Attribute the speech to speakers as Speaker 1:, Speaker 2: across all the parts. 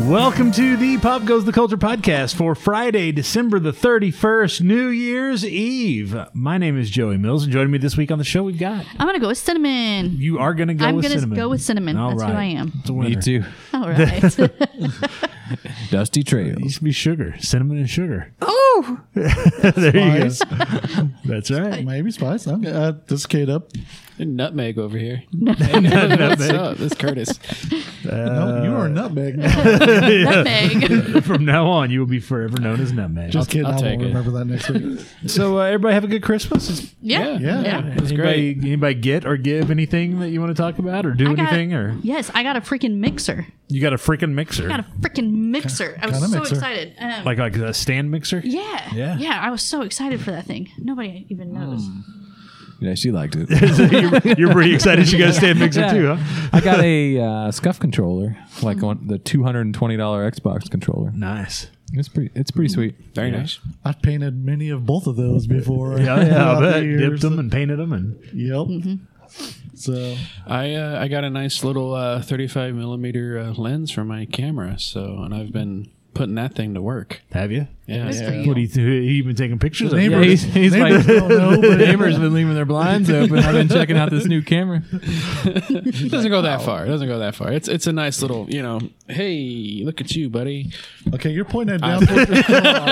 Speaker 1: Welcome to the Pop Goes the Culture podcast for Friday, December the 31st, New Year's Eve. My name is Joey Mills, and joining me this week on the show, we've got.
Speaker 2: I'm gonna go with cinnamon.
Speaker 1: You are going to go
Speaker 2: I'm
Speaker 1: with
Speaker 2: gonna
Speaker 1: cinnamon.
Speaker 2: go with cinnamon.
Speaker 1: All
Speaker 2: That's who
Speaker 1: right.
Speaker 2: I am.
Speaker 1: It's a
Speaker 3: Me
Speaker 1: winner.
Speaker 3: too.
Speaker 2: All right.
Speaker 3: Dusty
Speaker 1: It
Speaker 3: Trails.
Speaker 1: used to be sugar, cinnamon and sugar. Oh, there you go. That's right.
Speaker 4: Maybe spice. I'm gonna add this kid up.
Speaker 5: nutmeg over here. Hey, man, What's up? This Curtis.
Speaker 4: no, you are a nutmeg. No,
Speaker 2: Nutmeg.
Speaker 1: From now on, you will be forever known as Nutmeg.
Speaker 4: just kidding.
Speaker 5: I'll
Speaker 4: I
Speaker 5: take
Speaker 4: won't
Speaker 5: it.
Speaker 4: remember that next week.
Speaker 1: so, uh, everybody have a good Christmas. Does
Speaker 2: Yeah.
Speaker 4: Yeah.
Speaker 5: It's
Speaker 1: anybody,
Speaker 5: great.
Speaker 1: anybody get or give anything that you want to talk about or do
Speaker 2: I got-
Speaker 1: anything? Or
Speaker 2: Yes, I got a freaking mixer.
Speaker 1: you got a freaking mixer?
Speaker 2: I got a freaking mixer. I was
Speaker 4: Got a
Speaker 2: so
Speaker 4: mixer.
Speaker 2: excited. Um,
Speaker 1: like, like a stand mixer?
Speaker 2: yeah,
Speaker 1: Yeah.
Speaker 2: yeah. I was so excited for that thing. Nobody even
Speaker 1: Mm.
Speaker 2: knows.
Speaker 3: Yeah, she liked it.
Speaker 1: You're pretty excited you got a stand mixer too, huh?
Speaker 3: I got a uh, scuff controller, like on the two hundred and twenty dollar Xbox controller.
Speaker 1: Nice.
Speaker 3: It's pretty. It's pretty sweet.
Speaker 5: Very nice.
Speaker 4: I've painted many of both of those before.
Speaker 1: Yeah, yeah, I
Speaker 4: throughout the
Speaker 1: bet. Dipped
Speaker 4: years.
Speaker 1: them Mm-hmm. and painted them, and
Speaker 4: Yep. So
Speaker 5: I uh, I got a nice little uh, 35 millimeter uh, lens for my camera. So, and I've been putting that thing to work.
Speaker 1: have you?
Speaker 5: Yeah.
Speaker 2: That's
Speaker 5: yeah.
Speaker 2: pretty-
Speaker 1: What do you? Th- you been taking pictures of?
Speaker 4: neighbors-
Speaker 3: he's- he's
Speaker 4: neighbors
Speaker 3: like-
Speaker 4: don't know, but
Speaker 3: Neighbors been leaving their blinds open. I've been checking out this new camera.
Speaker 5: It doesn't go that far. It doesn't go that far. It's it's a nice little, you know, hey, look at you, buddy.
Speaker 4: okay, you're pointing it down. for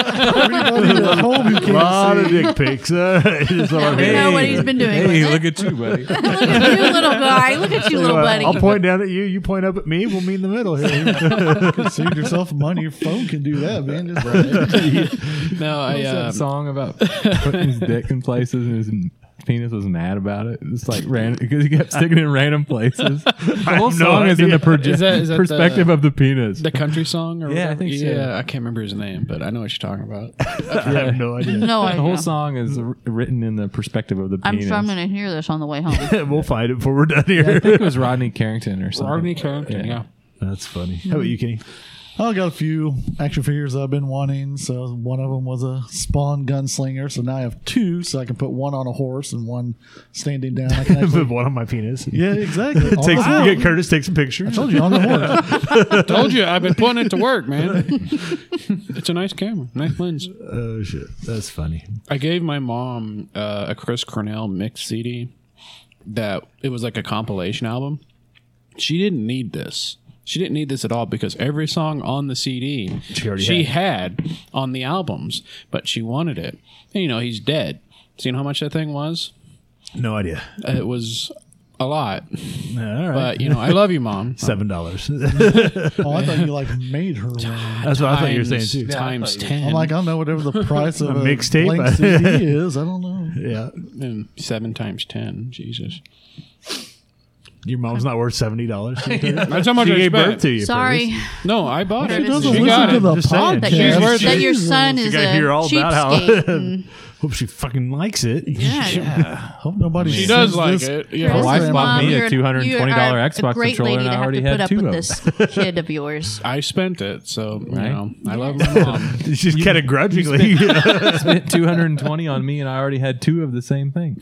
Speaker 4: everybody at home
Speaker 1: A
Speaker 4: who
Speaker 1: lot of
Speaker 4: can't see.
Speaker 1: dick pics. uh, it's all right.
Speaker 2: We know what he's been doing.
Speaker 3: Hey, look at you, buddy.
Speaker 2: Look at you, little guy. Look at you, little buddy.
Speaker 1: I'll point down at you. You point up at me. We'll meet in the middle here.
Speaker 4: Save yourself money. Your phone can do that, man. Just like,
Speaker 5: No, I
Speaker 3: What's
Speaker 5: uh,
Speaker 3: that song about putting his dick in places and his penis was mad about it. It's like random because he kept sticking it in random places. The whole
Speaker 1: have no
Speaker 3: song is in the
Speaker 1: idea.
Speaker 3: proje-
Speaker 5: Is that- is that
Speaker 3: perspective
Speaker 5: the-
Speaker 3: of the penis.
Speaker 5: the country song or
Speaker 3: Yeah, I
Speaker 5: whatever?
Speaker 3: think so.
Speaker 5: yeah, I can't remember his name, but I know what you're talking about.
Speaker 1: I have no idea.
Speaker 2: no, Oh, I
Speaker 3: the whole
Speaker 2: know.
Speaker 3: song is r- written in the perspective of the
Speaker 2: I'm
Speaker 3: penis.
Speaker 2: sure I'm gonna hear this on the way home.
Speaker 1: we'll find it before we're done
Speaker 3: I
Speaker 1: here.
Speaker 3: think it was Rodney Carrington or something.
Speaker 5: Rodney Carrington.
Speaker 3: Yeah.
Speaker 5: Yeah.
Speaker 1: That's funny. How about you, Kenny?
Speaker 4: I got a few action figures I've been wanting. So one of them was a Spawn gunslinger. So now I have two. So I can put one on a horse and one standing down. I can actually,
Speaker 1: Put one on my penis.
Speaker 4: yeah, exactly. On
Speaker 1: Take
Speaker 4: the
Speaker 1: some, get Curtis. Take some pictures.
Speaker 4: Told you on the horse.
Speaker 5: Told you, I've been putting it to work, man. it's a nice camera, nice lens.
Speaker 1: Oh shit, that's funny.
Speaker 5: I gave my mom uh, a Chris Cornell mix CD that it was like a compilation album. She didn't need this. She didn't need this at all because every song on the CD
Speaker 1: She already
Speaker 5: had. on the albums, but she wanted it. And you know, he's dead. So you know how much that thing was? Uh,
Speaker 1: No idea.
Speaker 5: It was a lot.
Speaker 1: All right.
Speaker 5: But you know, I love you, mom.
Speaker 1: Seven dollars.
Speaker 4: Oh, I thought you like made her one.
Speaker 1: That's what I thought you were saying
Speaker 5: Times,
Speaker 1: too.
Speaker 5: times
Speaker 4: I'm
Speaker 5: ten,
Speaker 4: like, I don't know whatever the price of a,
Speaker 1: mixtape?
Speaker 4: blank CD is. I don't know.
Speaker 1: Yeah,
Speaker 5: and seven times ten. Jesus,
Speaker 1: your mom's not worth seventy dollars.
Speaker 5: that's how much
Speaker 1: She
Speaker 5: I
Speaker 1: gave birth
Speaker 5: spent.
Speaker 1: to you.
Speaker 2: Sorry
Speaker 5: No, I bought
Speaker 2: She
Speaker 5: it.
Speaker 2: doesn't
Speaker 5: She
Speaker 2: listen
Speaker 5: got
Speaker 4: to
Speaker 5: it.
Speaker 4: the
Speaker 1: Just saying.
Speaker 2: that,
Speaker 4: podcast.
Speaker 2: your,
Speaker 5: worth
Speaker 2: that
Speaker 5: it.
Speaker 2: your son is
Speaker 1: You gotta
Speaker 2: a
Speaker 1: hear all about how-
Speaker 2: cheapskate. and-
Speaker 1: Hope she fucking likes it.
Speaker 2: Yeah.
Speaker 4: Hope nobody.
Speaker 5: She
Speaker 4: sees
Speaker 5: does like
Speaker 4: this.
Speaker 5: it.
Speaker 2: Chris,
Speaker 5: Yeah. Oh,
Speaker 3: My wife
Speaker 2: Mom,
Speaker 3: bought me a
Speaker 2: you're- you are
Speaker 3: $220 Xbox
Speaker 2: a great
Speaker 3: controller,
Speaker 2: lady
Speaker 3: and I
Speaker 2: to have
Speaker 3: already
Speaker 2: to
Speaker 3: had
Speaker 2: put
Speaker 3: two
Speaker 2: up
Speaker 3: of
Speaker 2: with this kid of yours.
Speaker 5: I spent it, so
Speaker 3: Right.
Speaker 5: you know, I love my mom.
Speaker 1: She's kind of grudgingly.
Speaker 3: spent 220 on me and I already had two of the same thing.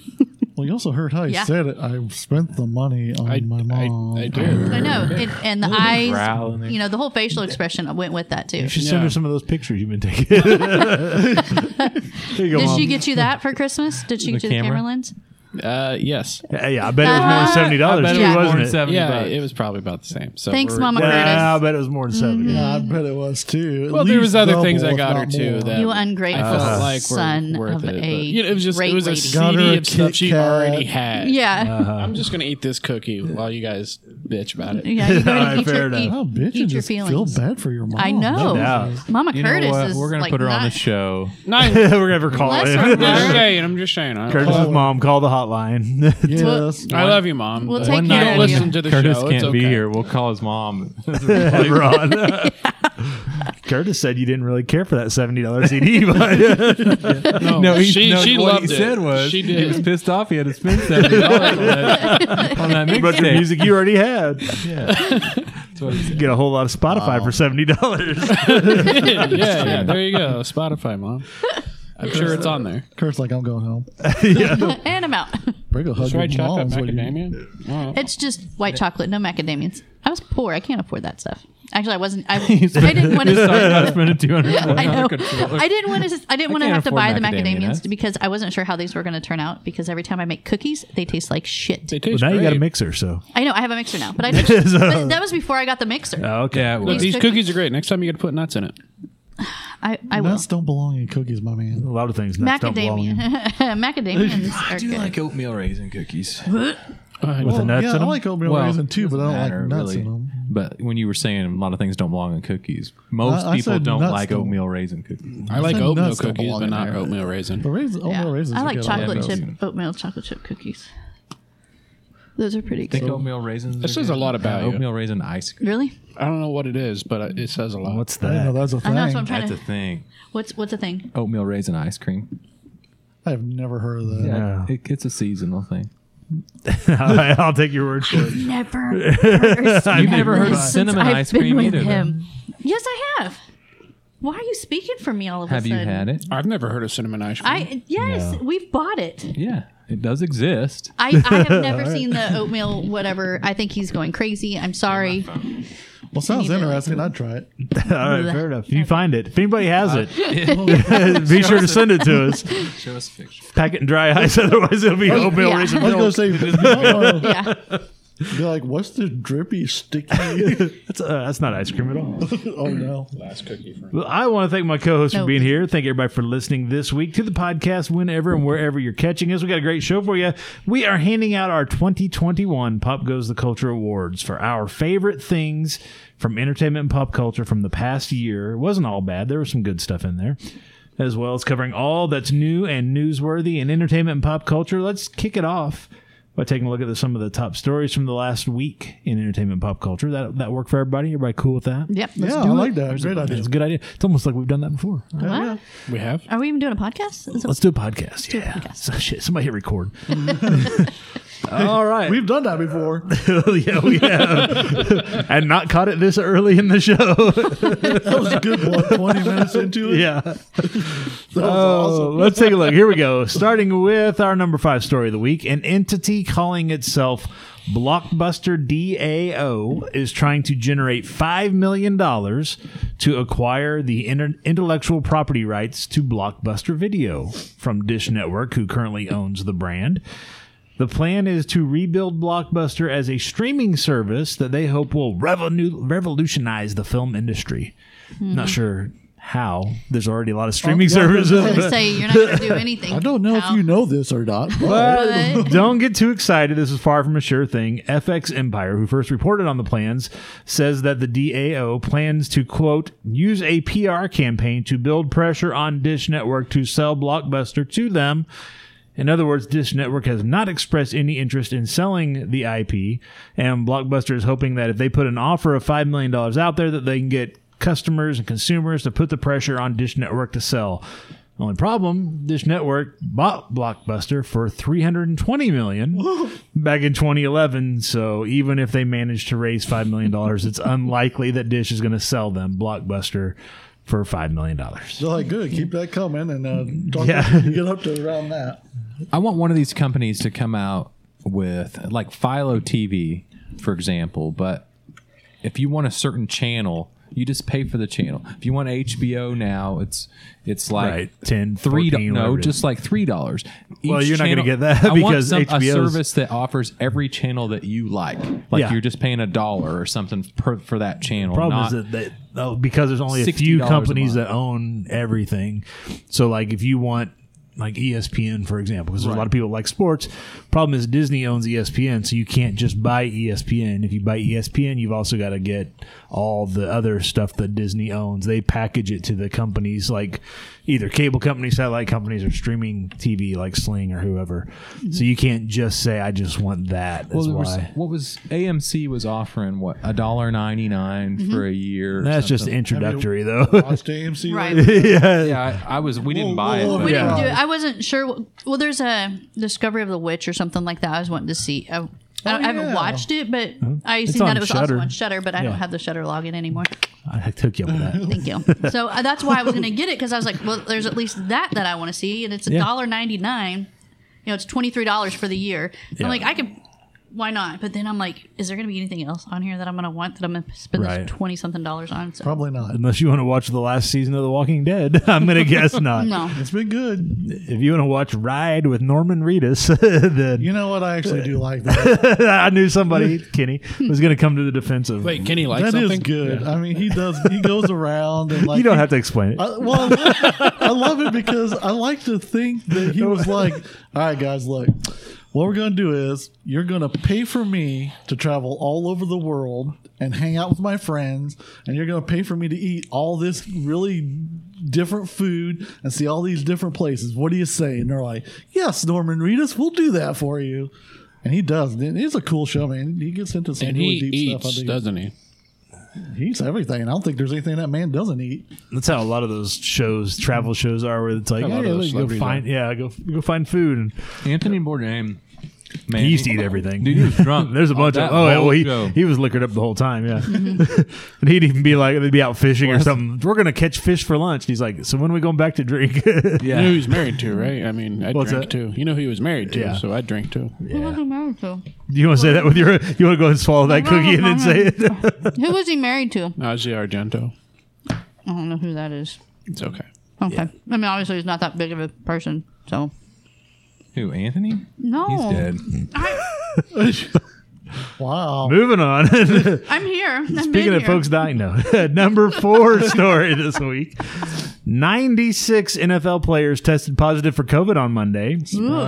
Speaker 4: Well, you also heard how he
Speaker 2: Yeah.
Speaker 4: said it. I spent the money on
Speaker 5: I,
Speaker 4: my mom.
Speaker 5: I, I do.
Speaker 2: I know, and, and the eyes,
Speaker 3: Growl in there.
Speaker 2: you know, the whole facial expression went with that too.
Speaker 1: you should send her
Speaker 5: Yeah.
Speaker 1: some of those pictures you've been taking. there you go,
Speaker 2: Did
Speaker 1: mom.
Speaker 2: she get you that for Christmas? Did she
Speaker 3: um, The
Speaker 2: get you the camera
Speaker 3: camera?
Speaker 2: lens?
Speaker 5: Uh, yes.
Speaker 1: yeah, yeah, I bet it was
Speaker 2: Uh,
Speaker 1: more than seventy dollars.
Speaker 3: I bet
Speaker 2: it was
Speaker 3: more
Speaker 1: wasn't
Speaker 3: than
Speaker 1: it?
Speaker 3: 70
Speaker 5: Yeah,
Speaker 3: bucks.
Speaker 5: it was probably about the same. So
Speaker 2: Thanks,
Speaker 5: we're-
Speaker 2: Mama
Speaker 1: Yeah, I
Speaker 2: Curtis.
Speaker 1: bet it was more than seventy.
Speaker 2: Mm-hmm.
Speaker 4: Yeah, I bet it was too. At
Speaker 5: Well, there was
Speaker 4: least
Speaker 5: other
Speaker 4: double,
Speaker 5: things I
Speaker 4: if
Speaker 5: got her
Speaker 4: not
Speaker 5: too.
Speaker 4: more.
Speaker 5: That
Speaker 2: You ungrateful
Speaker 5: I felt like were
Speaker 2: son
Speaker 5: worth
Speaker 2: of
Speaker 5: it, but,
Speaker 2: a
Speaker 5: you know, it was just
Speaker 2: great
Speaker 5: it was a Uh-huh.
Speaker 2: lady.
Speaker 4: Got her
Speaker 5: CD
Speaker 4: a
Speaker 5: of stuff
Speaker 4: Kit
Speaker 5: she
Speaker 4: Kat.
Speaker 5: already had.
Speaker 2: Yeah.
Speaker 5: I'm just gonna eat this cookie while you guys bitch about it.
Speaker 2: yeah, you're
Speaker 1: All
Speaker 2: gonna
Speaker 1: right,
Speaker 2: eat your,
Speaker 1: fair enough.
Speaker 2: eat-
Speaker 4: Oh, bitch,
Speaker 2: eat
Speaker 4: you
Speaker 2: your
Speaker 4: just feel
Speaker 2: feelings.
Speaker 4: bad for your mom.
Speaker 2: I know.
Speaker 1: doubt.
Speaker 2: Mama
Speaker 3: You know
Speaker 2: Curtis
Speaker 3: what?
Speaker 2: is
Speaker 3: We're going
Speaker 2: like
Speaker 3: to put her on the
Speaker 2: not-
Speaker 3: show.
Speaker 5: Nine.
Speaker 1: We're gonna have her call
Speaker 2: Bless
Speaker 1: in.
Speaker 2: her.
Speaker 5: I'm just saying. I'm just saying. I,
Speaker 1: Curtis's mom, call the hotline.
Speaker 4: Yes.
Speaker 5: I love you, mom.
Speaker 2: We'll
Speaker 5: but
Speaker 2: take
Speaker 5: you
Speaker 2: care
Speaker 5: don't
Speaker 2: of you.
Speaker 5: listen to the
Speaker 3: Curtis
Speaker 5: show.
Speaker 3: can't
Speaker 5: it's okay.
Speaker 3: be here. We'll call his mom.
Speaker 1: Never on. Curtis said you didn't really care for that seventy dollars CD, but
Speaker 5: No, she she
Speaker 3: what
Speaker 5: loved
Speaker 3: he
Speaker 5: it.
Speaker 3: said was
Speaker 5: she
Speaker 3: he was
Speaker 5: did.
Speaker 3: pissed off he had to spend $70 on that, on that
Speaker 1: but the
Speaker 3: mixtape.
Speaker 1: music you already had.
Speaker 3: That's what he said.
Speaker 1: Get a whole lot of Spotify for seventy dollars.
Speaker 5: yeah, yeah. There you go. Spotify, mom. I'm sure it's on there.
Speaker 4: Curse like I'm going home.
Speaker 2: And I'm out.
Speaker 4: Brigo hugged
Speaker 5: Tried
Speaker 4: your
Speaker 5: chocolate
Speaker 4: mom. is what you-
Speaker 5: macadamia. Well,
Speaker 2: It's just white chocolate, no macadamias. I was poor. I can't afford that stuff. Actually, I wasn't. I, I didn't want
Speaker 3: Sorry
Speaker 2: to.
Speaker 3: about spending 200
Speaker 2: I know. I didn't want to. I didn't want to
Speaker 3: can't
Speaker 2: have to
Speaker 3: afford
Speaker 2: buy the
Speaker 3: macadamia nuts.
Speaker 2: macadamias because I wasn't sure how these were going to turn out. Because every time I make cookies, they taste like shit.
Speaker 5: They taste
Speaker 1: But now you got a
Speaker 5: great.
Speaker 1: mixer, so
Speaker 2: I know. I have a mixer now, but I didn't, but that was before I got the mixer.
Speaker 1: Oh, okay.
Speaker 3: uh, Yeah, well,
Speaker 5: Look, these
Speaker 2: These cookies-
Speaker 5: cookies are great. Next time you got to put nuts in it.
Speaker 2: I, I will.
Speaker 4: Nuts don't belong in cookies, my man.
Speaker 1: A lot of things nuts don't belong in.
Speaker 2: Macadamia. Macadamians are good.
Speaker 3: oatmeal raisin cookies.
Speaker 1: with the nuts
Speaker 4: yeah,
Speaker 1: in
Speaker 4: I
Speaker 1: them.
Speaker 4: like oatmeal
Speaker 3: Well,
Speaker 4: raisin too, but I don't
Speaker 3: matter,
Speaker 4: like nuts
Speaker 3: really.
Speaker 4: in them.
Speaker 3: But when you were saying a lot of things don't belong in cookies, most
Speaker 4: I- I
Speaker 3: people
Speaker 4: said
Speaker 3: don't Mm-hmm.
Speaker 4: nuts
Speaker 3: like
Speaker 4: don't-
Speaker 3: oatmeal raisin cookies.
Speaker 5: I like
Speaker 4: said
Speaker 5: oatmeal
Speaker 4: nuts don't
Speaker 5: cookies,
Speaker 4: belong
Speaker 5: but
Speaker 4: in
Speaker 5: not
Speaker 4: there.
Speaker 5: oatmeal raisin.
Speaker 4: But raisin,
Speaker 2: Yeah.
Speaker 4: oatmeal raisins.
Speaker 2: I
Speaker 4: are
Speaker 2: like
Speaker 4: good.
Speaker 2: chocolate
Speaker 3: those.
Speaker 2: chip oatmeal chocolate chip cookies. Those are pretty
Speaker 3: Think
Speaker 2: good.
Speaker 3: oatmeal raisins.
Speaker 5: This
Speaker 3: are
Speaker 5: says a
Speaker 3: good?
Speaker 5: lot about
Speaker 3: Yeah,
Speaker 5: you.
Speaker 3: Oatmeal raisin ice cream.
Speaker 2: Really?
Speaker 5: I don't know what it is, but it says a lot.
Speaker 1: What's
Speaker 4: I didn't know
Speaker 1: that?
Speaker 4: that's a
Speaker 2: I
Speaker 4: thing.
Speaker 2: know
Speaker 4: I,
Speaker 2: that's what I'm trying
Speaker 3: That's
Speaker 2: to.
Speaker 3: a thing.
Speaker 2: What's what's a thing?
Speaker 3: Oatmeal raisin ice cream.
Speaker 4: have never heard of that.
Speaker 1: Yeah.
Speaker 3: It, it's a seasonal thing.
Speaker 1: All right, I'll take your word for it.
Speaker 2: Never. You've
Speaker 3: never heard of cinnamon ice cream either, though.
Speaker 2: Yes, I have. Why are you speaking for me all of
Speaker 3: Have
Speaker 2: a
Speaker 3: you
Speaker 2: sudden?
Speaker 3: had it?
Speaker 5: I've never heard of cinnamon ice cream.
Speaker 2: I yes, we've bought it.
Speaker 3: Yeah, it does exist.
Speaker 2: I, I have never seen the oatmeal whatever. I think he's going crazy. I'm sorry.
Speaker 4: Well, sounds
Speaker 2: Neither.
Speaker 4: interesting. I'd try it.
Speaker 1: All right, fair enough. If you find it, if anybody has it, be sure to send it to us. Oh,
Speaker 3: Show us a picture.
Speaker 1: Pack it in dry ice, otherwise it'll be oatmeal
Speaker 2: yeah.
Speaker 1: raisin
Speaker 4: I was
Speaker 1: milk.
Speaker 4: gonna say, they're
Speaker 2: Yeah.
Speaker 4: like, "What's this drippy, sticky?"
Speaker 1: That's, uh, that's not ice cream at all.
Speaker 4: oh no!
Speaker 5: Last cookie for
Speaker 1: Well, I want to thank my co-host for
Speaker 2: No.
Speaker 1: being here. Thank everybody for listening this week to the podcast whenever and wherever you're catching us. We got a great show for you. We are handing out our 2021 Pop Goes the Culture Awards for our favorite things from entertainment and pop culture from the past year. It wasn't all bad. There was some good stuff in there. As well as covering all that's new and newsworthy in entertainment and pop culture. Let's kick it off by taking a look at the, some of the top stories from the last week in entertainment and pop culture. That that worked for everybody. Everybody cool with that?
Speaker 2: Yep.
Speaker 4: Yeah, I like that. Great idea.
Speaker 1: It's a good idea. It's almost like we've done that before.
Speaker 2: What?
Speaker 5: We have.
Speaker 2: Are we even doing a podcast? Is it-
Speaker 1: Let's do a podcast. Yeah. So, shit, somebody hit record. All right.
Speaker 4: We've done that before.
Speaker 1: yeah, we have. and not caught it this early in the show.
Speaker 4: That was a good one. Twenty minutes into it.
Speaker 1: yeah.
Speaker 4: That was
Speaker 1: Oh, let's take a look. Here we go. Starting with our number five story of the week. An entity calling itself Blockbuster DAO is trying to generate $5 million to acquire the inter- intellectual property rights to Blockbuster Video from Dish Network, who currently owns the brand. The plan is to rebuild Blockbuster as a streaming service that they hope will revolu- revolutionize the film industry. Not sure how. Hmm. Oh, There's already a lot of streaming services.
Speaker 2: They say you're not going to do anything.
Speaker 4: I don't know if
Speaker 2: pal.
Speaker 4: you know this or not. But
Speaker 2: But-
Speaker 1: Don't get too excited. This is far from a sure thing. FX Empire, who first reported on the plans, says that the DAO plans to, quote, use a PR campaign to build pressure on Dish Network to sell Blockbuster to them. In other words, Dish Network has not expressed any interest in selling the IP, and Blockbuster is hoping that if they put an offer of $5 million out there, that they can get customers and consumers to put the pressure on Dish Network to sell. Only problem, Dish Network bought Blockbuster for 320 million back in 2011, so even if they manage to raise 5 million dollars, it's unlikely that Dish is going to sell them Blockbuster for 5 million dollars.
Speaker 4: they're like, "Good, keep that coming," and uh, talk
Speaker 1: Yeah.
Speaker 4: you get up to around that.
Speaker 3: I want one of these companies to come out with like Philo TV, for example, but if you want a certain channel, you just pay for the channel. If you want HBO now, it's it's like
Speaker 1: Right, 10,
Speaker 3: three
Speaker 1: 14, whatever
Speaker 3: no,
Speaker 1: it is.
Speaker 3: just like three dollars.
Speaker 1: Well, you're not gonna get that
Speaker 3: I want
Speaker 1: because
Speaker 3: some, a
Speaker 1: HBO 's-
Speaker 3: service that offers every channel that you like. Like
Speaker 1: Yeah.
Speaker 3: you're just paying a dollar or something per, for that channel.
Speaker 1: problem
Speaker 3: not-
Speaker 1: is that, that oh, because there's only a
Speaker 3: $60
Speaker 1: few
Speaker 3: a
Speaker 1: companies
Speaker 3: month.
Speaker 1: that own everything. So like if you want like E ESPN for example, because there's a lot of people that like sports. Problem is Disney owns E ESPN, so you can't just buy E ESPN. If you buy E ESPN, you've also got to get all the other stuff that Disney owns. They package it to the companies like either cable companies, satellite companies, or streaming TV like Sling or whoever. So you can't just say I just want that. That's
Speaker 3: there was-
Speaker 1: why.
Speaker 3: what was AMC was offering what a dollar ninety
Speaker 2: Mm-hmm.
Speaker 3: for a year. or
Speaker 1: That's just
Speaker 3: something.
Speaker 1: introductory though.
Speaker 4: Watch AMC.
Speaker 2: Right.
Speaker 4: later.
Speaker 3: yeah. I, I was we didn't buy
Speaker 4: whoa,
Speaker 3: it.
Speaker 4: whoa,
Speaker 3: but-
Speaker 2: We didn't
Speaker 4: Yeah.
Speaker 2: do it. I wasn't sure. What, well, there's a Discovery of the Witch or something like that. I was wanting to see. I, I, I haven't
Speaker 4: Oh, yeah.
Speaker 2: watched it, but I seen
Speaker 1: on
Speaker 2: that it was
Speaker 1: Shudder.
Speaker 2: also on Shutter, but I
Speaker 1: Yeah.
Speaker 2: don't have the Shutter login anymore.
Speaker 1: I took you up with that.
Speaker 2: Thank you. so uh, that's why I was going to get it because I was like, well, there's at least that that I want to see, and it's a
Speaker 1: Yeah.
Speaker 2: dollar ninety nine. know, it's twenty three dollars for the year. I'm like, I could. Why not? But then I'm like, is there going to be anything else on here that I'm going to want that I'm going to spend
Speaker 1: Right.
Speaker 2: this twenty something dollars on? So
Speaker 4: Probably not.
Speaker 1: Unless you want to watch the last season of The Walking Dead, I'm gonna guess not.
Speaker 2: no,
Speaker 4: It's been good.
Speaker 1: If you want to watch Ride with Norman Reedus, then
Speaker 4: You know what? I actually do like that.
Speaker 1: I knew somebody, Kenny, was gonna come to the defense of.
Speaker 5: Wait, Kenny likes
Speaker 4: That
Speaker 5: something.
Speaker 4: is good. I mean, he does. He goes around and like
Speaker 1: you don't
Speaker 4: he-
Speaker 1: have to explain it.
Speaker 3: Uh,
Speaker 4: I, well, I love it because I like to think that he was like, "All right, guys, look, what we're going to do is you're going to pay for me to travel all over the world and hang out with my friends, and you're going to pay for me to eat all this really different food and see all these different places. What do you say?" And they're like, "Yes, Norman Reedus, we'll do that for you." And he does. And It's a cool show, man. He gets into some
Speaker 5: And
Speaker 4: really
Speaker 5: he
Speaker 4: deep stuff. I
Speaker 5: eats,
Speaker 4: think.
Speaker 5: doesn't he?
Speaker 4: He eats everything. I don't think there's anything that man doesn't eat.
Speaker 1: That's how a lot of those shows, travel shows, are where it's like,
Speaker 5: lot of
Speaker 1: "Hey,
Speaker 5: those
Speaker 1: look, go
Speaker 5: celebrities
Speaker 1: find, yeah, go go find food. And
Speaker 3: Anthony Bourdain. Man,
Speaker 1: he used to eat everything.
Speaker 3: Dude, he was drunk.
Speaker 1: There's a bunch
Speaker 3: that
Speaker 1: of oh, yeah,
Speaker 3: whole
Speaker 1: well,
Speaker 3: show.
Speaker 1: he, he was liquored up the whole time, yeah. and he'd even be like, they'd be out fishing or something. We're gonna catch fish for lunch. And he's like, so when are we going back to drink?
Speaker 5: You know who
Speaker 3: yeah.
Speaker 5: he's married to, right? I mean, I
Speaker 1: What's
Speaker 5: drink
Speaker 1: that?
Speaker 5: too. You know who he was married to,
Speaker 1: Yeah.
Speaker 5: so I drink too.
Speaker 2: who was he married to?
Speaker 1: you want to say that with your? You want to go and swallow that cookie and then say it?
Speaker 2: Who was he married to?
Speaker 5: Nazi Argento.
Speaker 2: I don't know who that is.
Speaker 5: It's okay.
Speaker 2: Okay, I mean, obviously he's not that big of a person, so
Speaker 3: Who, Anthony?
Speaker 2: no,
Speaker 3: He's dead.
Speaker 4: Wow.
Speaker 1: Moving on.
Speaker 2: I'm here.
Speaker 1: Speaking of folks dying, no. Number four story this week. 96 NFL players tested positive for COVID on Monday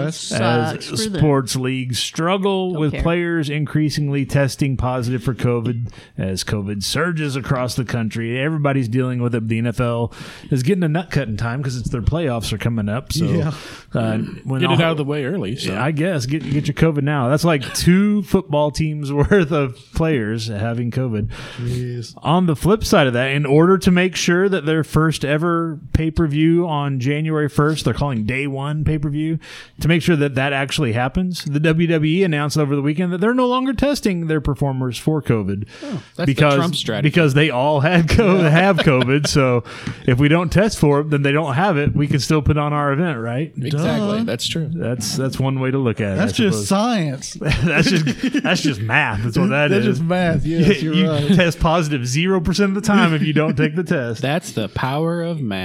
Speaker 1: as sports leagues struggle with
Speaker 2: care.
Speaker 1: players increasingly testing positive for COVID as COVID surges across the country. Everybody's dealing with it. The NFL is getting a nut cut in time because it's their playoffs are coming up. So
Speaker 4: Yeah.
Speaker 1: uh, when
Speaker 5: Get
Speaker 1: all-
Speaker 5: it out of the way early. So.
Speaker 1: I guess get get your COVID now. That's like two football teams worth of players having COVID.
Speaker 4: Jeez.
Speaker 1: On the flip side of that, in order to make sure that their first ever pay per view on January 1st, they're calling day one pay per view, to make sure that that actually happens, the WWE announced over the weekend that they're no longer testing their performers for COVID.
Speaker 5: Oh, that's the Trump strategy.
Speaker 1: Because they all had COVID, have COVID. So if we don't test for it, then they don't have it. We can still put on our event, right?
Speaker 5: exactly.
Speaker 4: Duh.
Speaker 5: That's true.
Speaker 1: That's that's one way to look at it. I
Speaker 4: That's just
Speaker 1: suppose.
Speaker 4: science.
Speaker 1: that's just that's just math. That's what
Speaker 4: That's just math. Yes, you're
Speaker 1: you
Speaker 4: right.
Speaker 1: test positive zero percent of the time if you don't take the test.
Speaker 5: That's the power of math.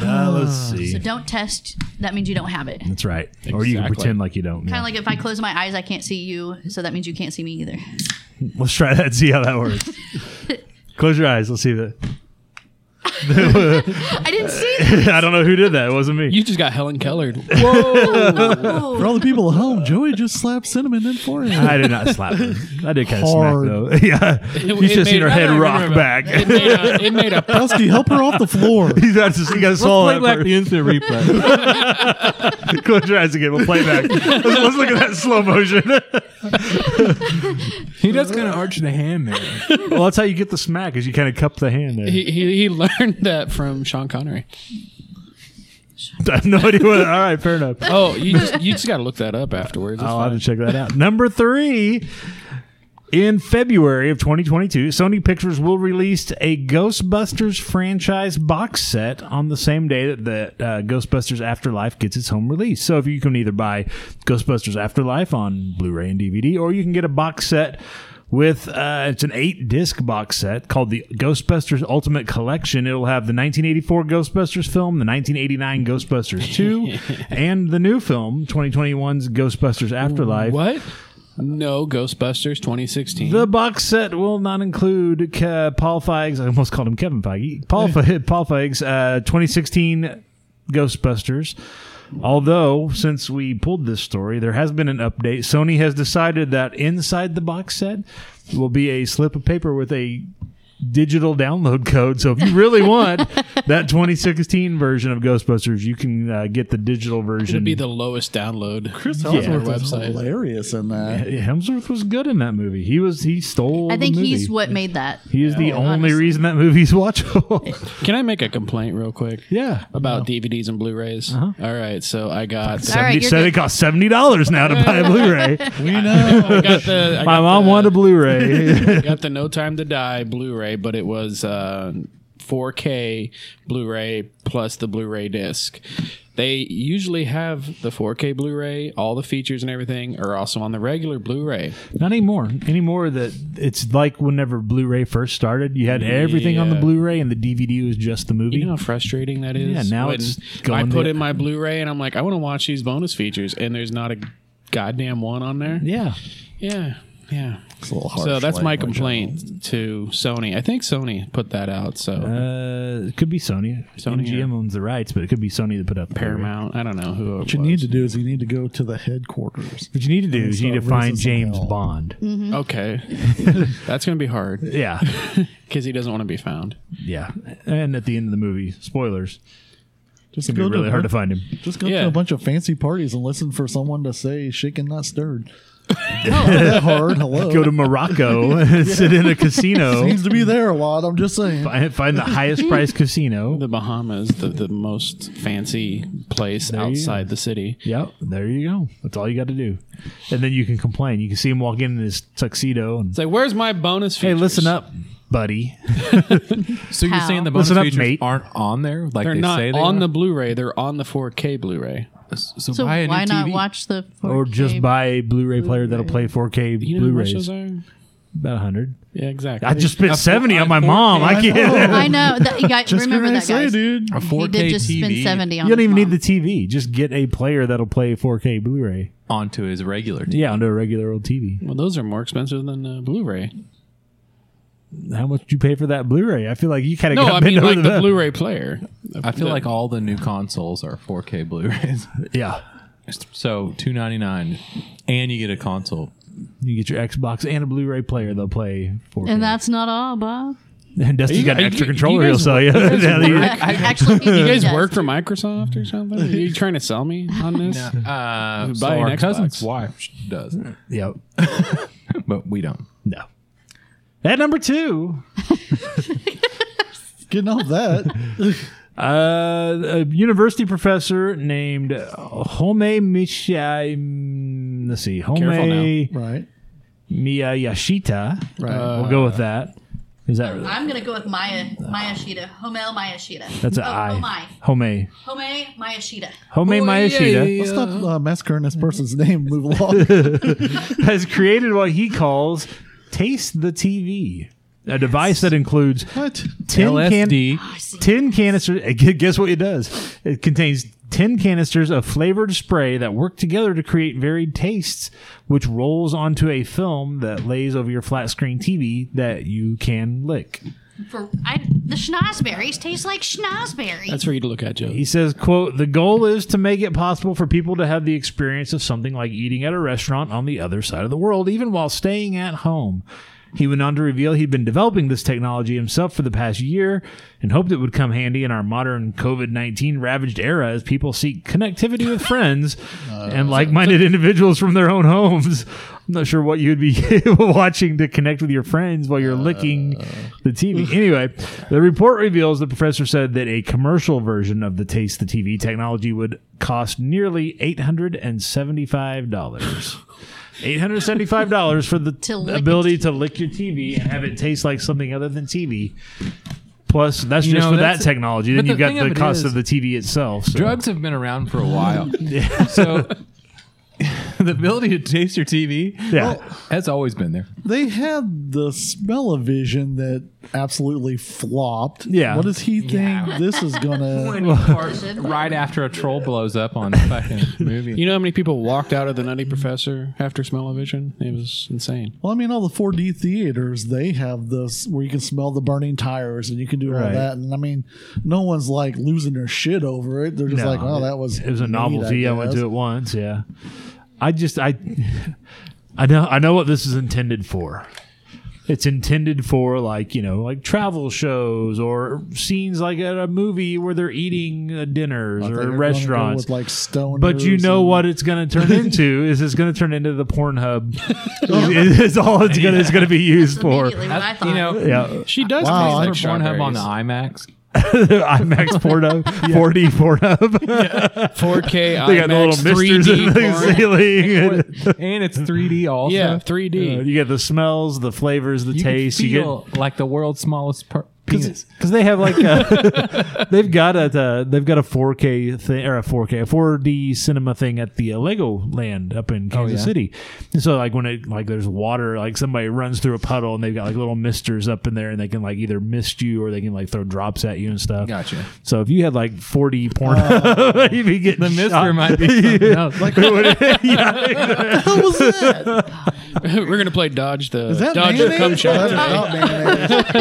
Speaker 1: Uh, let's see.
Speaker 2: So don't test. That means you don't have it.
Speaker 1: That's right. Or you can
Speaker 5: Exactly.
Speaker 1: pretend like you don't.
Speaker 2: Kind
Speaker 1: yeah.
Speaker 2: of like if I close my eyes, I can't see you, so that means you can't see me either.
Speaker 1: Let's try that. and See how that works. Close your eyes. Let's see that.
Speaker 2: I didn't see that.
Speaker 1: I don't know who did that. It wasn't me.
Speaker 5: You just got Helen Keller.
Speaker 4: For all the people at home, Joey just slapped cinnamon in forehead.
Speaker 1: I did not slap her. I did kind of smack
Speaker 4: Hard.
Speaker 1: though. yeah, you should have seen her
Speaker 5: made-
Speaker 1: head
Speaker 5: I
Speaker 1: rock
Speaker 5: remember.
Speaker 1: back.
Speaker 5: It made a, it made a
Speaker 4: Dusty, help her off the floor.
Speaker 1: you got to, you got to swallow that. first.
Speaker 3: instant replay.
Speaker 1: Close your eyes again. We'll play back. let's, let's look at that slow motion.
Speaker 3: he does kind of arch the hand there.
Speaker 1: well, that's how you get the smack. Is you kind of cup the hand there.
Speaker 5: he, he, he learned that from Sean Connery.
Speaker 1: I have no idea. What, all right, fair enough.
Speaker 5: Oh, you just, you just got to look that up afterwards. It's
Speaker 1: I'll have
Speaker 5: fine.
Speaker 1: to check that out. Number three. In February of 2022, Sony Pictures will release a Ghostbusters franchise box set on the same day that the uh, Ghostbusters Afterlife gets its home release. So, if you can either buy Ghostbusters Afterlife on Blu-ray and DVD, or you can get a box set with uh, it's an eight-disc box set called the Ghostbusters Ultimate Collection. It'll have the 1984 Ghostbusters film, the 1989 Ghostbusters 2, and the new film 2021's Ghostbusters Afterlife.
Speaker 5: What? No Ghostbusters 2016.
Speaker 1: The box set will not include Ke- Paul Feig's. I almost called him Kevin Feige. Paul Fe- Paul Feig's uh, 2016 Ghostbusters. Although, since we pulled this story, there has been an update. Sony has decided that inside the box set will be a slip of paper with a digital download code. So if you really want that 2016 version of Ghostbusters, you can uh, get the digital version.
Speaker 5: It'd be the lowest download.
Speaker 4: Chris
Speaker 5: Hemsworth
Speaker 4: Hemsworth
Speaker 5: Yeah.
Speaker 4: is
Speaker 5: website.
Speaker 4: hilarious in that.
Speaker 1: Hemsworth was good in that movie. He was he stole.
Speaker 2: I think
Speaker 1: the movie.
Speaker 2: he's what made that.
Speaker 1: He is the
Speaker 2: Oh,
Speaker 1: only
Speaker 2: honestly.
Speaker 1: reason that movie's watchable.
Speaker 5: Can I make a complaint real quick?
Speaker 1: yeah.
Speaker 5: About DVDs and Blu-rays.
Speaker 1: Uh-huh.
Speaker 5: All right, so I got
Speaker 2: All right,
Speaker 1: you
Speaker 2: you're
Speaker 1: said it
Speaker 2: good.
Speaker 1: costs seventy dollars now to buy a Blu-ray.
Speaker 4: We know.
Speaker 5: I got the I
Speaker 1: My
Speaker 5: got
Speaker 1: mom
Speaker 5: the,
Speaker 1: wanted a Blu-ray.
Speaker 5: got the No Time to Die Blu-ray, but it was uh, 4K Blu-ray plus the Blu-ray disc. They usually have the 4K Blu-ray. All the features and everything are also on the regular Blu-ray.
Speaker 1: Not anymore. Anymore that it's like whenever Blu-ray first started, you had everything on the
Speaker 5: Yeah.
Speaker 1: Blu-ray and the DVD was just the movie.
Speaker 5: You know how frustrating that is.
Speaker 1: Yeah, now
Speaker 5: When
Speaker 1: it's
Speaker 5: I
Speaker 1: going
Speaker 5: put
Speaker 1: the-
Speaker 5: in my Blu-ray and I'm like, I want to watch these bonus features, and there's not a goddamn one on there.
Speaker 1: yeah.
Speaker 5: Yeah, yeah.
Speaker 3: It's a little harsh
Speaker 5: So that's my
Speaker 3: language.
Speaker 5: complaint to Sony. I think Sony put that out. So
Speaker 1: Uh, it could be Sony.
Speaker 5: Sony,
Speaker 1: MGM
Speaker 5: yeah.
Speaker 1: owns the rights, but it could be Sony that put out the Blu-ray.
Speaker 5: Paramount. I don't know who. It
Speaker 4: What you
Speaker 5: was.
Speaker 4: need to do is you need to go to the headquarters.
Speaker 1: What you need to do is you need to
Speaker 4: start
Speaker 1: find
Speaker 4: raising some
Speaker 1: James
Speaker 4: hell.
Speaker 1: Bond.
Speaker 5: Okay, that's gonna be hard
Speaker 1: Yeah,
Speaker 5: because he doesn't want to be found.
Speaker 1: yeah. And at the end of the movie, spoilers.
Speaker 4: Just
Speaker 1: It'd be
Speaker 4: go to
Speaker 1: really
Speaker 4: a
Speaker 1: hard to
Speaker 4: bunch-
Speaker 1: find him.
Speaker 4: Just go
Speaker 5: Yeah.
Speaker 4: to a bunch of fancy parties and listen for someone to say "shaken not stirred." Not that hard. Hello.
Speaker 1: Go to Morocco, and sit in a casino,
Speaker 4: Seems to be there a lot. I'm just saying.
Speaker 1: find, find the highest priced casino.
Speaker 5: The Bahamas, the, the most fancy place
Speaker 1: you
Speaker 5: outside the city.
Speaker 1: Yep, there you go. That's all you got to do, and then you can complain. You can see him walk in in his tuxedo and
Speaker 5: It's like, where's my bonus?
Speaker 1: hey,
Speaker 5: Features?
Speaker 1: listen up, buddy.
Speaker 3: So you're
Speaker 2: How?
Speaker 3: saying the bonus
Speaker 1: Listen up,
Speaker 3: features
Speaker 1: mate.
Speaker 3: aren't on there? Like
Speaker 5: They're
Speaker 3: they
Speaker 5: not
Speaker 3: say they
Speaker 5: on
Speaker 3: are?
Speaker 5: the Blu-ray. They're on the 4K Blu-ray.
Speaker 3: So,
Speaker 2: So
Speaker 3: buy a new
Speaker 2: why not
Speaker 3: TV.
Speaker 2: watch the 4K?
Speaker 1: Or just buy a Blu-ray player that'll play 4K
Speaker 5: You know how much
Speaker 1: Blu-rays.
Speaker 5: those are?
Speaker 1: About hundred.
Speaker 5: Yeah, exactly.
Speaker 1: I just spent seventy on my mom. I can't.
Speaker 2: I know. That, yeah,
Speaker 4: Just
Speaker 2: remember
Speaker 4: gonna
Speaker 2: that,
Speaker 4: say,
Speaker 2: guys.
Speaker 4: dude.
Speaker 3: a 4K
Speaker 2: He did just
Speaker 3: TV
Speaker 2: spend seventy on.
Speaker 1: You don't
Speaker 2: his
Speaker 1: even
Speaker 2: mom.
Speaker 1: need the TV. Just get a player that'll play 4K Blu-ray.
Speaker 3: onto his regular TV.
Speaker 1: Yeah, onto a regular old TV.
Speaker 5: well, those are more expensive than uh, Blu-ray.
Speaker 1: How much did you pay for that Blu-ray? I feel like you kind of
Speaker 5: No,
Speaker 1: got
Speaker 5: I
Speaker 1: bent
Speaker 5: mean
Speaker 1: over
Speaker 5: like
Speaker 1: the,
Speaker 5: the
Speaker 1: bed.
Speaker 5: Blu-ray player.
Speaker 3: I feel like all the new consoles are 4K Blu-rays.
Speaker 1: Yeah,
Speaker 3: so 2.99 and you get a console.
Speaker 1: you get your Xbox and a Blu-ray player. They'll play 4K.
Speaker 2: And that's not all, Bob.
Speaker 1: And Dusty's
Speaker 5: you-
Speaker 1: got an
Speaker 5: are
Speaker 1: extra
Speaker 5: you- you
Speaker 1: controller
Speaker 5: guys-
Speaker 1: he'll sell you. Now that you-
Speaker 2: Actually,
Speaker 5: You guys
Speaker 2: does.
Speaker 5: work for Microsoft or something? Are you trying to sell me on this?
Speaker 3: Uh, so
Speaker 5: buy an
Speaker 3: our
Speaker 5: Xbox.
Speaker 3: cousin's wife does,
Speaker 1: Yep.
Speaker 3: but we don't.
Speaker 1: No. At number two,
Speaker 4: Getting off that.
Speaker 1: uh, a university professor named Home Mishai. mm, Let's see,
Speaker 5: Careful now.
Speaker 1: Home
Speaker 4: Right.
Speaker 1: Miyashita. Uh,
Speaker 4: Right.
Speaker 1: we'll go with that. Is that
Speaker 2: I'm gonna go with Maya Maya Shida. Homel Maya Shida.
Speaker 1: that's an
Speaker 2: oh,
Speaker 1: I?
Speaker 2: Homai.
Speaker 1: Home
Speaker 2: Homai Maya Shida.
Speaker 1: Home
Speaker 5: Oh,
Speaker 1: Miyashita
Speaker 4: Let's stop uh, massacring this person's name. Move along.
Speaker 1: has created what he calls "Taste the TV," a device that includes
Speaker 4: what?
Speaker 1: tin can
Speaker 3: LSD.
Speaker 2: I see.
Speaker 1: 10 canisters. eh, gu- Guess what it does? It contains 10 canisters of flavored spray that work together to create varied tastes, which rolls onto a film that lays over your flat screen TV that you can lick.
Speaker 2: For I, the schnozberries taste like schnozberries.
Speaker 5: That's where you look at Joe.
Speaker 1: He says, quote, the goal is to make it possible for people to have the experience of something like eating at a restaurant on the other side of the world, even while staying at home. He went on to reveal he'd been developing this technology himself for the past year and hoped it would come handy in our modern COVID 19 ravaged era as people seek connectivity with friends and like minded individuals from their own homes. I'm not sure what you'd be watching to connect with your friends while you're licking the
Speaker 2: Uh.
Speaker 1: TV. Anyway, the report reveals the professor said that a commercial version of the Taste the TV technology would cost nearly $875. $875 for the
Speaker 2: To lick
Speaker 1: ability to lick your TV and have it taste like something other than TV. Plus, that's
Speaker 3: You
Speaker 1: just
Speaker 3: know,
Speaker 1: for
Speaker 3: that's-
Speaker 1: that technology. Then
Speaker 3: but
Speaker 1: you've
Speaker 3: the
Speaker 1: got
Speaker 3: thing
Speaker 1: the
Speaker 3: of it
Speaker 1: cost
Speaker 3: is-
Speaker 1: of the TV itself. So.
Speaker 3: Drugs have been around for a while. So the ability to taste your TV
Speaker 1: Yeah.
Speaker 3: has always been there.
Speaker 4: They had the smell of vision that absolutely flopped.
Speaker 1: Yeah.
Speaker 4: What does he think
Speaker 3: Yeah.
Speaker 4: this is gonna?
Speaker 3: right after a troll blows up on a fucking movie.
Speaker 5: You know how many people walked out of the Nutty Professor after Smell-O-Vision? It was insane.
Speaker 4: Well, I mean, all the 4D theaters they have this where you can smell the burning tires and you can do
Speaker 1: Right.
Speaker 4: all that. And I mean, no one's like losing their shit over it. They're just
Speaker 1: No,
Speaker 4: like, "Oh, that was
Speaker 1: it was a
Speaker 4: neat,
Speaker 1: novelty. I, went
Speaker 4: guess."
Speaker 1: to it once. Yeah, I just I I know I know what this is intended for. It's intended for like you know like travel shows or scenes like at a movie where they're eating uh, dinners
Speaker 4: They're
Speaker 1: or
Speaker 4: gonna go
Speaker 1: restaurants.
Speaker 4: with like stoners.
Speaker 1: But you know
Speaker 4: and-
Speaker 1: what it's going to turn into is it's going to turn into the Pornhub. it's all it's going to it's going to be used for.
Speaker 2: immediately what I thought.
Speaker 3: You know,
Speaker 1: Yeah, Oh,
Speaker 5: She does
Speaker 4: Wow,
Speaker 5: taste
Speaker 4: I-
Speaker 5: like
Speaker 3: for Pornhub on the
Speaker 5: strawberries.
Speaker 3: IMAX.
Speaker 1: IMAX Pornhub, 4D Pornhub.
Speaker 5: 4K
Speaker 1: they got the little
Speaker 5: IMAX
Speaker 1: misters in
Speaker 5: 3D
Speaker 1: the
Speaker 5: porn.
Speaker 1: ceiling. and-
Speaker 3: And it's 3D also. Uh,
Speaker 5: Yeah, 3D.
Speaker 1: Uh, You get the smells, the flavors, the
Speaker 3: You can
Speaker 1: taste. You
Speaker 3: feel
Speaker 1: get
Speaker 3: like the world's smallest per- penis.
Speaker 1: because they have like a, they've got a the, they've got a 4K thing or a 4K a 4D cinema thing at the uh, Legoland up in Kansas
Speaker 3: Oh, yeah.
Speaker 1: City. And so like when it like there's water, like somebody runs through a puddle and they've got like little misters up in there and they can like either mist you or they can like throw drops at you and stuff.
Speaker 3: Gotcha. Oh.
Speaker 1: So if you had like 4D porn, you'd be getting
Speaker 3: The mister
Speaker 1: shot.
Speaker 3: might be something else. Like,
Speaker 4: What was that?
Speaker 5: We're gonna play dodge the
Speaker 4: Is that
Speaker 5: dodge the
Speaker 4: mayonnaise?
Speaker 5: cum
Speaker 4: Oh,
Speaker 5: shot.
Speaker 4: that's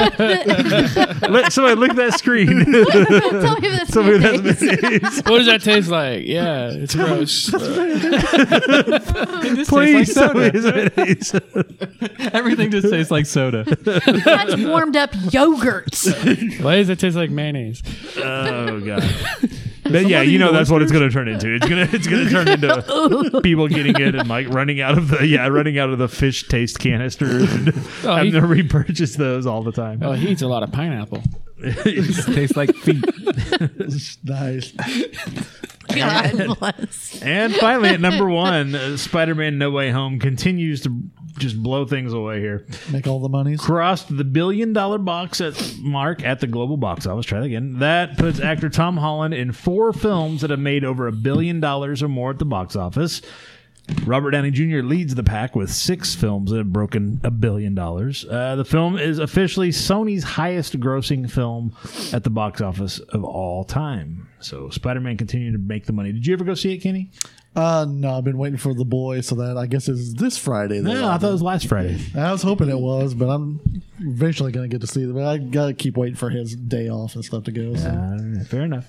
Speaker 4: not mayonnaise.
Speaker 1: Let somebody look at that screen.
Speaker 2: Tell me if that's
Speaker 1: somebody
Speaker 2: mayonnaise.
Speaker 1: that's
Speaker 5: what does that taste like? Yeah, it's gross.
Speaker 1: please
Speaker 3: soda.
Speaker 1: somebody- somebody's-
Speaker 3: Everything just tastes like soda.
Speaker 2: That's warmed up yogurt.
Speaker 5: Why does it taste like mayonnaise?
Speaker 1: Oh god. But yeah, you know that's what it's going to turn into. It's going to it's going to turn into people getting it and like running out of the yeah running out of the fish taste canisters and having
Speaker 5: Oh, he-
Speaker 1: to repurchase those all the time.
Speaker 5: Oh, he eats a lot of pineapple.
Speaker 3: tastes like feet.
Speaker 4: Nice.
Speaker 2: God bless.
Speaker 1: And finally, at number one, uh, Spider-Man: No Way Home continues to just blow things away here.
Speaker 4: Make all the monies.
Speaker 1: Crossed the billion-dollar box at mark at the global box office. Try that again. That puts actor Tom Holland in four films that have made over a billion dollars or more at the box office. Robert Downey Jr. leads the pack with six films that have broken a billion dollars. Uh, the film is officially Sony's highest grossing film at the box office of all time. So Spider Man continued to make the money. Did you ever go see it, Kenny?
Speaker 4: Uh, no, I've been waiting for the boy, so that I guess is this Friday. that
Speaker 1: No, I thought it was last Friday.
Speaker 4: I was hoping it was, but I'm eventually going to get to see it. But I got to keep waiting for his day off and stuff to go. So.
Speaker 1: Uh, fair enough.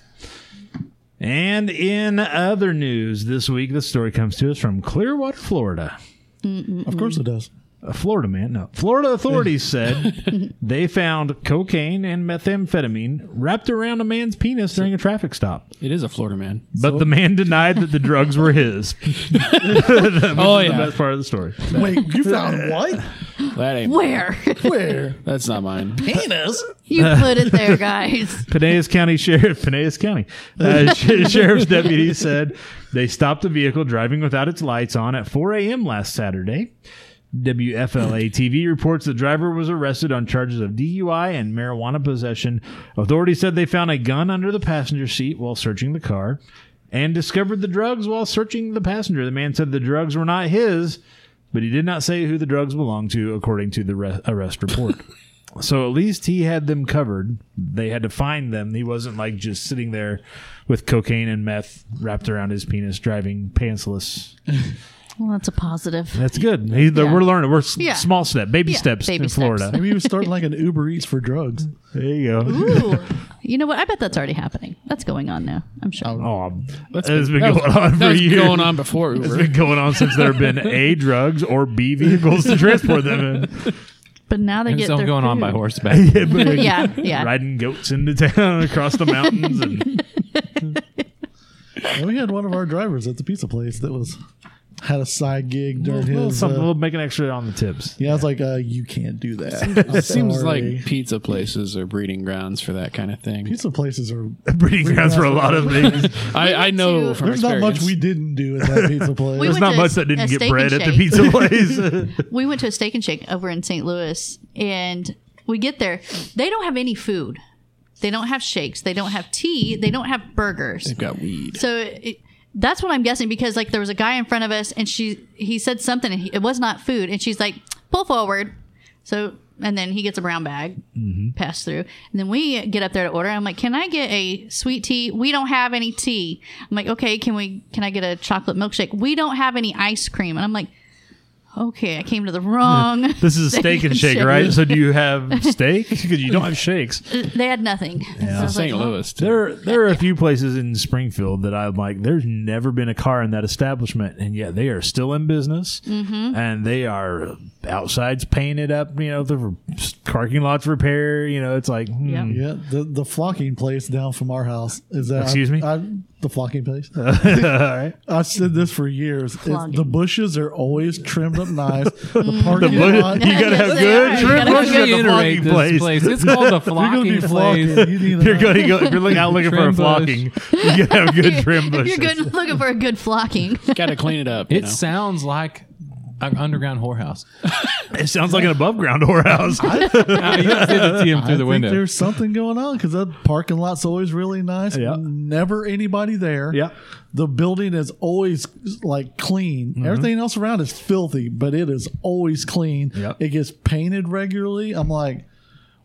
Speaker 1: And in other news this week, the story comes to us from Clearwater, Florida.
Speaker 4: Of course it does.
Speaker 1: A Florida man, no. Florida authorities said they found cocaine and methamphetamine wrapped around a man's penis during a traffic stop.
Speaker 5: It is a Florida man.
Speaker 1: But the man denied that the drugs were his.
Speaker 5: Oh
Speaker 1: The
Speaker 5: yeah,
Speaker 1: best part of the story.
Speaker 4: Wait, you found what?
Speaker 5: that ain't.
Speaker 2: Where?
Speaker 4: Where?
Speaker 5: That's not mine.
Speaker 4: Penis?
Speaker 2: You put it there, guys.
Speaker 1: Pinellas County Sheriff, Pinellas County uh, sh- Sheriff's deputy said they stopped a vehicle driving without its lights on at 4 a.m. last Saturday. WFLA TV reports the driver was arrested on charges of DUI and marijuana possession. Authorities said they found a gun under the passenger seat while searching the car and discovered the drugs while searching the passenger. The man said the drugs were not his, but he did not say who the drugs belonged to, according to the re- arrest report. So at least he had them covered. They had to find them. He wasn't like just sitting there with cocaine and meth wrapped around his penis, driving pantsless.
Speaker 2: Well, that's a positive.
Speaker 1: That's good. He, the-
Speaker 2: Yeah.
Speaker 1: We're learning. We're s-
Speaker 2: Yeah.
Speaker 1: small step, baby
Speaker 2: Yeah,
Speaker 1: steps
Speaker 2: baby
Speaker 1: in
Speaker 2: steps.
Speaker 1: Florida.
Speaker 4: Maybe he was starting like an Uber Eats for drugs.
Speaker 1: There you go.
Speaker 2: Ooh. You know what? I bet that's already happening. That's going on now. I'm sure.
Speaker 1: Oh,
Speaker 5: That's
Speaker 1: it's been
Speaker 5: that
Speaker 1: going
Speaker 5: was-
Speaker 1: on
Speaker 5: that
Speaker 1: for
Speaker 5: was
Speaker 1: years.
Speaker 5: going on before
Speaker 1: It's
Speaker 5: Uber.
Speaker 1: been going on since there have been A, drugs, or B, vehicles to transport them in.
Speaker 2: But now they
Speaker 3: It's
Speaker 2: get
Speaker 3: all
Speaker 2: their
Speaker 3: going on by
Speaker 2: food.
Speaker 3: horseback.
Speaker 1: Yeah, but
Speaker 2: yeah, yeah.
Speaker 1: Riding goats into town across the mountains. And
Speaker 4: And we had one of our drivers at the pizza place that was had a side gig during
Speaker 1: well,
Speaker 4: his.
Speaker 1: something,
Speaker 4: uh,
Speaker 1: we'll make an extra on the tips.
Speaker 4: yeah, I was like, uh, you can't do that. I'm
Speaker 5: It seems
Speaker 4: sorry.
Speaker 5: like pizza places are breeding grounds for that kind of thing.
Speaker 4: pizza places are.
Speaker 1: Breeding grounds for a lot of things.
Speaker 5: I, I know
Speaker 2: to-
Speaker 5: from
Speaker 4: There's not much
Speaker 5: experience.
Speaker 4: we didn't do at that pizza place.
Speaker 2: We
Speaker 1: There's
Speaker 2: went
Speaker 1: not
Speaker 2: to
Speaker 1: much
Speaker 2: a-
Speaker 1: that
Speaker 2: a
Speaker 1: didn't get
Speaker 2: steak
Speaker 1: bread
Speaker 2: and
Speaker 1: at the
Speaker 2: shake.
Speaker 1: pizza place.
Speaker 2: we went to a steak and shake over in St. Louis, and we get there. They don't have any food. They don't have shakes. They don't have tea. They don't have burgers.
Speaker 5: They've got weed.
Speaker 2: So it, that's what I'm guessing because like there was a guy in front of us, and she he said something, and he, it was not food, and she's like pull forward. So and then he gets a brown bag,
Speaker 1: Mm-hmm.
Speaker 2: pass through, and then we get up there to order. I'm like, can I get a sweet tea? We don't have any tea. I'm like, okay, can we? Can I get a chocolate milkshake? We don't have any ice cream, and I'm like. Okay, I came to the wrong.
Speaker 1: This is a steak and shake, right? So do you have steak? Because you don't have shakes.
Speaker 2: They had nothing. So I was
Speaker 5: St.
Speaker 2: like, well,
Speaker 5: Louis. Too.
Speaker 1: There, there are a few places in Springfield that I'm like, there's never been a car in that establishment, and yet they are still in business, and they are outsides painted up. You know, the parking lots repair. You know, it's like, hmm.
Speaker 2: Yeah.
Speaker 4: Yeah, the the flocking place down from our house is that.
Speaker 1: Excuse me?
Speaker 4: I, the flocking place. I've said this for years. It's- The
Speaker 2: Flocking.
Speaker 4: bushes are always trimmed up nice. the parking
Speaker 1: But you
Speaker 4: lot.
Speaker 1: gotta
Speaker 2: Yes,
Speaker 1: have
Speaker 2: they
Speaker 1: good
Speaker 2: are. You
Speaker 1: trim
Speaker 2: gotta have
Speaker 1: bushes at
Speaker 2: good-
Speaker 1: the
Speaker 3: Reiterate
Speaker 1: flocking
Speaker 3: this
Speaker 1: place.
Speaker 3: place. It's called the
Speaker 4: You're gonna be
Speaker 3: flocking
Speaker 4: flocking.
Speaker 3: place.
Speaker 4: You need
Speaker 1: You're
Speaker 4: a-
Speaker 1: going to go if you're out looking for a
Speaker 3: Trim bush.
Speaker 1: flocking. You gotta have good trim
Speaker 2: If
Speaker 1: bushes.
Speaker 2: you're good looking for a good flocking,
Speaker 5: Got to clean it up. you
Speaker 3: It
Speaker 5: know?
Speaker 3: sounds like an underground whorehouse.
Speaker 1: It sounds like an above ground whorehouse.
Speaker 3: No, you just didn't see him through
Speaker 4: I
Speaker 3: the
Speaker 4: think
Speaker 3: window.
Speaker 4: there's something going on because that parking lot's always really nice.
Speaker 1: Yeah.
Speaker 4: Never anybody there.
Speaker 1: Yeah.
Speaker 4: The building is always like clean. Everything else around is filthy, but it is always clean.
Speaker 1: Yeah.
Speaker 4: It gets painted regularly. I'm like,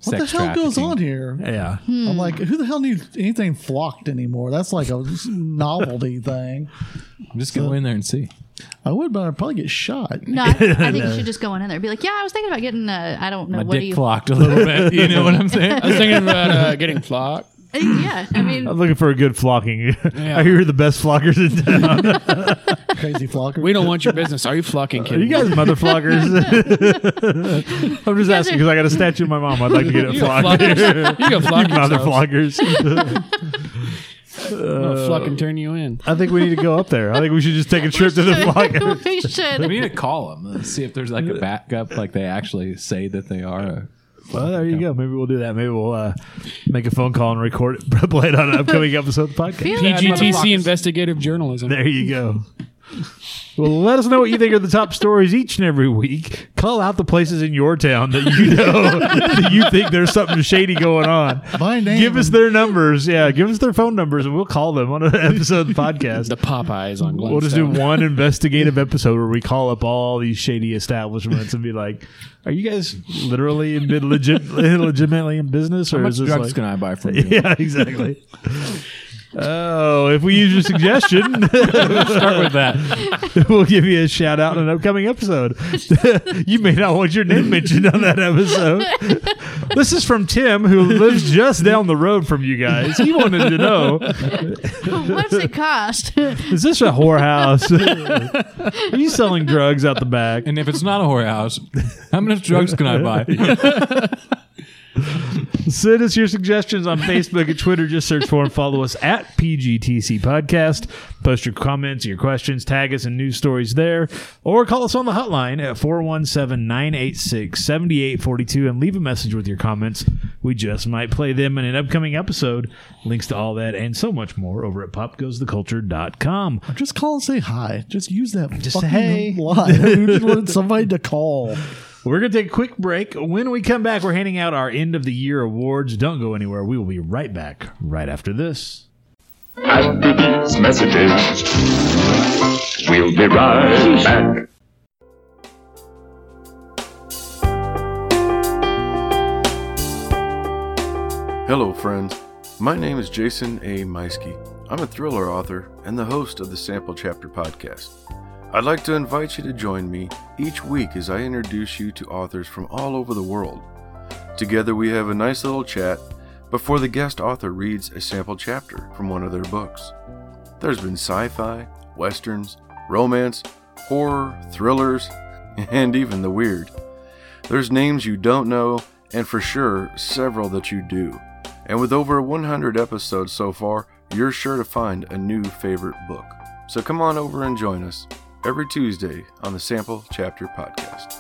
Speaker 4: what
Speaker 3: Sex
Speaker 4: the hell goes
Speaker 3: trafficking.
Speaker 4: on here?
Speaker 1: yeah.
Speaker 4: I'm like,
Speaker 1: Mm.
Speaker 4: who the hell needs anything flocked anymore? That's like a novelty thing.
Speaker 3: Just go in there and see.
Speaker 4: I would, but I'd probably get shot.
Speaker 2: No, I, I think you should just go on in there. and Be like, yeah, I was thinking about getting. Uh, I don't know
Speaker 3: My
Speaker 2: what do
Speaker 3: dick
Speaker 2: you.
Speaker 3: clocked a little bit. You know what I'm saying?
Speaker 5: I was thinking about uh, getting flocked.
Speaker 2: Uh, Yeah, I mean,
Speaker 1: I'm looking for a good flocking. I hear you're the best flockers in town.
Speaker 4: Crazy flocker.
Speaker 5: We don't want your business. Are you flocking,
Speaker 4: Uh,
Speaker 5: kid?
Speaker 1: You guys, mother flockers. I'm just asking because I got a statue of my mom. I'd like to get it
Speaker 5: You go
Speaker 1: flocked.
Speaker 5: flock yourself. You go flock
Speaker 1: Mother
Speaker 5: yourself.
Speaker 1: flockers.
Speaker 5: I'll flock and turn you in.
Speaker 1: I think we need to go up there. I think we should just take a trip to the flockers.
Speaker 2: we
Speaker 3: We
Speaker 2: should.
Speaker 3: need to call them and see if there's like a backup, like they actually say that they are. A,
Speaker 1: Well, there you go. Maybe we'll do that. Maybe we'll uh, make a phone call and record it, play it on an upcoming episode of the podcast.
Speaker 5: PGTC investigative journalism.
Speaker 1: There you go. Well, let us know what you think are the top stories each and every week. Call out the places in your town that you know that you think there's something shady going on.
Speaker 4: My name.
Speaker 1: Give us their numbers. Yeah, give us their phone numbers and we'll call them on an episode of the podcast.
Speaker 5: The Popeyes on Glenstone.
Speaker 1: We'll just do one investigative episode where we call up all these shady establishments and be like, "Are you guys literally in bid legit, legitimately in business, or
Speaker 3: how much
Speaker 1: is this
Speaker 3: drugs
Speaker 1: like?"
Speaker 3: can I buy from you?
Speaker 1: yeah, exactly. oh, if we use your suggestion,
Speaker 3: Start with that.
Speaker 1: we'll give you a shout out in an upcoming episode. you may not want your name mentioned on that episode. this is from Tim, who lives just down the road from you guys. He wanted to know.
Speaker 2: What's it cost?
Speaker 1: Is this a whorehouse? Are you selling drugs out the back?
Speaker 3: And if it's not a whorehouse, how many drugs can I buy?
Speaker 1: Send us your suggestions on Facebook and Twitter. Just search for and follow us at PGTC Podcast. Post your comments, your questions, tag us in news stories there, or call us on the hotline at 417 986 7842 and leave a message with your comments. We just might play them in an upcoming episode. Links to all that and so much more over at popgoestheculture.com.
Speaker 4: Just call and say hi. Just use that just
Speaker 1: say
Speaker 4: fucking
Speaker 1: hey.
Speaker 4: line. We just wanted somebody to call.
Speaker 1: We're going to take a quick break. When we come back, we're handing out our end of the year awards. Don't go anywhere. We will be right back right after this.
Speaker 6: After these messages, we'll be right back.
Speaker 7: Hello, friends. My name is Jason A. Meiske. I'm a thriller author and the host of the Sample Chapter podcast. I'd like to invite you to join me each week as I introduce you to authors from all over the world. Together, we have a nice little chat before the guest author reads a sample chapter from one of their books. There's been sci fi, westerns, romance, horror, thrillers, and even the weird. There's names you don't know, and for sure, several that you do. And with over 100 episodes so far, you're sure to find a new favorite book. So come on over and join us every Tuesday on the Sample Chapter Podcast.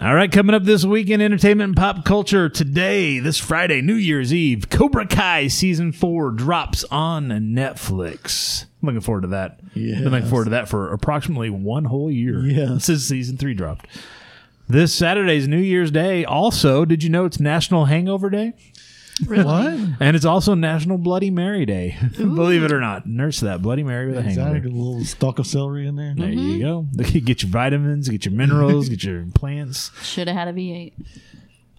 Speaker 1: All right, coming up this week in entertainment and pop culture today, this Friday, New Year's Eve, Cobra Kai season four drops on Netflix. I'm looking forward to that. Yeah, been looking forward to that for approximately one whole year.
Speaker 4: Yes.
Speaker 1: since season three dropped. This Saturday's New Year's Day. Also, did you know it's National Hangover Day?
Speaker 4: What?
Speaker 1: And it's also National Bloody Mary Day. Believe it or not, nurse that Bloody Mary with a
Speaker 4: Is that
Speaker 1: hangover.
Speaker 4: a little stalk of celery in there?
Speaker 1: There you go.
Speaker 2: Mm-hmm.
Speaker 1: Get your vitamins, get your minerals, get your plants.
Speaker 2: Should have had a V8.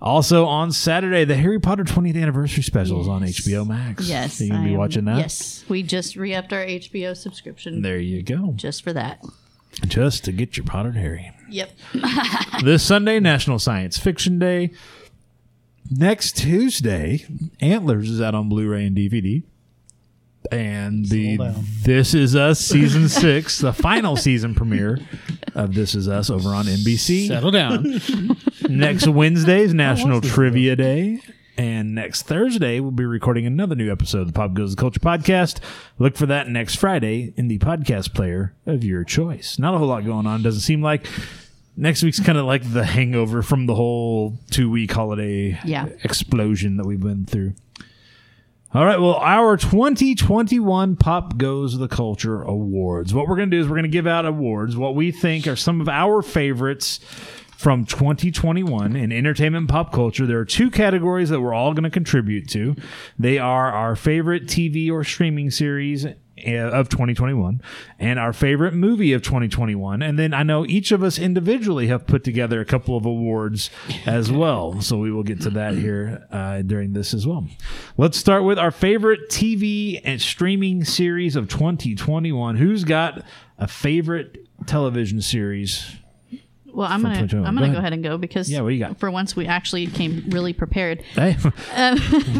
Speaker 1: Also on Saturday, the Harry Potter 20th anniversary special is on HBO Max.
Speaker 2: Yes,
Speaker 1: Are you gonna be
Speaker 2: I am-
Speaker 1: watching that?
Speaker 2: Yes, we just re-upped our HBO subscription
Speaker 1: There you go.
Speaker 2: just for that.
Speaker 1: Just to get your potted Harry.
Speaker 2: Yep.
Speaker 1: this Sunday, National Science Fiction Day. Next Tuesday, Antlers is out on Blu-ray and DVD. And the
Speaker 4: Slow down.
Speaker 1: This Is Us season six, the final season premiere of This Is Us over on NBC.
Speaker 5: Settle down.
Speaker 1: Next Wednesday is National Trivia Day. And next Thursday, we'll be recording another new episode of the Pop Goes the Culture podcast. Look for that next Friday in the podcast player of your choice. Not a whole lot going on, doesn't seem like. Next week's kind of like the hangover from the whole two week holiday
Speaker 2: Yeah.
Speaker 1: explosion that we've been through. All right, well, our 2021 Pop Goes the Culture Awards. What we're going to do is we're going to give out awards, what we think are some of our favorites from 2021 in entertainment and pop culture. There are two categories that we're all going to contribute to. They are our favorite TV or streaming series uh, of 2021 and our favorite movie of 2021. And then I know each of us individually have put together a couple of awards as well. So we will get to that here uh, during this as well. Let's start with our favorite TV and streaming series of 2021. Who's got a favorite television series
Speaker 2: Well, I'm
Speaker 1: From
Speaker 2: gonna
Speaker 1: 2021.
Speaker 2: I'm gonna go
Speaker 1: Go
Speaker 2: ahead.
Speaker 1: ahead.
Speaker 2: and go because
Speaker 1: Yeah, what do you got?
Speaker 2: for once we actually came really prepared.
Speaker 1: Hey.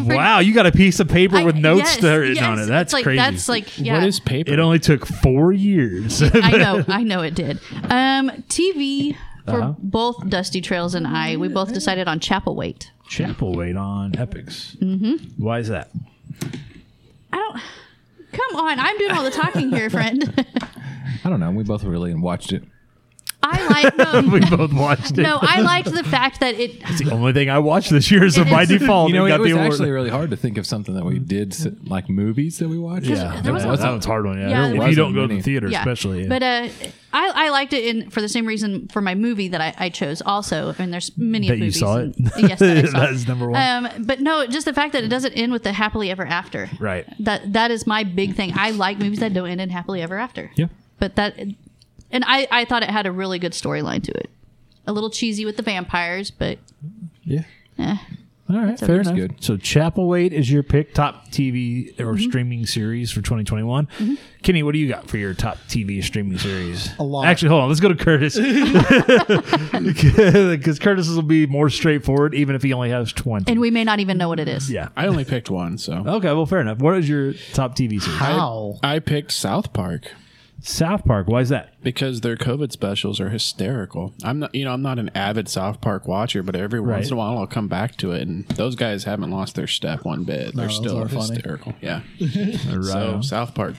Speaker 1: wow, you got a piece of paper with
Speaker 2: Um, I-
Speaker 1: notes
Speaker 2: yes,
Speaker 1: written
Speaker 2: yes,
Speaker 1: on it. That's
Speaker 2: it's like,
Speaker 1: crazy.
Speaker 2: That's like yeah.
Speaker 5: What is paper?
Speaker 1: it only took four years.
Speaker 2: I know, I know it did. Um, TV for
Speaker 1: Uh-huh.
Speaker 2: both Dusty Trails and I, we both decided on Chapel Wait.
Speaker 1: Chapel wait on epics. Mm-hmm. Why is that?
Speaker 2: I don't. Come on, I'm doing all the talking here, friend.
Speaker 3: I don't know. We both really watched it.
Speaker 2: I like no,
Speaker 1: We both watched it.
Speaker 2: no, I liked the fact that it.
Speaker 1: It's the only thing I watched this year, so
Speaker 2: It
Speaker 1: by
Speaker 2: is-
Speaker 1: default,
Speaker 3: You know,
Speaker 1: it
Speaker 3: it
Speaker 1: got
Speaker 3: was
Speaker 1: the award.
Speaker 3: actually really hard to think of something that we did, s- like movies that we watched.
Speaker 1: yeah,
Speaker 2: there
Speaker 1: that,
Speaker 2: was
Speaker 1: was,
Speaker 2: a-
Speaker 1: that was a hard one. Yeah,
Speaker 2: Yeah,
Speaker 1: If
Speaker 2: there
Speaker 1: you
Speaker 3: was
Speaker 1: don't go to
Speaker 3: many.
Speaker 1: the theater,
Speaker 2: Yeah.
Speaker 1: especially. yeah.
Speaker 2: But uh, I, I liked it in for the same reason for my movie that I, I chose also. I mean, there's many
Speaker 1: That you
Speaker 2: movies.
Speaker 1: saw
Speaker 2: and-
Speaker 1: it?
Speaker 2: yes, that I saw.
Speaker 1: That is number one.
Speaker 2: Um, but no, just the fact that it doesn't end with the happily ever after.
Speaker 1: Right.
Speaker 2: That that is my big thing. I like movies that don't end in happily ever after.
Speaker 1: Yeah.
Speaker 2: But that, and I I thought it had a really good storyline to it. A little cheesy with the vampires, but
Speaker 3: yeah.
Speaker 2: eh.
Speaker 1: All right,
Speaker 2: So
Speaker 1: fair
Speaker 2: it's
Speaker 1: enough.
Speaker 3: good.
Speaker 1: So Chapel Wait is your pick, top TV or
Speaker 2: Mm-hmm.
Speaker 1: streaming series for 2021. Kenny, what do you got for your top TV streaming series? A
Speaker 4: lot.
Speaker 1: Actually, hold on. Let's go to Curtis because Curtis will be more straightforward, even if he only has 20.
Speaker 2: and we may not even know what it is.
Speaker 1: yeah.
Speaker 5: I only picked one, so
Speaker 1: Okay, well, fair enough. What is your top TV series?
Speaker 4: How?
Speaker 5: I picked South Park
Speaker 1: South Park. Why is that?
Speaker 5: because their COVID specials are hysterical. I'm not, you know, I'm not an avid South Park watcher, but every
Speaker 1: Right.
Speaker 5: once in a while I'll come back to it, and those guys haven't lost their step one bit. They're
Speaker 4: those
Speaker 5: still
Speaker 4: are funny.
Speaker 5: hysterical. Yeah. so
Speaker 1: on.
Speaker 5: South Park.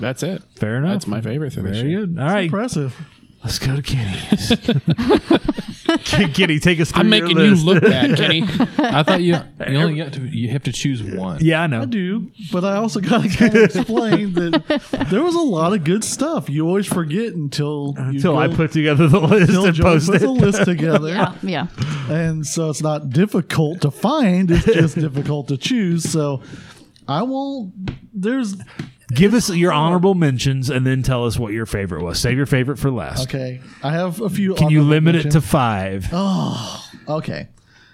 Speaker 5: That's it.
Speaker 1: Fair enough.
Speaker 5: That's my favorite thing. this
Speaker 1: Very
Speaker 5: year.
Speaker 1: good. All right,
Speaker 4: Impressive.
Speaker 1: let's go to Kenny. Kenny, take us. Through
Speaker 5: I'm
Speaker 1: your
Speaker 5: making you
Speaker 1: list.
Speaker 5: look bad, Kenny.
Speaker 3: I thought you you only got to you have to choose one.
Speaker 1: Yeah, I know.
Speaker 4: I do, but I also got to kind of explain that there was a lot of good stuff. You always forget until you
Speaker 1: Until I
Speaker 4: go-
Speaker 1: put together the list
Speaker 4: until
Speaker 1: and
Speaker 4: Joey
Speaker 1: post
Speaker 4: puts
Speaker 1: it.
Speaker 4: a list together,
Speaker 2: Yeah, Oh, yeah.
Speaker 4: and so it's not difficult to find. It's just difficult to choose. So I won't. There's
Speaker 1: Give us your honorable mentions and then tell us what your favorite was. Save your favorite for last.
Speaker 4: okay. I have a few.
Speaker 1: Can you
Speaker 4: honorable Oh,
Speaker 1: limit it to
Speaker 4: mentions.
Speaker 1: five?
Speaker 4: Okay.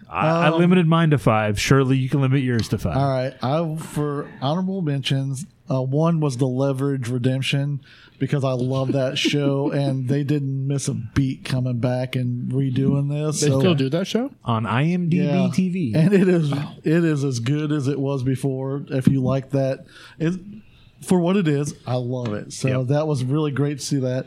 Speaker 1: I, I limited mine to five. Surely you can limit yours to five.
Speaker 4: um, All right. I for honorable mentions. Uh, one was the Leverage Redemption because I love that show, and they didn't miss a beat coming back and redoing this.
Speaker 5: They
Speaker 4: so
Speaker 5: still do that show?
Speaker 1: On IMDb
Speaker 4: Yeah.
Speaker 1: TV.
Speaker 4: and it is it is as good as it was before. If you like that, it for what it is, I love it. So
Speaker 1: Yep.
Speaker 4: that was really great to see that.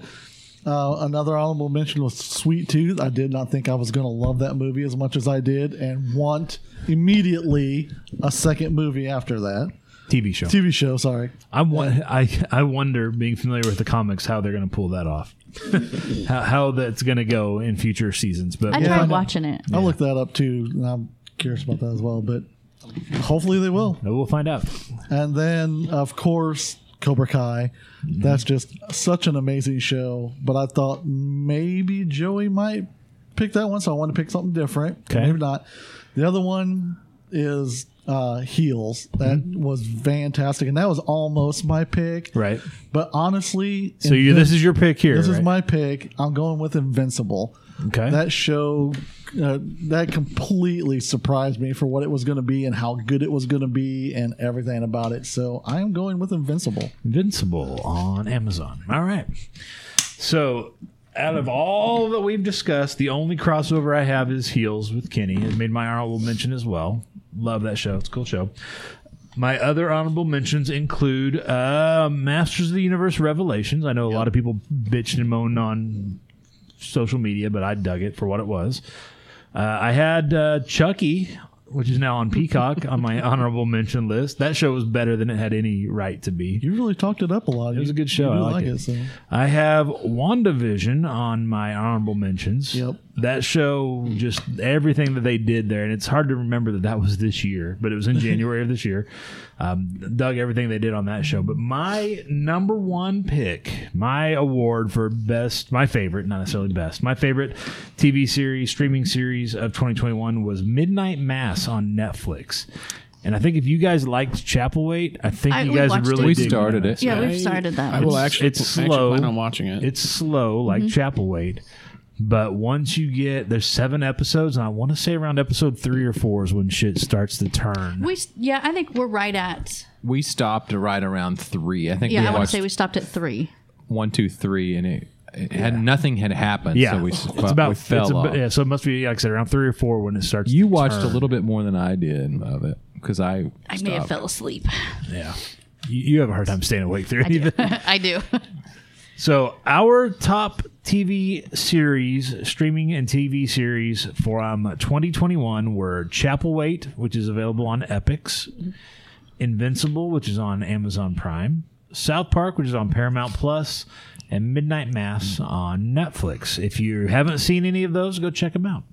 Speaker 4: Uh, another honorable mention was Sweet Tooth. I did not think I was going to love that movie as much as I did, and want immediately a second movie after that
Speaker 1: TV show.
Speaker 4: TV show. Sorry,
Speaker 1: I, won- I, I wonder, being familiar with the comics, how they're going to pull that off. how, how that's going to go in future seasons. But
Speaker 2: I
Speaker 1: we'll-
Speaker 4: I
Speaker 2: tried
Speaker 4: know.
Speaker 2: watching it.
Speaker 1: Oh,
Speaker 4: I looked that up too, and I'm curious about that as well. But hopefully they will.
Speaker 1: we'll find out.
Speaker 4: And then, of course, Cobra Kai.
Speaker 1: Mm-hmm.
Speaker 4: That's just such an amazing show. But I thought maybe Joey might pick that one, so I want to pick something different.
Speaker 1: Okay.
Speaker 4: Maybe not. The other one is uh, Heels. That was fantastic, and that was almost my pick.
Speaker 1: Mm-hmm. Right.
Speaker 4: But honestly,
Speaker 1: So you, this is your pick here.
Speaker 4: this is
Speaker 1: right?
Speaker 4: my pick. I'm going with Invincible
Speaker 1: Okay.
Speaker 4: that show uh, that completely surprised me for what it was going to be and how good it was going to be and everything about it. So I am going with Invincible.
Speaker 1: Invincible on Amazon. All right. So, out of all that we've discussed, the only crossover I have is Heels with Kenny. It made my honorable mention as well. Love that show. It's a cool show. My other honorable mentions include uh, Masters of the Universe Revelations. I know a lot of people bitched and moaned on social media, but I dug it for what it was. Uh, I had uh, Chucky which is now on Peacock on my honorable mention list. That show was better than it had any right to be.
Speaker 4: You really talked it up a lot. It
Speaker 1: was a good show.
Speaker 4: You do
Speaker 1: I liked
Speaker 4: like
Speaker 1: it.
Speaker 4: it. so.
Speaker 1: I have WandaVision on my honorable mentions.
Speaker 4: Yep.
Speaker 1: That show, just everything that they did there, and it's hard to remember that that was this year, but it was in January of this year. Um, dug everything they did on that show. But my number one pick, my award for best, my favorite, not necessarily best, my favorite TV series, streaming series of 2021 was Midnight Mass on Netflix. And I think if you guys liked Chapel Wait, I think
Speaker 2: I-
Speaker 1: you
Speaker 2: we
Speaker 1: guys
Speaker 2: watched
Speaker 1: would really
Speaker 2: it. We
Speaker 1: dig
Speaker 3: started
Speaker 1: Midnight
Speaker 3: it.
Speaker 2: Yeah, we've started that
Speaker 5: I
Speaker 2: one.
Speaker 5: will actually.
Speaker 1: it's
Speaker 5: pl- actually
Speaker 1: slow.
Speaker 5: plan on watching it.
Speaker 1: it's slow like
Speaker 2: Mm-hmm.
Speaker 1: chapel wait but once you get there's seven episodes and i want to say around episode three or four is when shit starts to turn
Speaker 2: We s- yeah, I think we're right at
Speaker 3: We stopped right around three. I think
Speaker 2: yeah.
Speaker 3: we
Speaker 2: I want to
Speaker 3: watched
Speaker 2: say we stopped at three.
Speaker 3: one, two, three, and it, it had nothing had happened.
Speaker 1: yeah
Speaker 3: so we,
Speaker 1: it's
Speaker 3: fu-
Speaker 1: about
Speaker 3: we fell
Speaker 1: it's a-
Speaker 3: off.
Speaker 1: yeah so it must be like i said around three or four when it starts
Speaker 3: You
Speaker 1: to
Speaker 3: watched
Speaker 1: turn.
Speaker 3: a little bit more than I did of it because I
Speaker 2: I may have
Speaker 3: stopped.
Speaker 2: fell asleep.
Speaker 1: yeah you, you have a hard time staying awake through any of it
Speaker 2: I do.
Speaker 1: So our top TV series, streaming and TV series from 2021 were Chapel Wait, which is available on Epics, Invincible, which is on Amazon Prime, South Park, which is on Paramount Plus, and Midnight Mass on Netflix. If you haven't seen any of those, go check them out.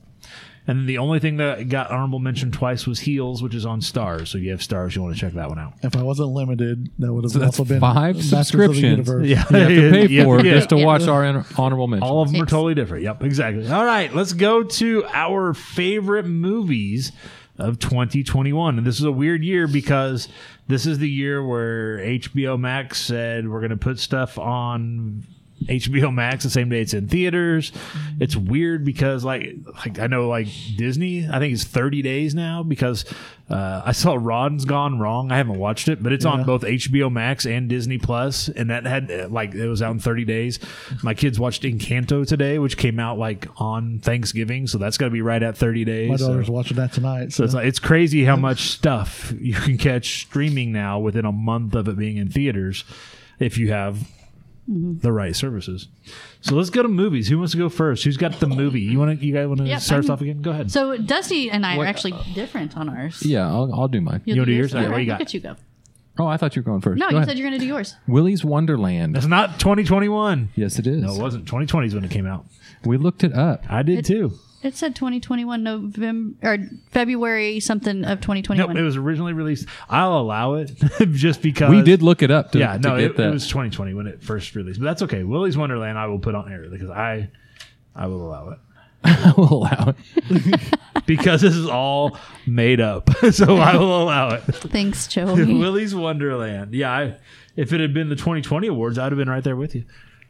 Speaker 1: And the only thing that got honorable mention twice was Heels, which is on Stars. So if you have Stars, you want to check that one out.
Speaker 4: If I wasn't limited, that would have
Speaker 3: that's
Speaker 4: also been
Speaker 3: five
Speaker 4: Masters of the
Speaker 3: subscriptions.
Speaker 4: Universe.
Speaker 1: you
Speaker 3: You have to pay
Speaker 1: have
Speaker 3: for
Speaker 1: to
Speaker 3: it
Speaker 1: get
Speaker 3: just to
Speaker 2: Yeah.
Speaker 3: watch our honor- honorable mention.
Speaker 1: All of them are
Speaker 2: Six.
Speaker 1: totally different. Yep, exactly. All right, let's go to our favorite movies of 2021. And this is a weird year because this is the year where HBO Max said we're going to put stuff on HBO Max the same day it's in theaters. It's weird because like like I know like Disney, I think it's 30 days now because uh, I saw Ron's Gone Wrong. I haven't watched it, but it's on both HBO Max and Disney Plus, and that had uh, like it was out in 30 days. My kids watched Encanto today, which came out like on Thanksgiving, so that's got to be right at 30 days.
Speaker 4: My
Speaker 1: so-
Speaker 4: daughter's watching that tonight. So,
Speaker 1: so it's like, it's crazy how much stuff you can catch streaming now within a month of it being in theaters if you have
Speaker 2: Mm-hmm.
Speaker 1: the right services. So let's go to movies. Who wants to go first? Who's got the movie? You want to? You guys want to
Speaker 2: Yep,
Speaker 1: start us
Speaker 2: I'm-
Speaker 1: off again? Go ahead.
Speaker 2: So Dusty and I
Speaker 3: What-
Speaker 2: are actually different on ours.
Speaker 3: yeah, I'll, I'll do mine.
Speaker 2: You'll
Speaker 1: You uh, wanna do yours? All right, what
Speaker 2: Alright,
Speaker 1: you got?
Speaker 2: Look at you go.
Speaker 3: Oh, I thought you were going first.
Speaker 2: No,
Speaker 3: Go
Speaker 2: you
Speaker 3: ahead.
Speaker 2: said you're going to do yours.
Speaker 3: Willy's Wonderland.
Speaker 1: it's not 2021.
Speaker 3: Yes, it is.
Speaker 1: No, it wasn't. 2020 is when it came out.
Speaker 3: we looked it up.
Speaker 1: I did
Speaker 2: It-
Speaker 1: too.
Speaker 2: It said 2021 November or February something of
Speaker 1: No,
Speaker 2: 2021.
Speaker 1: it was originally released. I'll allow it just because
Speaker 3: We did look it up. To,
Speaker 1: yeah, no,
Speaker 3: to get
Speaker 1: it,
Speaker 3: that.
Speaker 1: it was 2020 when it first released, but that's okay. Willy's Wonderland, I will put on air because I, I will allow it.
Speaker 3: I will allow it.
Speaker 1: because this is all made up. so I will allow it.
Speaker 2: Thanks, Joey.
Speaker 1: Willie's Wonderland. Yeah, I, if it had been the 2020 awards, I'd have been right there with you.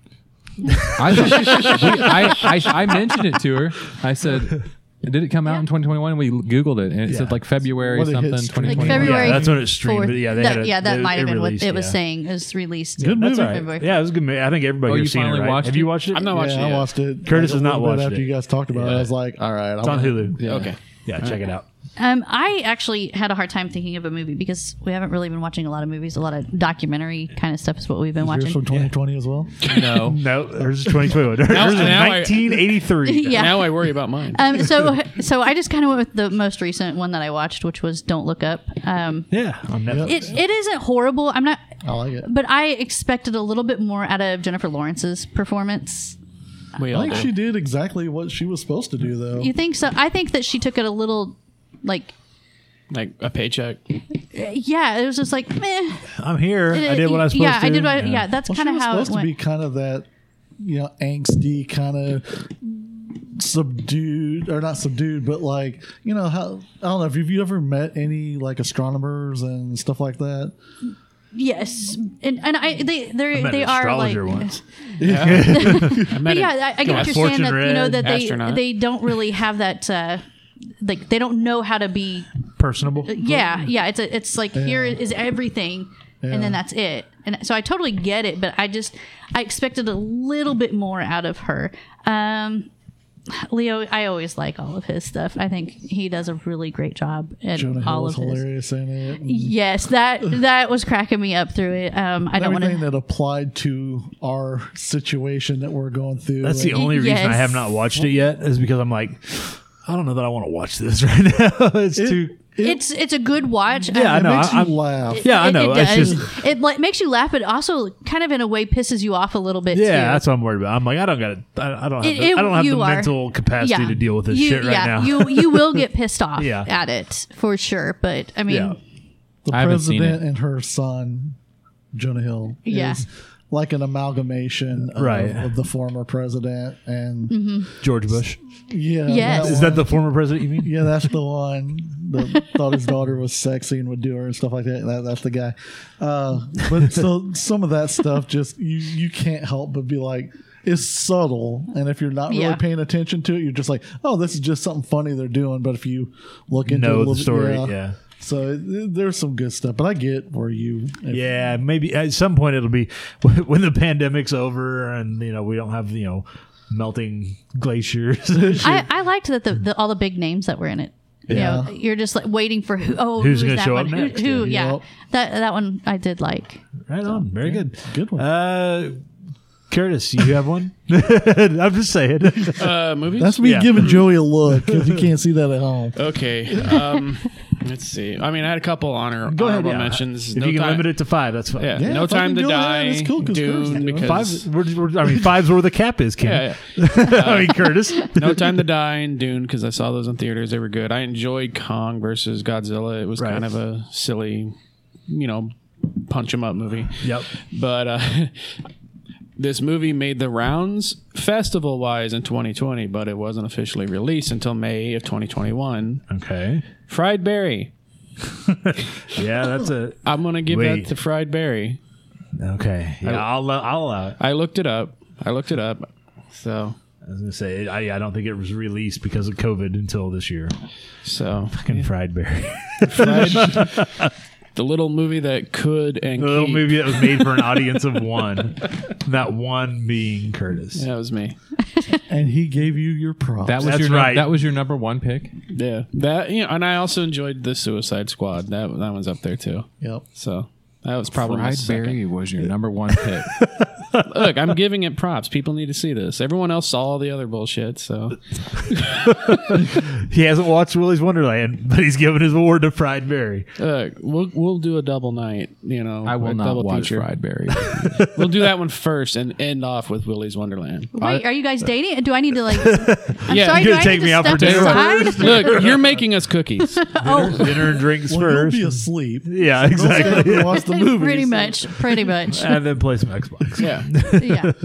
Speaker 3: I, we- I, I, I mentioned it to her. I said, "Did it come out in 2021?" We Googled it, and it said
Speaker 1: Yeah.
Speaker 3: like February
Speaker 4: What a hit
Speaker 3: something
Speaker 4: stream.
Speaker 2: like
Speaker 3: 2021.
Speaker 2: February.
Speaker 1: Yeah, that's when it streamed,
Speaker 2: fourth.
Speaker 1: but yeah, they
Speaker 2: that,
Speaker 1: had a-
Speaker 2: yeah, that
Speaker 1: they-
Speaker 2: might have
Speaker 1: it
Speaker 2: been
Speaker 1: released,
Speaker 2: what it was
Speaker 1: yeah.
Speaker 2: saying. It was released.
Speaker 4: Good
Speaker 1: That's
Speaker 4: movie.
Speaker 1: all right.
Speaker 2: February.
Speaker 1: Yeah, it was a good. movie. I think everybody
Speaker 3: Oh,
Speaker 1: here's
Speaker 3: you
Speaker 1: seen it,
Speaker 3: finally
Speaker 1: right?
Speaker 3: watched
Speaker 1: Have you
Speaker 3: it?
Speaker 1: watched it?
Speaker 5: I'm not watching
Speaker 4: yeah, I
Speaker 5: it.
Speaker 4: watched it.
Speaker 1: Curtis has
Speaker 4: Like, a
Speaker 1: not
Speaker 4: little bit
Speaker 1: watched
Speaker 4: After
Speaker 1: it.
Speaker 4: you guys talked about it, I was like, all right,
Speaker 1: It's on Hulu. Yeah,
Speaker 5: Okay.
Speaker 1: check it out.
Speaker 2: Um, I actually had a hard time thinking of a movie because we haven't really been watching a lot of movies. A lot of documentary kind of stuff is what we've been
Speaker 4: yours
Speaker 2: watching.
Speaker 4: from 2020 as well.
Speaker 3: No,
Speaker 1: No, there's 2021. There's
Speaker 5: Now- now I-
Speaker 1: 1983.
Speaker 2: yeah.
Speaker 5: Now I worry about mine.
Speaker 2: Um, so, so I just kind of went with the most recent one that I watched, which was Don't Look Up. Um,
Speaker 1: Yeah, on Netflix.
Speaker 2: it, it isn't horrible. I'm not,
Speaker 4: I like it.
Speaker 2: but I expected a little bit more out of Jennifer Lawrence's performance.
Speaker 5: We
Speaker 4: I
Speaker 5: all
Speaker 4: think
Speaker 5: do.
Speaker 4: she did exactly what she was supposed to do, though.
Speaker 2: You think so? I think that she took it a little, like,
Speaker 5: like a paycheck.
Speaker 2: yeah, it was just like, meh.
Speaker 1: I'm here. I
Speaker 2: It-
Speaker 1: did what I was supposed
Speaker 2: yeah,
Speaker 1: to.
Speaker 2: I did what I, yeah. that's
Speaker 4: Well,
Speaker 2: kind
Speaker 4: she
Speaker 2: of
Speaker 4: was
Speaker 2: how it
Speaker 4: supposed
Speaker 2: went.
Speaker 4: to be kind of that, you know, angsty kind of subdued or not subdued, but like you know how I don't know if you've you ever met any like astronomers and stuff like that.
Speaker 2: yes, and and I they they
Speaker 1: I met
Speaker 2: they
Speaker 1: an
Speaker 2: are like
Speaker 1: astrologer once.
Speaker 5: But
Speaker 2: yeah, I, I can
Speaker 1: Fortune
Speaker 2: understand that you know
Speaker 1: read
Speaker 2: that they
Speaker 5: astronaut.
Speaker 2: they don't really have that. Uh, like they don't know how to be.
Speaker 1: Personable.
Speaker 2: Yeah, yeah. It's a, it's like here is everything, and then that's it. And so I totally get it, but I just I expected a little bit more out of her. Um, Leo, I always like all of his stuff. I think he does a really great job at
Speaker 4: Jonah Hill
Speaker 2: all of
Speaker 4: was
Speaker 2: his.
Speaker 4: hilarious in it. and
Speaker 2: Yes, that that was cracking me up through it. Um, I don't want
Speaker 4: Everything
Speaker 2: to.
Speaker 4: that applied to our situation that we're going through.
Speaker 1: That's the
Speaker 4: and-
Speaker 1: only reason I
Speaker 2: Yes.
Speaker 1: have not watched it yet is because I'm like, I don't know that I want to watch this right now. it's
Speaker 4: It-
Speaker 1: too
Speaker 2: it's it's a good watch. Um,
Speaker 1: Yeah, I
Speaker 4: It
Speaker 1: know.
Speaker 4: makes
Speaker 1: I'm-
Speaker 4: you laugh.
Speaker 1: Yeah, I
Speaker 2: It-
Speaker 1: know.
Speaker 2: It,
Speaker 1: It's
Speaker 2: does.
Speaker 1: just-
Speaker 2: it like, makes you laugh, but also kind of in a way pisses you off a little bit.
Speaker 1: Yeah,
Speaker 2: too.
Speaker 1: that's what I'm worried about. I'm like, I don't got, I, I don't have,
Speaker 2: It-
Speaker 1: the,
Speaker 2: it-
Speaker 1: I don't have the
Speaker 2: you are.
Speaker 1: mental capacity to deal with this
Speaker 2: You-
Speaker 1: shit right
Speaker 2: yeah,
Speaker 1: now.
Speaker 2: you you will get pissed off
Speaker 1: Yeah.
Speaker 2: at it for sure. But I mean,
Speaker 1: yeah,
Speaker 4: the
Speaker 3: I haven't seen
Speaker 4: president and her son, Jonah Hill,
Speaker 2: Yeah.
Speaker 4: is like an amalgamation of,
Speaker 1: Right.
Speaker 4: of the former president. And
Speaker 1: George Bush.
Speaker 4: yeah,
Speaker 2: Mm-hmm. Yes.
Speaker 1: Is
Speaker 4: that one-
Speaker 1: that the former president? You mean?
Speaker 4: yeah, that's the one that thought his daughter was sexy and would do her and stuff like that. that that's the guy. Uh, but so some of that stuff just you you can't help but be like. It's subtle, and if you're not really
Speaker 2: Yeah.
Speaker 4: paying attention to it, you're just like, "Oh, this is just something funny they're doing." But if you look into it a
Speaker 1: know
Speaker 4: little
Speaker 1: the
Speaker 4: bit-
Speaker 1: story. yeah.
Speaker 4: So it- it- there's some good stuff, but I get where you.
Speaker 1: Yeah, maybe at some point it'll be when the pandemic's over and you know we don't have you know melting glaciers.
Speaker 2: I, I liked that the, the all the big names that were in it.
Speaker 4: Yeah.
Speaker 2: You know, you're just like waiting for who. Oh,
Speaker 1: Who's
Speaker 2: who's
Speaker 1: gonna
Speaker 2: that
Speaker 1: show up
Speaker 2: one? Who-
Speaker 1: next?
Speaker 2: Who? yeah,
Speaker 4: Yep.
Speaker 2: that that one I did like.
Speaker 1: right on, very good,
Speaker 4: Good one.
Speaker 1: Uh, Curtis, you have one? I'm just saying.
Speaker 5: Uh, movies.
Speaker 4: That's me
Speaker 1: Yeah.
Speaker 4: giving Joey a look because you can't see that at home.
Speaker 5: okay. Um, let's see. I mean, I had a couple honor
Speaker 1: Go ahead.
Speaker 5: honorable
Speaker 1: Yeah.
Speaker 5: mentions.
Speaker 1: If you can
Speaker 5: time,
Speaker 1: limit it to five, that's fine.
Speaker 5: Yeah,
Speaker 4: Yeah,
Speaker 5: no
Speaker 4: if I
Speaker 5: time
Speaker 4: can
Speaker 5: to
Speaker 4: do it,
Speaker 5: die.
Speaker 4: it's cool 'cause Kurt's
Speaker 5: Dune,
Speaker 4: doing it.
Speaker 5: because
Speaker 1: Five, we're, we're, I mean, five's where the cap is, Kim.
Speaker 5: yeah, yeah. Uh,
Speaker 1: I mean, Curtis.
Speaker 5: No Time to Die and Dune because I saw those in theaters. They were good. I enjoyed Kong versus Godzilla. It was
Speaker 1: Right.
Speaker 5: kind of a silly, you know, punch 'em up movie.
Speaker 1: Yep.
Speaker 5: But uh, this movie made the rounds festival wise in 2020, but it wasn't officially released until May of 2021.
Speaker 1: Okay.
Speaker 5: Fried Berry.
Speaker 1: Yeah, that's it.
Speaker 5: I'm going to give
Speaker 1: Wait.
Speaker 5: that to Fried Berry.
Speaker 1: Okay. Yeah, I'll, allow- I'll allow it.
Speaker 5: I looked it up. I looked it up. So,
Speaker 1: I was going to say, I, I don't think it was released because of COVID until this year.
Speaker 5: so
Speaker 1: Fucking fried berry.
Speaker 5: the little movie that could and
Speaker 1: The little
Speaker 5: keep-
Speaker 1: movie that was made for an audience of one. That one being Curtis.
Speaker 5: That was me.
Speaker 4: And he gave you your props.
Speaker 3: That was
Speaker 1: That's
Speaker 3: your nu-
Speaker 1: right.
Speaker 3: that was your number one pick.
Speaker 5: Yeah, that you know, and I also enjoyed the Suicide Squad. That that one's up there too.
Speaker 4: yep.
Speaker 5: So that was probably my
Speaker 3: Fried
Speaker 5: second.
Speaker 3: Berry was your number one pick.
Speaker 5: Look, I'm giving it props. People need to see this. Everyone else saw all the other bullshit. So
Speaker 1: He hasn't watched Willy's Wonderland, but he's giving his award to fried berry.
Speaker 5: look, we'll we'll do a double night. You know,
Speaker 3: I will
Speaker 5: a
Speaker 3: not
Speaker 5: double
Speaker 3: watch
Speaker 5: feature.
Speaker 3: Fried Berry.
Speaker 5: We'll do that one first and end off with Willy's Wonderland.
Speaker 2: Wait, are you guys dating? Do I need to like? I'm
Speaker 5: Yeah,
Speaker 2: sorry.
Speaker 1: you're
Speaker 2: do I
Speaker 1: uh, gonna take
Speaker 2: need
Speaker 1: me
Speaker 2: to
Speaker 1: out for
Speaker 2: step
Speaker 1: dinner
Speaker 2: aside?
Speaker 5: Look, you're making us cookies.
Speaker 2: Oh,
Speaker 1: Dinner and drinks
Speaker 4: Well,
Speaker 1: first.
Speaker 4: he'll be asleep.
Speaker 1: yeah,
Speaker 4: Stay up
Speaker 1: exactly.
Speaker 4: and watch the movie.
Speaker 2: pretty much, pretty much.
Speaker 1: and then play some Xbox.
Speaker 5: Yeah,
Speaker 2: Yeah.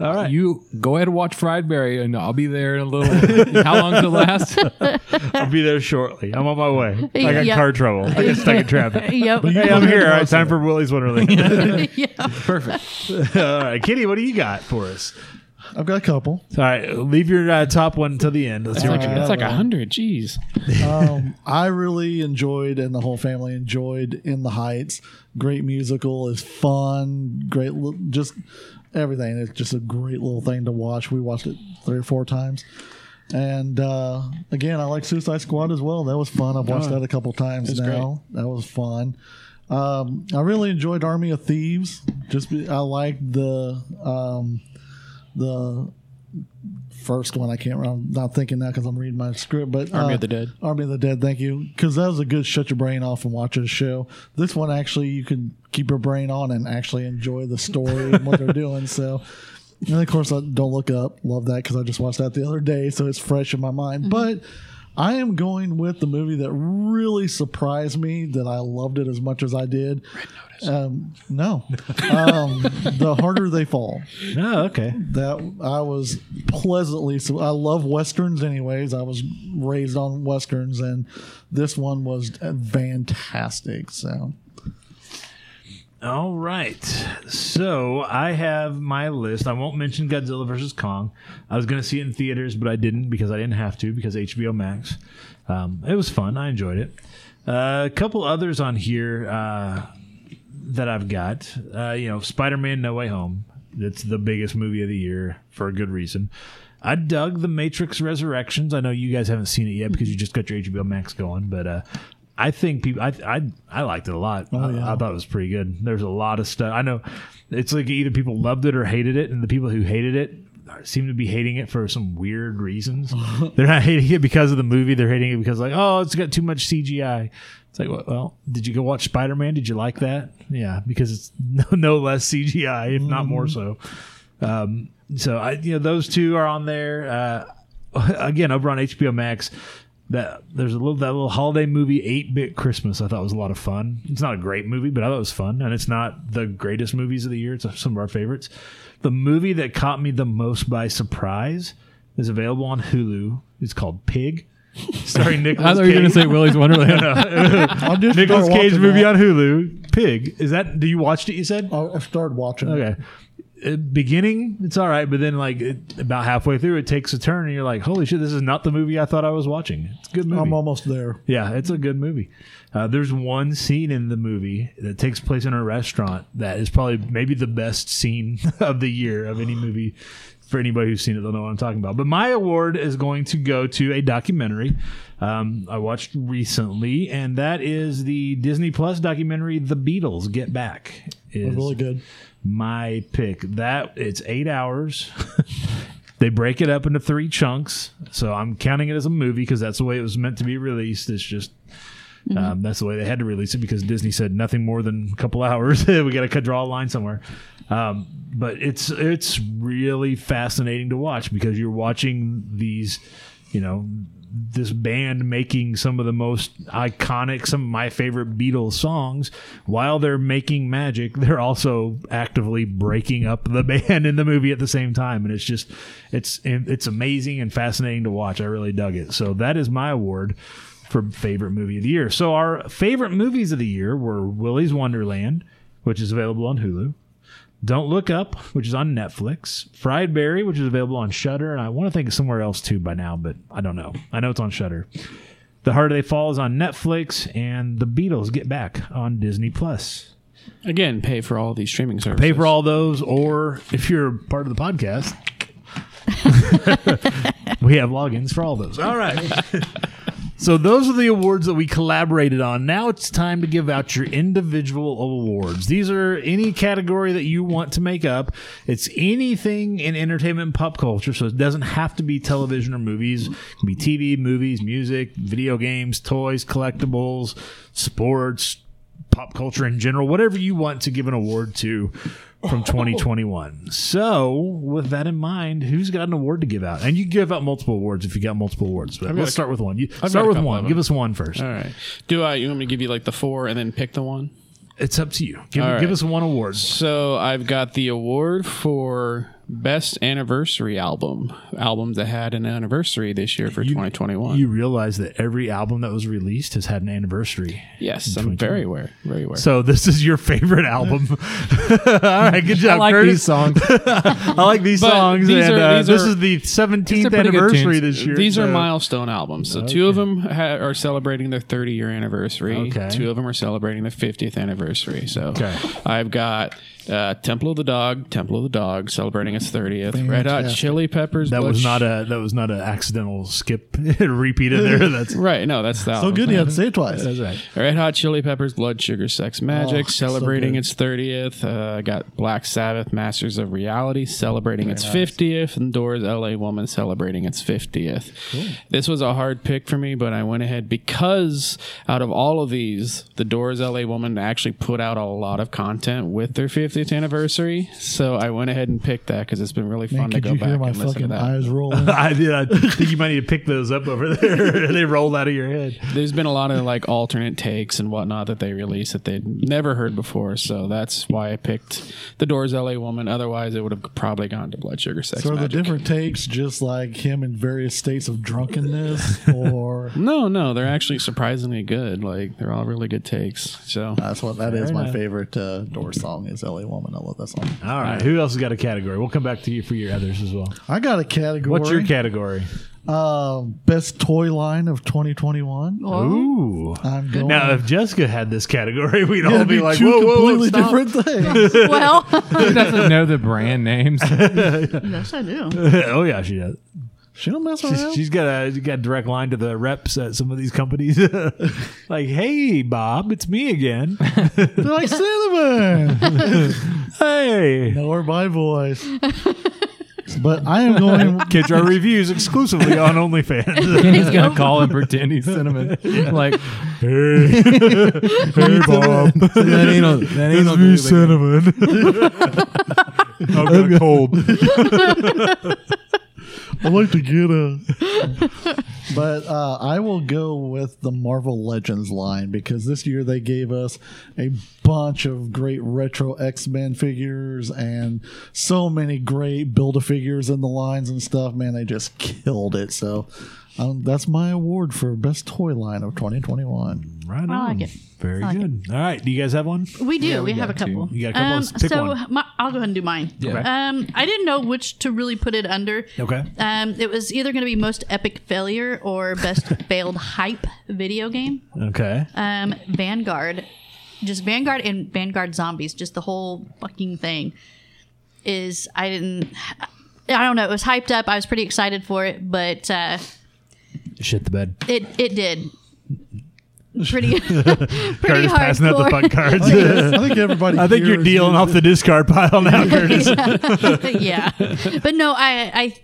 Speaker 1: All right.
Speaker 3: you go ahead and watch Fried Berry, and I'll be there in a little. How long does it last?
Speaker 1: I'll be there shortly. I'm on my way. I got
Speaker 2: Yeah.
Speaker 1: car trouble. I got stuck in traffic.
Speaker 2: Yep.
Speaker 1: Hey, I'm here. All right, time for Willy's Wonderland.
Speaker 2: yeah.
Speaker 1: All right, Kitty, what do you got for us?
Speaker 4: I've got a couple.
Speaker 1: All right, leave your uh, top one to the end. Let's
Speaker 5: it's
Speaker 1: hear
Speaker 5: like
Speaker 1: what you got.
Speaker 5: it's like a hundred. Jeez,
Speaker 4: Um, I really enjoyed, and the whole family enjoyed In the Heights. Great musical. It's fun. Great, li- just everything. It's just a great little thing to watch. We watched it three or four times. And uh, again, I like Suicide Squad as well. That was fun. I've watched that a couple times now. That was fun. Um, I really enjoyed Army of Thieves. Just be, I liked the um, the first one. I can't. remember. I'm not thinking now because I'm reading my script. But
Speaker 5: Army
Speaker 4: uh,
Speaker 5: of the Dead.
Speaker 4: Army of the Dead. Thank you. Because that was a good shut your brain off and watch a show. This one actually you can keep your brain on and actually enjoy the story and what they're doing. So. And of course, I don't look up. Love that because I just watched that the other day, so it's fresh in my mind. But I am going with the movie that really surprised me that I loved it as much as I did. Um, no, um, the harder they fall.
Speaker 1: Oh, okay.
Speaker 4: That I was pleasantly. So I love westerns, anyways. I was raised on westerns, and this one was fantastic. So
Speaker 1: All right. So I have my list. I won't mention Godzilla versus Kong. I was going to see it in theaters, but I didn't because I didn't have to because HBO Max. Um, it was fun. I enjoyed it. Uh, a couple others on here uh, that I've got. Uh, you know, Spider Man No Way Home. That's the biggest movie of the year for a good reason. I dug The Matrix Resurrections. I know you guys haven't seen it yet because you just got your HBO Max going, but uh, I think people, I, I, I liked it a lot. I- I, thought it was pretty good. There's a lot of stuff. I know it's like either people loved it or hated it, and the people who hated it seem to be hating it for some weird reasons. they're not hating it because of the movie. They're hating it because like, oh, it's got too much CGI. It's like, well, well did you go watch Spider Man? Did you like that? Yeah, because it's no, no less CGI, if not more so. Um, so I, you know, those two are on there. Uh, again, over on HBO Max, that there's a little that little holiday movie, Eight Bit Christmas. I thought was a lot of fun. It's not a great movie, but I thought it was fun, and it's not the greatest movies of the year. It's uh, some of our favorites. The movie that caught me the most by surprise is available on Hulu. It's called Pig, starring Nicholas.
Speaker 3: I thought you were going to say Willy's Wonderland.
Speaker 4: I'll just
Speaker 1: Nicholas
Speaker 4: start
Speaker 1: Cage
Speaker 4: watching
Speaker 1: movie
Speaker 4: that.
Speaker 1: on Hulu. Pig. Is that? Do you watched it? You said.
Speaker 4: I'll, I'll start watching. it.
Speaker 1: Okay. At beginning, it's all right, but then like it, about halfway through, it takes a turn, and you're like, "Holy shit! This is not the movie I thought I was watching." It's a good movie.
Speaker 4: I'm almost there.
Speaker 1: yeah, it's a good movie. Uh, there's one scene in the movie that takes place in a restaurant that is probably maybe the best scene of the year of any movie. For anybody who's seen it, they'll know what I'm talking about. But my award is going to go to a documentary um, I watched recently, and that is the Disney Plus documentary "The Beatles Get Back." Is
Speaker 4: Really good.
Speaker 1: my pick. That it's eight hours. they break it up into three chunks, so I'm counting it as a movie because that's the way it was meant to be released. It's just um, that's the way they had to release it because Disney said nothing more than a couple hours. we got to draw a line somewhere. Um, but it's it's really fascinating to watch because you're watching these, you know, this band making some of the most iconic, some of my favorite Beatles songs. While they're making magic, they're also actively breaking up the band in the movie at the same time, and it's just it's it's amazing and fascinating to watch. I really dug it. So that is my award for favorite movie of the year. So our favorite movies of the year were Willy's Wonderland, which is available on Hulu. Don't Look Up, which is on Netflix. Fried Berry, which is available on Shutter, and I want to think it's somewhere else too by now, but I don't know. I know it's on Shutter. The Harder They Fall is on Netflix, and The Beatles Get Back on Disney Plus.
Speaker 5: Again, pay for all these streaming services.
Speaker 1: Pay for all those, or if you're part of the podcast, we have logins for all those. All right. so those are the awards that we collaborated on. Now it's time to give out your individual awards. These are any category that you want to make up. It's anything in entertainment and pop culture, so it doesn't have to be television or movies. It can be TV, movies, music, video games, toys, collectibles, sports, pop culture in general, whatever you want to give an award to from 2021. So, with that in mind, who's got an award to give out? And you give out multiple awards if you got multiple awards, but let's
Speaker 5: a-
Speaker 1: start with one. You
Speaker 5: got
Speaker 1: start
Speaker 5: a
Speaker 1: with
Speaker 5: couple
Speaker 1: one.
Speaker 5: of
Speaker 1: Give us one first.
Speaker 5: All right. Do I? You want me to give you like the four and then pick the one?
Speaker 1: It's up to you. Give,
Speaker 5: All
Speaker 1: give
Speaker 5: right.
Speaker 1: us one award.
Speaker 5: So I've got the award for best anniversary album, album that had an anniversary this year for 2021.
Speaker 1: You realize that every album that was released has had an anniversary.
Speaker 5: yes, I'm very aware. Very aware.
Speaker 1: So this is your favorite album. All right, good job,
Speaker 3: I like
Speaker 1: Curtis.
Speaker 3: these songs.
Speaker 1: I like these
Speaker 5: But
Speaker 1: songs,
Speaker 5: these
Speaker 1: and
Speaker 5: are-
Speaker 1: uh,
Speaker 5: these
Speaker 1: this
Speaker 5: are-
Speaker 1: is the 17th
Speaker 3: pretty good
Speaker 1: anniversary
Speaker 3: tunes.
Speaker 1: this year.
Speaker 5: Uh, These are
Speaker 1: so-
Speaker 5: milestone albums. So two of them ha- are celebrating their 30 year anniversary.
Speaker 1: Okay.
Speaker 5: Two of them are celebrating their 50th anniversary. So
Speaker 1: Okay.
Speaker 5: I've got uh, Temple of the Dog, Temple of the Dog celebrating its 30th. Red Hot
Speaker 4: Fantastic.
Speaker 5: Chili Peppers.
Speaker 1: That
Speaker 5: Blood
Speaker 1: was
Speaker 5: Sh-
Speaker 1: not a that was not an accidental skip repeat in there. That's
Speaker 5: right. No, that's the
Speaker 4: So
Speaker 5: album.
Speaker 4: good you had to say it twice.
Speaker 1: that's right.
Speaker 5: Red Hot Chili Peppers, Blood Sugar Sex Magic,
Speaker 4: Oh, so
Speaker 5: celebrating
Speaker 4: good.
Speaker 5: its 30th. Uh, I got Black Sabbath, Masters of Reality, celebrating its 50th, and Doors LA Woman, celebrating its 50th. This was a hard pick for me, but I went ahead because out of all of these, the Doors LA Woman actually put out a lot of content with their 50th anniversary. So I went ahead and picked that because it's been really fun
Speaker 4: Man,
Speaker 5: to
Speaker 4: could
Speaker 5: go
Speaker 4: you
Speaker 5: back
Speaker 4: hear my
Speaker 5: and listen to
Speaker 4: fucking
Speaker 5: that.
Speaker 4: eyes rolling?
Speaker 1: I did. I think you might need to pick those up over there. they rolled out of your head.
Speaker 5: There's been a lot of like alternate takes and whatnot that they release that they'd never heard before, so that's why I picked the Doors "L.A. Woman." Otherwise, it would have probably gone to Blood Sugar Sex
Speaker 4: So are the
Speaker 5: Magic.
Speaker 4: different takes just like him in various states of drunkenness, or
Speaker 5: no, no, they're actually surprisingly good. Like they're all really good takes. So
Speaker 1: Uh,
Speaker 4: that's what that is.
Speaker 1: my enough.
Speaker 4: favorite uh, door song is "L.A. Woman." I love that song.
Speaker 1: All right. Who else has got a category? We'll come back to you for your others as well.
Speaker 4: I got a category.
Speaker 1: What's your category?
Speaker 4: uh, best toy line of 2021?
Speaker 1: Oh,
Speaker 2: Whoa.
Speaker 1: Ooh.
Speaker 4: I'm going.
Speaker 1: Now, if Jessica had this category, we'd all
Speaker 4: It'd
Speaker 1: be,
Speaker 4: be
Speaker 1: like,
Speaker 4: two
Speaker 1: "Whoa, whoa, whoa,
Speaker 4: completely
Speaker 1: stop."
Speaker 4: different things.
Speaker 2: well,
Speaker 3: Who doesn't know the brand names?
Speaker 2: yes, I do.
Speaker 1: oh yeah, she does.
Speaker 4: she don't mess
Speaker 1: She's,
Speaker 4: around.
Speaker 1: she's got a she's got a direct line to the reps at some of these companies. like, hey, Bob, it's me again.
Speaker 4: They're like cinnamon.
Speaker 1: hey.
Speaker 4: Know her by voice. But I am going.
Speaker 1: Kids are reviews exclusively on OnlyFans.
Speaker 3: He's gonna call and pretend he's cinnamon. Like
Speaker 1: hey, Bob.
Speaker 3: that ain't no, that ain't no glue, baby.
Speaker 1: cinnamon. I'm getting cold.
Speaker 4: I like to get a. but uh, I will go with the Marvel Legends line because this year they gave us a bunch of great retro X Men figures and so many great Build a figures in the lines and stuff. Man, they just killed it. So um, that's my award for best toy line of 2021.
Speaker 1: Right on.
Speaker 2: I like it.
Speaker 1: Very
Speaker 2: I like
Speaker 1: good. All right. Do you guys have one?
Speaker 2: We do. we have a couple.
Speaker 1: You got a couple?
Speaker 2: Um,
Speaker 1: Let's pick
Speaker 2: so
Speaker 1: one.
Speaker 2: My, I'll go ahead and do mine.
Speaker 3: Yeah. Okay.
Speaker 2: Um, I didn't know which to really put it under.
Speaker 1: Okay.
Speaker 2: Um, it was either going to be most epic failure or best failed hype video game.
Speaker 1: Okay.
Speaker 2: Um, Vanguard, just Vanguard and Vanguard Zombies, just the whole fucking thing is I didn't. I don't know. It was hyped up. I was pretty excited for it, but uh,
Speaker 1: Shit the bed.
Speaker 2: it it did pretty pretty
Speaker 1: Curtis passing out the
Speaker 2: hardcore.
Speaker 1: fun cards.
Speaker 4: I think everybody.
Speaker 1: I think
Speaker 4: here
Speaker 1: you're
Speaker 4: is-
Speaker 1: dealing off the discard pile now, Curtis.
Speaker 2: yeah but no i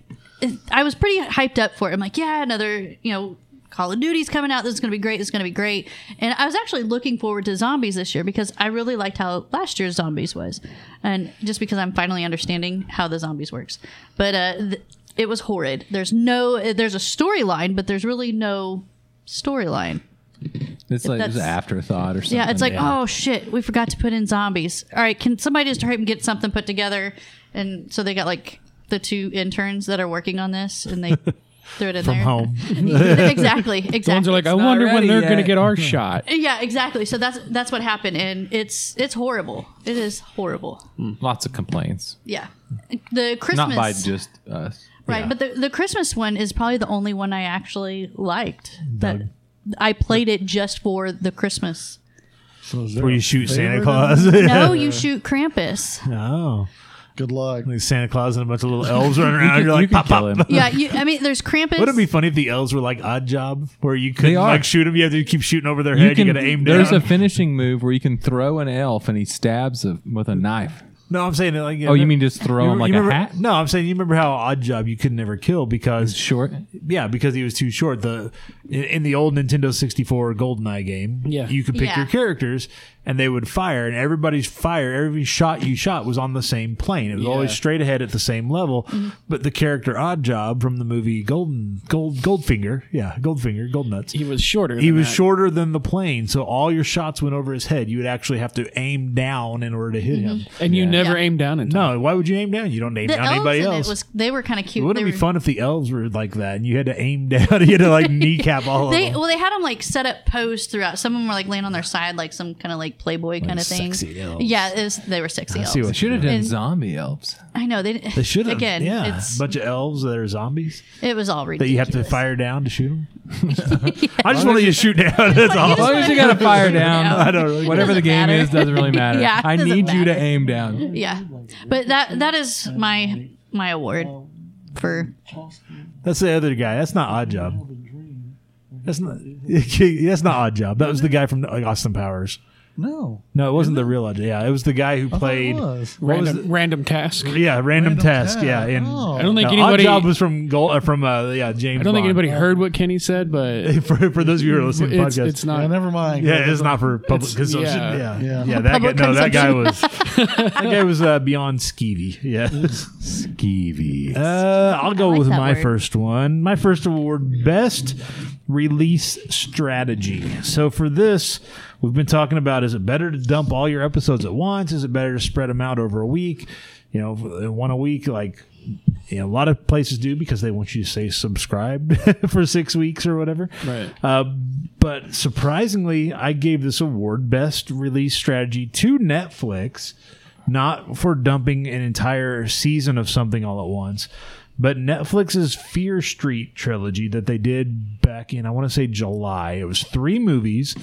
Speaker 2: i i was pretty hyped up for it i'm like yeah another you know call of duty's coming out this is going to be great this is going to be great and i was actually looking forward to zombies this year because i really liked how last year's zombies was and just because i'm finally understanding how the zombies works but uh th- it was horrid there's no there's a storyline but there's really no storyline
Speaker 3: It's like it's
Speaker 2: That's-
Speaker 3: an afterthought or something.
Speaker 2: yeah, it's like, oh shit, we forgot to put in zombies. All right, can somebody just hurry up and get something put together? And so they got like the two interns that are working on this, and they threw it in there.
Speaker 1: Home.
Speaker 2: exactly, exactly.
Speaker 5: The ones are like, I
Speaker 3: not
Speaker 5: wonder when
Speaker 3: ready
Speaker 5: they're
Speaker 3: yet."
Speaker 5: going to get our shot.
Speaker 2: yeah, exactly. So that's that's what happened, and it's it's horrible. It is horrible.
Speaker 3: lots of complaints.
Speaker 2: Yeah, the Christmas
Speaker 3: Not by just us.
Speaker 2: right, but the the Christmas one is probably the only one I actually liked. That I played it just for the Christmas.
Speaker 4: So is there
Speaker 1: Where you
Speaker 4: a
Speaker 1: shoot Santa
Speaker 4: favorite?
Speaker 1: Claus.
Speaker 2: No, you shoot Krampus.
Speaker 1: oh.
Speaker 4: Good luck.
Speaker 1: Like Santa Claus and a bunch of little elves running around.
Speaker 3: you
Speaker 1: You're like,
Speaker 3: can
Speaker 1: pop,
Speaker 3: kill
Speaker 1: pop.
Speaker 3: him.
Speaker 2: Yeah, you, I mean, there's Krampus.
Speaker 1: Wouldn't it be funny if the elves were like odd job where you could
Speaker 3: are.
Speaker 1: like shoot them? You have to keep shooting over their head. You, gotta aim
Speaker 3: there's
Speaker 1: down.
Speaker 3: a finishing move where you can throw an elf and he stabs a, with a knife.
Speaker 1: no, I'm saying it like.
Speaker 3: Oh, you mean just throw him like a
Speaker 1: remember,
Speaker 3: hat?
Speaker 1: No, I'm saying you remember how odd job you could never kill because
Speaker 3: Short.
Speaker 1: Yeah, because he was too short. The in, in the old Nintendo 64 GoldenEye game,
Speaker 5: Yeah.
Speaker 1: you could pick
Speaker 2: Yeah.
Speaker 1: your characters and they would fire and everybody's fire, every shot you shot was on the same plane. It was always
Speaker 5: Yeah.
Speaker 1: straight ahead at the same level.
Speaker 2: Mm-hmm.
Speaker 1: But the character Oddjob from the movie Golden Gold Goldfinger, yeah, Goldfinger, Goldnuts.
Speaker 5: He was shorter.
Speaker 1: He
Speaker 5: than
Speaker 1: was
Speaker 5: that.
Speaker 1: shorter than the plane, so all your shots went over his head. You would actually have to aim down in order to hit him.
Speaker 5: and you never
Speaker 2: Yeah.
Speaker 5: aim down in time.
Speaker 1: No, why would you aim down? You don't aim
Speaker 2: Mm-hmm. the
Speaker 1: down
Speaker 2: elves
Speaker 1: anybody
Speaker 2: in
Speaker 1: else.
Speaker 2: it was they were kind of cute.
Speaker 1: Wouldn't
Speaker 2: they
Speaker 1: it be
Speaker 2: were-
Speaker 1: fun if the elves were like that and you had to aim down, you had to like kneecap all
Speaker 2: They
Speaker 1: of them?
Speaker 2: well, they had them like set up posed throughout. Some of them were like laying on their side, like some kind of like Playboy kind of thing.
Speaker 1: sexy elves.
Speaker 2: Yeah, it was, they were sexy elves.
Speaker 1: see what-
Speaker 3: Should have done
Speaker 2: And-
Speaker 3: zombie elves.
Speaker 2: I know they.
Speaker 1: They should have.
Speaker 2: again.
Speaker 1: yeah,
Speaker 2: it's,
Speaker 1: a bunch of elves that are zombies
Speaker 2: it was all
Speaker 1: that
Speaker 2: ridiculous.
Speaker 1: you have to fire down to shoot them. I just want you to shoot down. That's
Speaker 3: As
Speaker 1: all.
Speaker 3: long as you got to fire down,
Speaker 2: No.
Speaker 1: I don't really.
Speaker 3: whatever the
Speaker 2: Doesn't
Speaker 3: game
Speaker 2: matter.
Speaker 3: is doesn't really matter.
Speaker 2: Yeah, it
Speaker 3: I
Speaker 2: doesn't
Speaker 3: need you to
Speaker 2: matter.
Speaker 3: aim down.
Speaker 2: Yeah, but that that is my my award for
Speaker 1: That's the other guy. That's not odd job. That's not. That's not odd job. That was the guy from like, Austin Powers.
Speaker 4: No,
Speaker 1: No, it wasn't the real odd. Yeah, it was the guy who
Speaker 4: I thought
Speaker 1: played.
Speaker 4: It was.
Speaker 1: what was
Speaker 5: Random, random task.
Speaker 1: the- yeah, random, task. Yeah, and
Speaker 4: Oh.
Speaker 5: I don't think
Speaker 1: no,
Speaker 5: anybody.
Speaker 1: Odd job was from Gold, uh, from uh, yeah James.
Speaker 5: I don't think
Speaker 1: Bond.
Speaker 5: anybody heard what Kenny said, but
Speaker 1: for, for those of you who are listening to the
Speaker 5: it's,
Speaker 1: podcast,
Speaker 5: it's
Speaker 4: Yeah,
Speaker 5: not.
Speaker 4: never mind.
Speaker 1: Yeah, it's not for public consumption.
Speaker 5: yeah.
Speaker 1: Yeah, yeah,
Speaker 4: Yeah.
Speaker 1: that guy,
Speaker 2: Public
Speaker 1: no, that guy was that guy was uh, beyond skeevy. Yeah, skeevy. Uh, I'll go
Speaker 2: like
Speaker 1: with
Speaker 2: that
Speaker 1: my
Speaker 2: word.
Speaker 1: first one. My first award, best release strategy. So for this, we've been talking about: is it better to dump all your episodes at once? Is it better to spread them out over a week? You know, one a week, like you know, a lot of places do because they want you to say subscribe for six weeks or whatever.
Speaker 5: Right.
Speaker 1: Uh, but surprisingly, I gave this award best release strategy to Netflix, not for dumping an entire season of something all at once, but Netflix's Fear Street trilogy that they did back in, I want to say July. It was three movies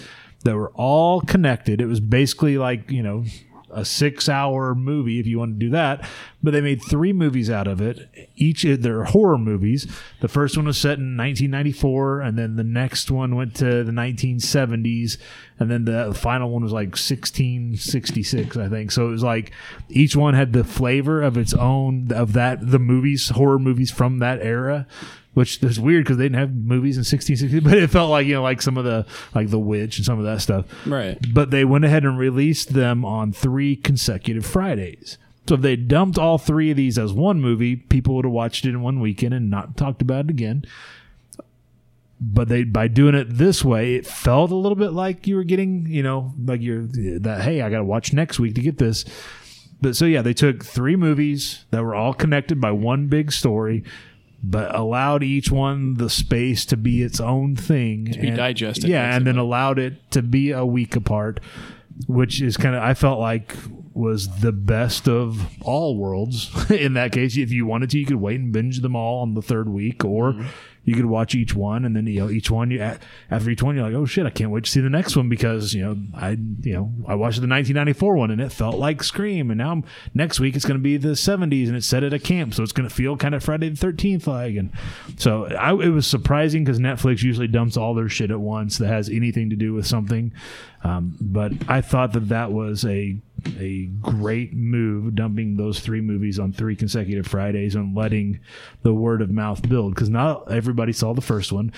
Speaker 1: that were all connected. It was basically like, you know, a six hour movie if you want to do that. But they made three movies out of it. Each of their horror movies. The first one was set in 1994, and then the next one went to the 1970s, and then the final one was like 1666, I think. So it was like each one had the flavor of its own of that the movies horror movies from that era which is weird because they didn't have movies in 1660, but it felt like you know, like some of the like The Witch and some of that stuff.
Speaker 5: Right.
Speaker 1: But they went ahead and released them on three consecutive Fridays. So if they dumped all three of these as one movie, people would have watched it in one weekend and not talked about it again. But they by doing it this way, it felt a little bit like you were getting, you know, like you're that hey, I got to watch next week to get this. But so yeah, they took three movies that were all connected by one big story, but allowed each one the space to be its own thing, to
Speaker 5: be digested,
Speaker 1: Yeah, and then allowed it to be a week apart, which is kind of I felt like was the best of all worlds. In that case, if you wanted to, you could wait and binge them all on the third week, or you could watch each one, and then you know each one. You a- after each one, you're like, oh shit, I can't wait to see the next one because you know I you know I watched the 1994 one and it felt like Scream, and now I'm, next week it's going to be the 70s and it's set at a camp, so it's going to feel kind of Friday the 13th like. And so I, it was surprising because Netflix usually dumps all their shit at once that has anything to do with something. Um, but I thought that that was a a great move, dumping those three movies on three consecutive Fridays and letting the word of mouth build because not everybody saw the first one.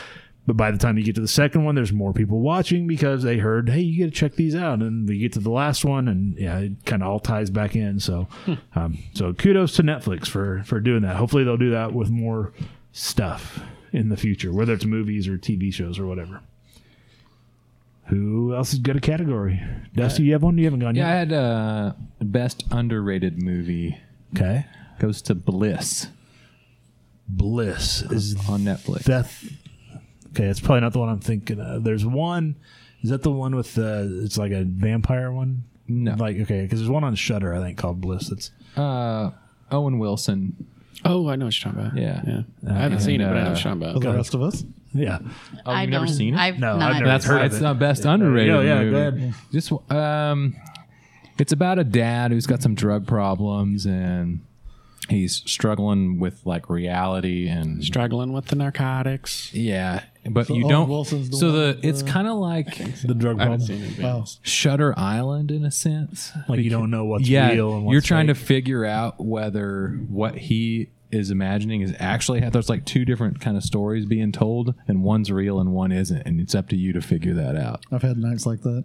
Speaker 1: But by the time you get to the second one, there's more people watching because they heard, "Hey, you got to check these out." And we get to the last one, and yeah, it kind of all ties back in. So, um, so kudos to Netflix for for doing that. Hopefully, they'll do that with more stuff in the future, whether it's movies or TV shows or whatever. Who else has got a category? Dusty, you have one? You haven't gone
Speaker 3: Yeah, I
Speaker 1: yet.
Speaker 3: had uh, best underrated movie
Speaker 1: Okay.
Speaker 3: goes to Bliss
Speaker 1: Bliss is
Speaker 3: on Netflix.
Speaker 1: death. Okay, that's probably not the one I'm thinking of. There's one. Is that the one with the? It's like a vampire one.
Speaker 3: No.
Speaker 1: Like okay, because there's one on Shutter I think called Bliss. That's
Speaker 3: uh, Owen Wilson.
Speaker 5: Oh, I know what you're talking about.
Speaker 3: Yeah.
Speaker 5: yeah. I haven't seen it, but I
Speaker 1: uh,
Speaker 5: know what you're
Speaker 4: For
Speaker 5: talking
Speaker 4: the
Speaker 5: about.
Speaker 4: rest of us.
Speaker 1: yeah.
Speaker 3: Oh,
Speaker 2: I
Speaker 3: you've never
Speaker 2: don't-
Speaker 3: seen it?
Speaker 2: I've
Speaker 1: No, I've
Speaker 2: not.
Speaker 1: never-
Speaker 3: That's
Speaker 1: heard
Speaker 3: why
Speaker 1: of
Speaker 3: it's
Speaker 1: it.
Speaker 3: not best underrated.
Speaker 1: Yeah, yeah, go
Speaker 3: movie.
Speaker 1: ahead.
Speaker 3: Just um, it's about a dad who's got some drug problems and he's struggling with like reality and
Speaker 5: Struggling with the narcotics.
Speaker 3: yeah. But
Speaker 4: So
Speaker 3: you
Speaker 4: Owen
Speaker 3: don't.
Speaker 4: Wilson's the
Speaker 3: so the
Speaker 4: one,
Speaker 3: it's kind of like
Speaker 1: The drug
Speaker 5: I
Speaker 1: problem.
Speaker 5: haven't seen it.
Speaker 4: Wow.
Speaker 3: Shutter Island in a sense.
Speaker 1: Like you don't know what's
Speaker 3: yeah,
Speaker 1: real and what's
Speaker 3: you're trying
Speaker 1: fake.
Speaker 3: to figure out whether what he is imagining is actually there's like two different kind of stories being told and one's real and one isn't and it's up to you to figure that out
Speaker 4: I've had nights like that.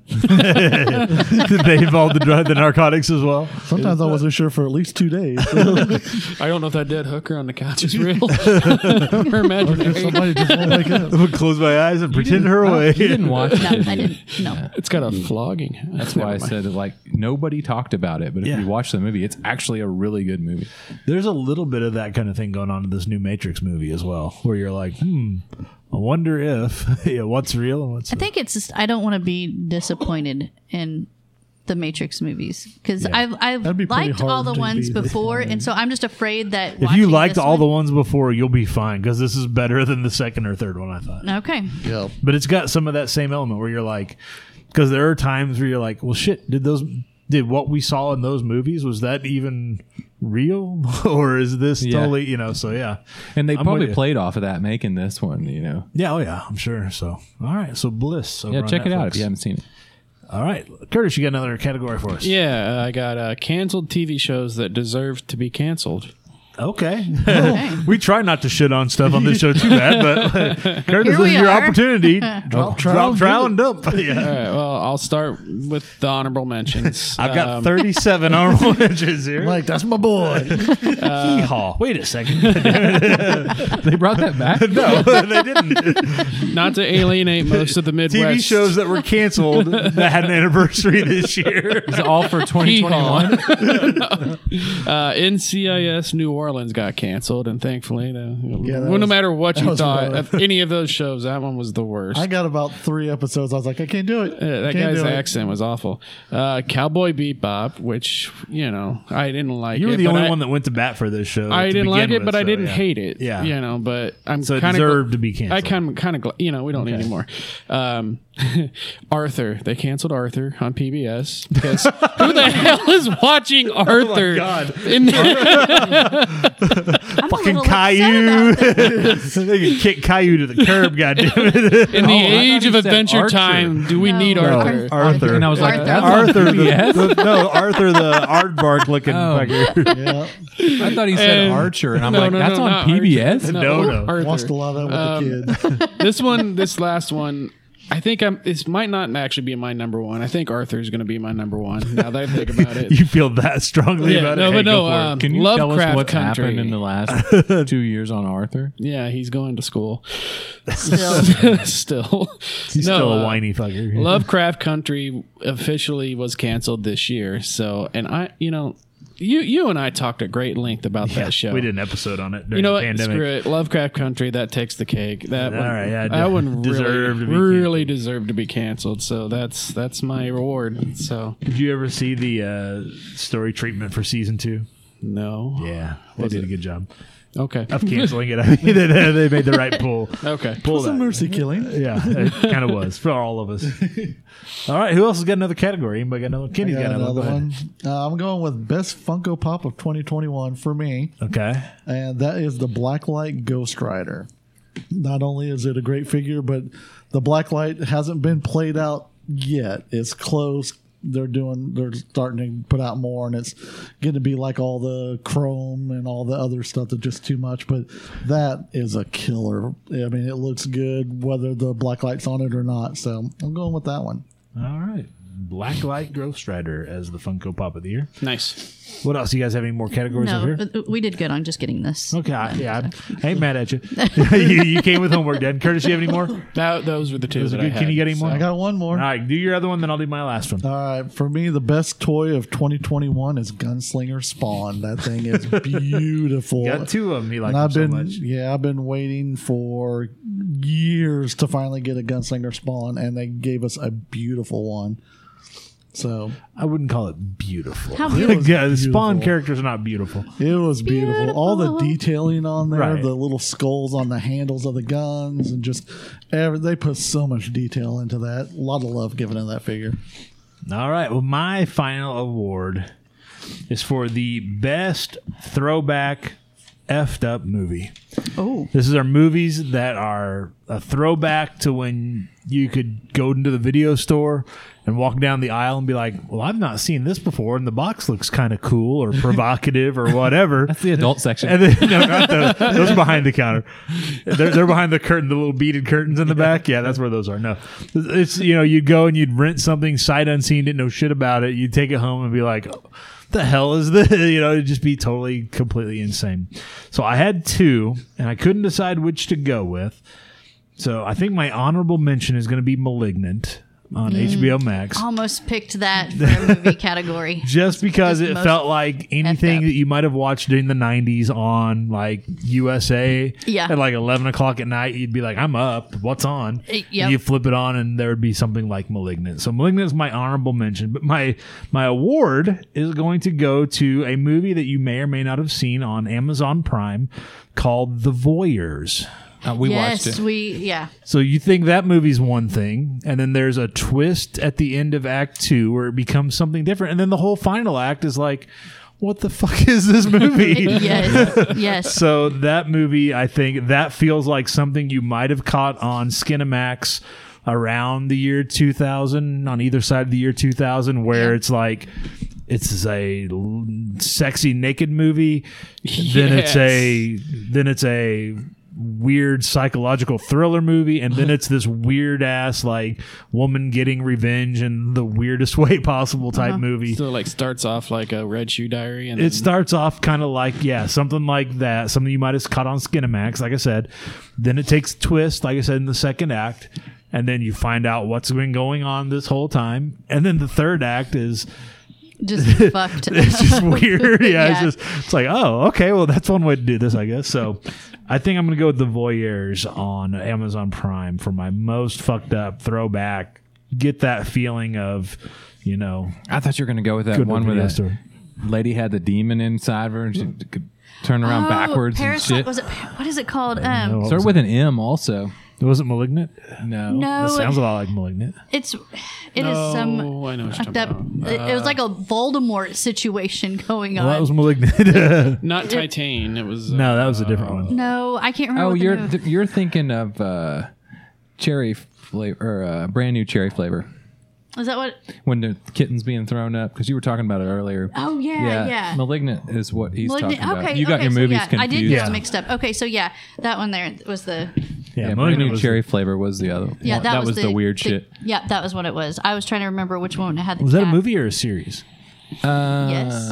Speaker 1: Did they involve the drug, the narcotics as well?
Speaker 4: Sometimes I wasn't sure for at least two days.
Speaker 5: I don't know if that dead hooker on the couch is real or imaginary.
Speaker 4: Somebody just won't wake up.
Speaker 1: I'm gonna close my eyes and pretend her away.
Speaker 3: you didn't watch
Speaker 2: No,
Speaker 3: it did
Speaker 2: I
Speaker 3: you?
Speaker 2: didn't. No.
Speaker 5: It's got a flogging.
Speaker 3: that's why i said like nobody talked about it but if
Speaker 1: Yeah.
Speaker 3: you watch the movie it's actually a really good movie
Speaker 1: There's a little bit of that kind of thing going on in this new Matrix movie as well, where you're like, hmm, I wonder if yeah, what's real and what's
Speaker 2: I think it's just I don't want to be disappointed in the Matrix movies because I've
Speaker 4: That'd
Speaker 2: I've
Speaker 4: be pretty
Speaker 2: liked all
Speaker 4: hard
Speaker 2: the
Speaker 4: to
Speaker 2: ones
Speaker 4: be
Speaker 2: before, and so I'm just afraid that
Speaker 1: if you liked all the ones before, you'll be fine because this is better than the second or third one. I thought.
Speaker 2: the okay,
Speaker 4: Yeah.
Speaker 1: but it's got some of that same element where you're like because there are times where you're like well shit did those did what we saw in those movies was that even real or is this
Speaker 3: Yeah.
Speaker 1: totally you know so yeah
Speaker 3: and they
Speaker 1: I'm with
Speaker 3: probably
Speaker 1: you.
Speaker 3: played off of that making this one you know
Speaker 1: yeah oh yeah i'm sure so all right so bliss over
Speaker 3: yeah
Speaker 1: on
Speaker 3: check it out
Speaker 1: Netflix.
Speaker 3: if you haven't seen it
Speaker 1: all right curtis you got another category for us
Speaker 5: Yeah, I got uh, canceled TV shows that deserve to be canceled.
Speaker 1: okay we try not to shit on stuff on this show too bad but curtis
Speaker 2: Here
Speaker 1: this
Speaker 2: we
Speaker 1: is your
Speaker 2: are.
Speaker 1: opportunity drop
Speaker 4: trial,
Speaker 1: drop trial and dump
Speaker 5: All
Speaker 1: yeah
Speaker 5: right, well, I'll start with the honorable mentions.
Speaker 1: I've got
Speaker 5: Um,
Speaker 1: 37 honorable mentions here.
Speaker 4: Like, that's my boy.
Speaker 1: Yeehaw. Wait a second.
Speaker 3: they brought that back
Speaker 1: no, they didn't.
Speaker 5: not to alienate most of the Midwest
Speaker 1: TV shows that were canceled that had an anniversary this year.
Speaker 3: it's all for 2021
Speaker 5: Uh, NCIS New Marlins got canceled, and thankfully, the,
Speaker 4: Yeah, that
Speaker 5: well, no
Speaker 4: was-
Speaker 5: matter what
Speaker 4: that
Speaker 5: you
Speaker 4: was
Speaker 5: thought
Speaker 4: rough.
Speaker 5: of any of those shows, that one was the worst.
Speaker 4: I got about three episodes. I was like, I can't do it.
Speaker 5: Yeah, Uh, that
Speaker 4: Can't
Speaker 5: guy's
Speaker 4: do it.
Speaker 5: accent was awful. Uh, Cowboy Bebop, which you know I didn't like.
Speaker 1: You were
Speaker 5: it,
Speaker 1: the
Speaker 5: but
Speaker 1: only
Speaker 5: I,
Speaker 1: one that went to bat for this show.
Speaker 5: I
Speaker 1: to
Speaker 5: didn't
Speaker 1: begin
Speaker 5: like it,
Speaker 1: with,
Speaker 5: but I
Speaker 1: so,
Speaker 5: didn't
Speaker 1: yeah.
Speaker 5: hate it.
Speaker 1: Yeah.
Speaker 5: you know, but I'm
Speaker 1: So it
Speaker 5: kind
Speaker 1: deserved to be canceled.
Speaker 5: I kind of, kind of, gl- you know, we don't need any more. Um, Arthur, they canceled Arthur on PBS because who the hell is watching Arthur?
Speaker 1: Oh God.
Speaker 5: in the-
Speaker 2: I'm
Speaker 1: fucking
Speaker 2: a little upset about that.
Speaker 1: Caillou. they could kick Caillou to the curb. goddammit.
Speaker 5: in the
Speaker 3: Oh, I thought
Speaker 5: age
Speaker 3: he
Speaker 5: of
Speaker 3: said
Speaker 5: Adventure
Speaker 3: Archer.
Speaker 5: Time, do we
Speaker 2: No.
Speaker 5: need
Speaker 2: No.
Speaker 5: Arthur?
Speaker 1: Arthur.
Speaker 3: And I was like,
Speaker 2: Arthur.
Speaker 3: that's on
Speaker 1: Arthur, the,
Speaker 3: PBS?
Speaker 1: the, no, Arthur the aardvark looking
Speaker 3: Oh.
Speaker 1: fucker.
Speaker 4: Yeah.
Speaker 3: I thought he said
Speaker 5: And-
Speaker 3: Archer, and I'm
Speaker 5: No,
Speaker 3: like,
Speaker 5: no,
Speaker 3: that's
Speaker 5: no,
Speaker 3: on
Speaker 5: not
Speaker 3: PBS.
Speaker 5: Archer.
Speaker 1: No, no.
Speaker 5: Arthur.
Speaker 4: Watched a lot of that with the kids.
Speaker 5: this one, this last one, I think I'm. This might not actually be my number one. I think Arthur is going to be my number one. Now that I think about it,
Speaker 1: You feel that strongly
Speaker 5: Yeah,
Speaker 1: about
Speaker 5: no,
Speaker 1: it?
Speaker 5: but
Speaker 1: Hey, go
Speaker 5: no,
Speaker 1: for it.
Speaker 5: um,
Speaker 3: Can you tell us
Speaker 5: Lovecraft
Speaker 3: what's
Speaker 5: Country.
Speaker 3: happened in the last two years on Arthur?
Speaker 5: yeah, he's going to school.
Speaker 2: Still.
Speaker 5: still,
Speaker 1: He's
Speaker 5: No,
Speaker 1: still a
Speaker 5: uh,
Speaker 1: whiny fucker.
Speaker 5: Lovecraft Country officially was canceled this year. So, and I, you know, you you and I talked at great length about
Speaker 1: Yeah,
Speaker 5: that show.
Speaker 1: We did an episode on it during
Speaker 5: You know
Speaker 1: the
Speaker 5: what?
Speaker 1: pandemic.
Speaker 5: Screw it. Lovecraft Country that takes the cake. That
Speaker 1: All
Speaker 5: one,
Speaker 1: right, yeah,
Speaker 5: that one
Speaker 1: deserved to
Speaker 5: really,
Speaker 1: be
Speaker 5: really deserved to be canceled. So that's that's my reward. So
Speaker 1: Did you ever see the uh, story treatment for season two?
Speaker 5: no,
Speaker 1: Yeah, they did a good job
Speaker 5: okay,
Speaker 1: of canceling it. I mean, they, they made the right pull.
Speaker 5: okay.
Speaker 1: pull
Speaker 4: Some
Speaker 1: that.
Speaker 4: mercy killing.
Speaker 1: Yeah, it kind of was for all of us. All right, who else has got another category? Anybody got another? Kenny's
Speaker 4: Yeah,
Speaker 1: got another,
Speaker 4: another
Speaker 1: Go ahead.
Speaker 4: one. Uh, I'm going with best Funko Pop of 2021 for me,
Speaker 1: Okay,
Speaker 4: and that is the Blacklight Ghost Rider. Not only is it a great figure, but the Blacklight hasn't been played out yet. It's close. They're doing. They're starting to put out more, and it's going to be like all the chrome and all the other stuff that's just too much. But that is a killer. I mean, it looks good whether the blacklight's on it or not. So I'm going with that one.
Speaker 1: all right. Blacklight Ghost Rider as the Funko Pop of the year.
Speaker 5: Nice.
Speaker 1: What else? You guys have any more categories up
Speaker 2: No,
Speaker 1: here?
Speaker 2: uh, we did good on just getting this.
Speaker 1: Okay, I, yeah, I'm- I ain't mad at you. you. You came with homework, Dan. Curtis, you have any more?
Speaker 5: That, those were the two.
Speaker 1: Those are
Speaker 5: that I
Speaker 1: good.
Speaker 5: had,
Speaker 1: Can you get any more?
Speaker 4: I got one more. Uh,
Speaker 1: All right, do your other one, then I'll do my last one.
Speaker 4: All right, for me, the best toy of 2021 is Gunslinger Spawn. That thing is beautiful.
Speaker 1: got two of them. He liked
Speaker 4: and I've
Speaker 1: them
Speaker 4: been,
Speaker 1: so much.
Speaker 4: yeah, I've been waiting for years to finally get a Gunslinger Spawn, and they gave us a beautiful one. So
Speaker 1: I wouldn't call it beautiful.
Speaker 2: How beautiful.
Speaker 1: yeah, the Spawn
Speaker 4: Beautiful.
Speaker 1: characters are not beautiful.
Speaker 4: it was beautiful. All the
Speaker 2: Beautiful.
Speaker 4: detailing on there,
Speaker 1: Right.
Speaker 4: the little skulls on the handles of the guns, and just every, they put so much detail into that. A lot of love given to that figure.
Speaker 1: All right. Well, my final award is for the best throwback effed up movie.
Speaker 2: Oh,
Speaker 1: This is our movies that are a throwback to when you could go into the video store and walk down the aisle and be like, "Well, I've not seen this before, and the box looks kind of cool or provocative or whatever."
Speaker 3: That's the adult section.
Speaker 1: And then, no, not those. Those are behind the counter. They're, they're behind the curtain, the little beaded curtains in the back. Yeah, that's where those are. No, it's you know you'd go and you'd rent something sight unseen, didn't know shit about it. You'd take it home and be like, "Oh, "The hell is this?" You know, it'd just be totally completely insane. So I had two, and I couldn't decide which to go with. So I think my honorable mention is going to be *Malignant* on HBO Max
Speaker 2: almost picked that for a movie category.
Speaker 1: just because
Speaker 2: Just
Speaker 1: it
Speaker 2: most
Speaker 1: felt like anything
Speaker 2: up.
Speaker 1: that you might have watched during the 90s on like USA
Speaker 2: Yeah.
Speaker 1: at like 11 o'clock at night, you'd be like, I'm up. What's on?
Speaker 2: Eh, yep.
Speaker 1: Yeah, You flip it on and there would be something like Malignant. So Malignant is my honorable mention, but my my award is going to go to a movie that you may or may not have seen on Amazon Prime called The Voyeurs.
Speaker 3: Uh, we
Speaker 2: yes,
Speaker 3: watched it.
Speaker 2: we yeah.
Speaker 1: So you think that movie's one thing, and then there's a twist at the end of Act Two where it becomes something different, and then the whole final act is like, what the fuck is this movie?
Speaker 2: Yes, yes.
Speaker 1: so that movie, I think that feels like something you might have caught on Skinamax around the year 2000, on either side of the year 2000, where
Speaker 2: Yeah.
Speaker 1: it's like. It's a l- sexy naked movie. Then it's a then it's a weird psychological thriller movie and then it's this weird ass like woman getting revenge in the weirdest way possible type movie
Speaker 5: So it, like starts off like a Red Shoe Diary, and
Speaker 1: it
Speaker 5: then-
Speaker 1: starts off kind of like yeah something like that something you might have caught on skinamax like i said then it takes a twist like i said in the second act and then you find out what's been going on this whole time and then the third act is
Speaker 2: just fucked.
Speaker 1: it's just weird. Yeah,
Speaker 2: Yeah.
Speaker 1: it's just it's like, oh, okay, well that's one way to do this, I guess. So I think I'm gonna go with the Voyeurs on Amazon Prime for my most fucked up throwback. Get that feeling of, you know,
Speaker 3: I thought you were gonna go with that
Speaker 1: good
Speaker 3: one where
Speaker 1: video
Speaker 3: that
Speaker 1: store.
Speaker 3: lady had the demon inside of her and she could turn around
Speaker 2: Oh,
Speaker 3: backwards
Speaker 2: Parasite-
Speaker 3: and shit.
Speaker 2: Was it, what is it called? Um,
Speaker 1: know.
Speaker 3: Started with an M also.
Speaker 1: It wasn't malignant.
Speaker 3: No.
Speaker 1: That
Speaker 2: no,
Speaker 1: sounds a lot like malignant.
Speaker 2: it's it is some
Speaker 5: oh, I know what you're
Speaker 2: fucked
Speaker 5: talking
Speaker 2: up.
Speaker 5: about.
Speaker 2: It, it was like a Voldemort situation going on.
Speaker 1: Well, that was malignant.
Speaker 5: Not Titan. It was. uh,
Speaker 1: no, that was a different one.
Speaker 2: no, I can't remember.
Speaker 3: Oh,
Speaker 2: what the
Speaker 3: you're
Speaker 2: name-
Speaker 3: th- you're thinking of uh, cherry flavor or uh, brand new cherry flavor
Speaker 2: is that what?
Speaker 3: when the kitten's being thrown up because you were talking about it earlier.
Speaker 2: Oh yeah, yeah.
Speaker 3: Malignant is what he's
Speaker 2: Malignant-
Speaker 3: talking about.
Speaker 2: okay,
Speaker 3: you got
Speaker 2: okay,
Speaker 3: your
Speaker 2: so
Speaker 3: movies
Speaker 2: yeah,
Speaker 3: confused.
Speaker 2: I did get
Speaker 1: Yeah.
Speaker 2: them mixed up. Okay, so yeah, that one there was the
Speaker 1: Yeah,
Speaker 3: Yeah, brand
Speaker 1: malignant
Speaker 3: new
Speaker 1: was-
Speaker 3: cherry flavor was the other.
Speaker 2: yeah
Speaker 3: one.
Speaker 2: that,
Speaker 3: was the, weird shit.
Speaker 2: Yeah, that was what it was. I was trying to remember which one had the
Speaker 1: Was that a
Speaker 2: cat.
Speaker 1: movie or a series?
Speaker 3: Uh,
Speaker 2: Yes.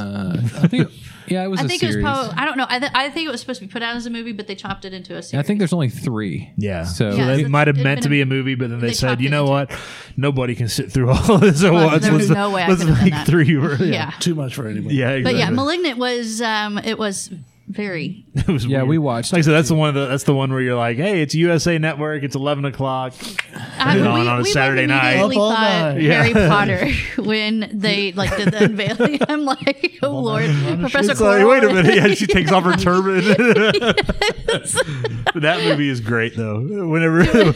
Speaker 3: I think. Yeah, it was.
Speaker 2: I
Speaker 3: a
Speaker 2: think
Speaker 3: series.
Speaker 2: it was probably. I don't know. I, th- I think it was supposed to be put out as a movie, but they chopped it into a series.
Speaker 3: I think there's only three.
Speaker 1: Yeah.
Speaker 3: So
Speaker 2: Yeah.
Speaker 1: It
Speaker 2: it's-
Speaker 1: might have
Speaker 2: it's
Speaker 1: meant to
Speaker 2: been a-
Speaker 1: be a movie, but then they
Speaker 2: they
Speaker 1: said,
Speaker 2: chopped
Speaker 1: you
Speaker 2: it
Speaker 1: know
Speaker 2: into-
Speaker 1: what? Nobody can sit through all of this at
Speaker 2: Well,
Speaker 1: once.
Speaker 2: there was
Speaker 1: Let's,
Speaker 2: no way I
Speaker 1: let's
Speaker 2: could have done
Speaker 1: make
Speaker 2: that.
Speaker 1: three. Or,
Speaker 2: Yeah.
Speaker 4: Too much for anybody.
Speaker 1: Yeah,
Speaker 2: But
Speaker 1: exactly.
Speaker 2: yeah, malignant was um it was very
Speaker 1: It was
Speaker 3: Yeah,
Speaker 1: weird.
Speaker 3: we watched
Speaker 1: Like I said, that's the one. Of the, that's the one where you're like, "Hey, it's USA Network. It's eleven o'clock."
Speaker 2: I
Speaker 1: it on on a
Speaker 2: both
Speaker 1: Saturday night.
Speaker 2: immediately
Speaker 4: Up all
Speaker 2: thought
Speaker 4: night.
Speaker 2: Harry Potter when they like did the unveiling. I'm like, oh lord, Professor
Speaker 1: It's like,
Speaker 2: Quirrell.
Speaker 1: wait a minute. Yeah, she takes off her turban. But that movie is great though. Whenever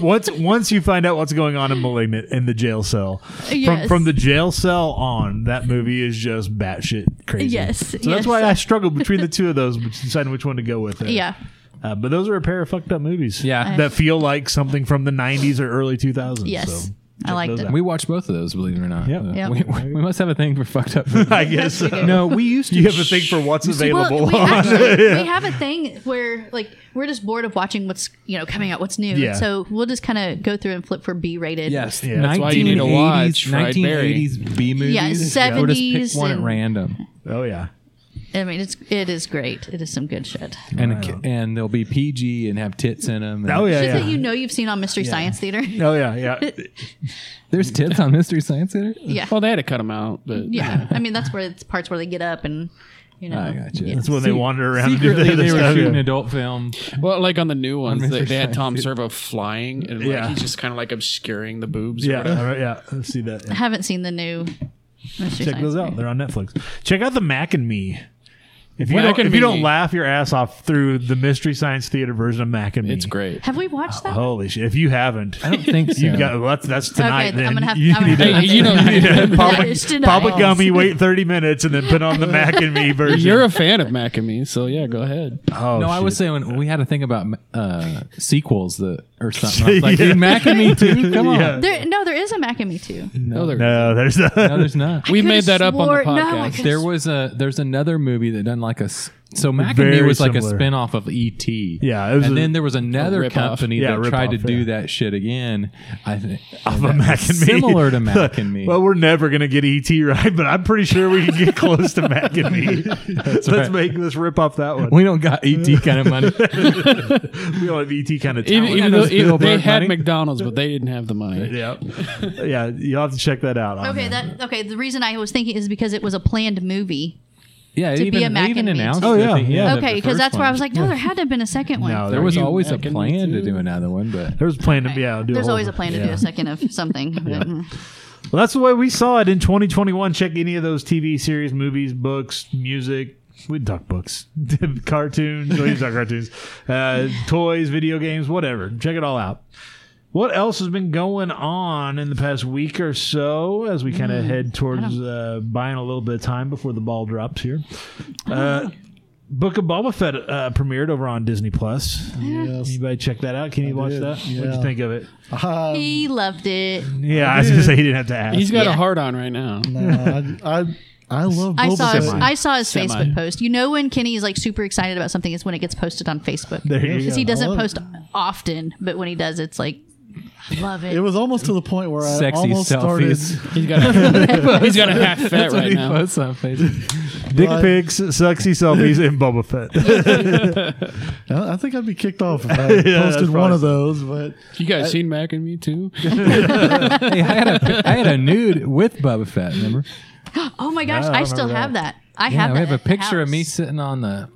Speaker 1: once once you find out what's going on in Malignant in the jail cell, from
Speaker 2: Yes.
Speaker 1: from the jail cell on, that movie is just batshit crazy.
Speaker 2: Yes,
Speaker 1: so
Speaker 2: yes.
Speaker 1: that's why I struggled between the two of those, but deciding which one to go with. there.
Speaker 2: Yeah,
Speaker 1: Uh, but those are a pair of fucked up movies.
Speaker 3: Yeah.
Speaker 1: That feel like something from the 90s or early 2000s.
Speaker 2: yes,
Speaker 1: So
Speaker 2: I liked
Speaker 1: those
Speaker 2: it.
Speaker 1: out.
Speaker 3: we watched both of those. Believe it or not.
Speaker 1: Yep.
Speaker 3: Uh,
Speaker 2: Yep.
Speaker 3: We, we- we must have a thing for fucked up. movies.
Speaker 1: I guess so.
Speaker 3: no, we used to.
Speaker 1: You have a thing for what's available.
Speaker 2: Well, we, actually, we have a thing where like we're just bored of watching what's you know coming out, what's new.
Speaker 1: Yeah.
Speaker 2: So we'll just kind of go through and flip for B rated.
Speaker 3: Yes,
Speaker 1: Yeah, that's
Speaker 5: why you need to watch
Speaker 3: 1980s
Speaker 5: Fried Berry.
Speaker 3: 1980s B movies.
Speaker 2: Yeah,
Speaker 3: Or just
Speaker 2: 70s
Speaker 3: pick one at
Speaker 2: and-
Speaker 3: random,
Speaker 1: oh, yeah.
Speaker 2: I mean it's it is great. It is some good shit.
Speaker 3: and and they'll be PG and have tits in them.
Speaker 1: Oh, yeah.
Speaker 2: Shit
Speaker 1: yeah.
Speaker 2: that you know you've seen on Mystery Science Theater.
Speaker 1: Oh yeah, yeah.
Speaker 3: there's tits on Mystery Science Theater.
Speaker 2: Yeah,
Speaker 5: Well, they had to cut them out, but
Speaker 2: yeah. I mean that's where it's parts where they get up and you know.
Speaker 3: I gotcha.
Speaker 2: Yeah.
Speaker 1: That's when they wander around. and
Speaker 3: Secretly,
Speaker 1: do their
Speaker 3: they were
Speaker 1: stuff.
Speaker 3: shooting adult film.
Speaker 5: Well, like on the new ones,
Speaker 3: Mr.
Speaker 5: they, they had
Speaker 3: Science
Speaker 5: Tom
Speaker 3: Theater.
Speaker 5: Servo flying, and like,
Speaker 1: Yeah.
Speaker 5: he's just kind of like obscuring the boobs. or
Speaker 1: Yeah,
Speaker 5: whatever.
Speaker 1: all right, yeah. Let's see that.
Speaker 2: I haven't seen the new. Mystery
Speaker 1: Check
Speaker 2: Science
Speaker 1: those out.
Speaker 2: Theater.
Speaker 1: They're on Netflix. Check out the Mac and Me. If you,
Speaker 5: Mac
Speaker 1: don't,
Speaker 5: and
Speaker 1: if you
Speaker 5: Me.
Speaker 1: don't laugh your ass off through the Mystery Science Theater version of Mac and Me,
Speaker 5: it's great.
Speaker 2: Have we watched that?
Speaker 1: Holy shit! If you haven't,
Speaker 3: I don't think so.
Speaker 1: you got well, that's that's tonight.
Speaker 2: I'm
Speaker 1: then
Speaker 2: gonna have-
Speaker 1: you
Speaker 2: I'm
Speaker 1: need
Speaker 2: gonna
Speaker 5: Hey,
Speaker 2: have
Speaker 1: to
Speaker 5: you know,
Speaker 1: pop,
Speaker 2: That is
Speaker 1: a,
Speaker 2: tonight.
Speaker 1: pop a gummy, wait thirty minutes, and then put on the Mac and Me version.
Speaker 5: you're a fan of Mac and Me, so yeah, go ahead.
Speaker 1: oh,
Speaker 3: no, I
Speaker 1: shit.
Speaker 3: was saying when we had a thing about uh, sequels that or something. I was like,
Speaker 1: Yeah.
Speaker 3: "Dude, Mac and Me too. Come on,
Speaker 1: Yeah.
Speaker 2: There, no, there is a Mac and Me too.
Speaker 5: No, there-
Speaker 1: No, there's not.
Speaker 3: no, there's not.
Speaker 5: we
Speaker 2: could've
Speaker 5: made that up on the
Speaker 2: swore- no, I
Speaker 5: podcast.
Speaker 2: could've
Speaker 3: There was a there's another movie that done like a s- so Mac and Me
Speaker 1: Very
Speaker 3: was like
Speaker 1: similar.
Speaker 3: a spinoff of ET.
Speaker 1: Yeah, it was
Speaker 3: and
Speaker 1: a-
Speaker 3: then there was another
Speaker 5: ripoff.
Speaker 3: company
Speaker 1: Yeah,
Speaker 3: that tried to
Speaker 1: ripoff,
Speaker 3: do
Speaker 1: yeah.
Speaker 3: that shit again. I think
Speaker 1: Of a Mac and Me.
Speaker 3: similar to Mac and Me.
Speaker 1: well, we're never gonna get ET right, but I'm pretty sure we can get close to Mac and Me. let's
Speaker 3: right.
Speaker 1: make let's rip off that one.
Speaker 3: we don't got ET kind of money.
Speaker 1: We don't have ET kind of
Speaker 5: even,
Speaker 1: talent.
Speaker 5: even though
Speaker 3: got those
Speaker 5: even- they
Speaker 3: Spielberg
Speaker 5: had
Speaker 3: money.
Speaker 5: McDonald's, but they didn't have the money.
Speaker 1: yeah, yeah. You'll have to check that out. on
Speaker 2: Okay,
Speaker 1: there.
Speaker 2: that okay. The reason I was thinking is because it was a planned movie.
Speaker 3: Yeah,
Speaker 2: To be
Speaker 3: even,
Speaker 2: a Mac
Speaker 3: they even
Speaker 2: and Me
Speaker 3: announced.
Speaker 2: too.
Speaker 1: Oh,
Speaker 3: it
Speaker 1: yeah,
Speaker 3: at the end
Speaker 1: yeah.
Speaker 3: of the
Speaker 2: Okay, because
Speaker 3: first
Speaker 2: that's where I
Speaker 3: one.
Speaker 2: was like, no, there had to have been a second one.
Speaker 1: No,
Speaker 3: There was
Speaker 1: you-
Speaker 3: always a
Speaker 5: Mac and Me
Speaker 3: plan to
Speaker 5: too.
Speaker 3: do another one, but
Speaker 1: There was a plan to be out. do a
Speaker 2: There's
Speaker 1: whole
Speaker 2: always a
Speaker 1: bunch.
Speaker 2: plan to do
Speaker 1: Yeah.
Speaker 2: a second of something. but, mm.
Speaker 1: Well, that's the way we saw it in 2021. Check any of those TV series, movies, books, music. We didn't talk books, cartoons. We didn't talk cartoons, uh, toys, video games, whatever. Check it all out. What else has been going on in the past week or so as we kind of head towards uh, buying a little bit of time before the ball drops here? Uh, Book of Boba Fett uh, premiered over on Disney Plus.
Speaker 4: Yes.
Speaker 1: Anybody check that out? Can you watch
Speaker 4: did,
Speaker 1: that? What'd
Speaker 4: yeah.
Speaker 1: you think of it?
Speaker 4: Uh,
Speaker 2: He loved it.
Speaker 1: Yeah, I was gonna say he didn't have to ask.
Speaker 5: He's got a
Speaker 2: Yeah.
Speaker 5: hard on right now.
Speaker 4: no, I, I, I love
Speaker 2: I
Speaker 4: Boba
Speaker 2: saw his,
Speaker 4: Fett.
Speaker 2: I saw his
Speaker 5: Semi.
Speaker 2: Facebook post. You know when Kenny is like super excited about something is when it gets posted on Facebook.
Speaker 1: There you
Speaker 2: Because
Speaker 1: go.
Speaker 2: he
Speaker 4: I
Speaker 2: doesn't
Speaker 4: love
Speaker 2: post often, but when he does, it's like I love it.
Speaker 4: It was almost to the point where I
Speaker 3: sexy
Speaker 4: almost
Speaker 3: selfies.
Speaker 4: started.
Speaker 5: He's got a, he's got a half fat right
Speaker 3: He
Speaker 5: now.
Speaker 3: posts on Facebook.
Speaker 1: Dick
Speaker 4: Right.
Speaker 1: pics, sexy selfies, and Boba Fett.
Speaker 4: I I think I'd be kicked off if I posted one
Speaker 1: probably-
Speaker 4: of those, but
Speaker 5: You guys seen Mac and Me too?
Speaker 3: Hey, I had a I had a nude with Boba Fett. Remember?
Speaker 2: oh my gosh,
Speaker 1: I
Speaker 2: I,
Speaker 1: remember
Speaker 2: still have that. I
Speaker 3: Yeah,
Speaker 2: have.
Speaker 3: we
Speaker 2: that
Speaker 3: have a
Speaker 2: at the
Speaker 3: picture of me
Speaker 2: house.
Speaker 3: sitting on the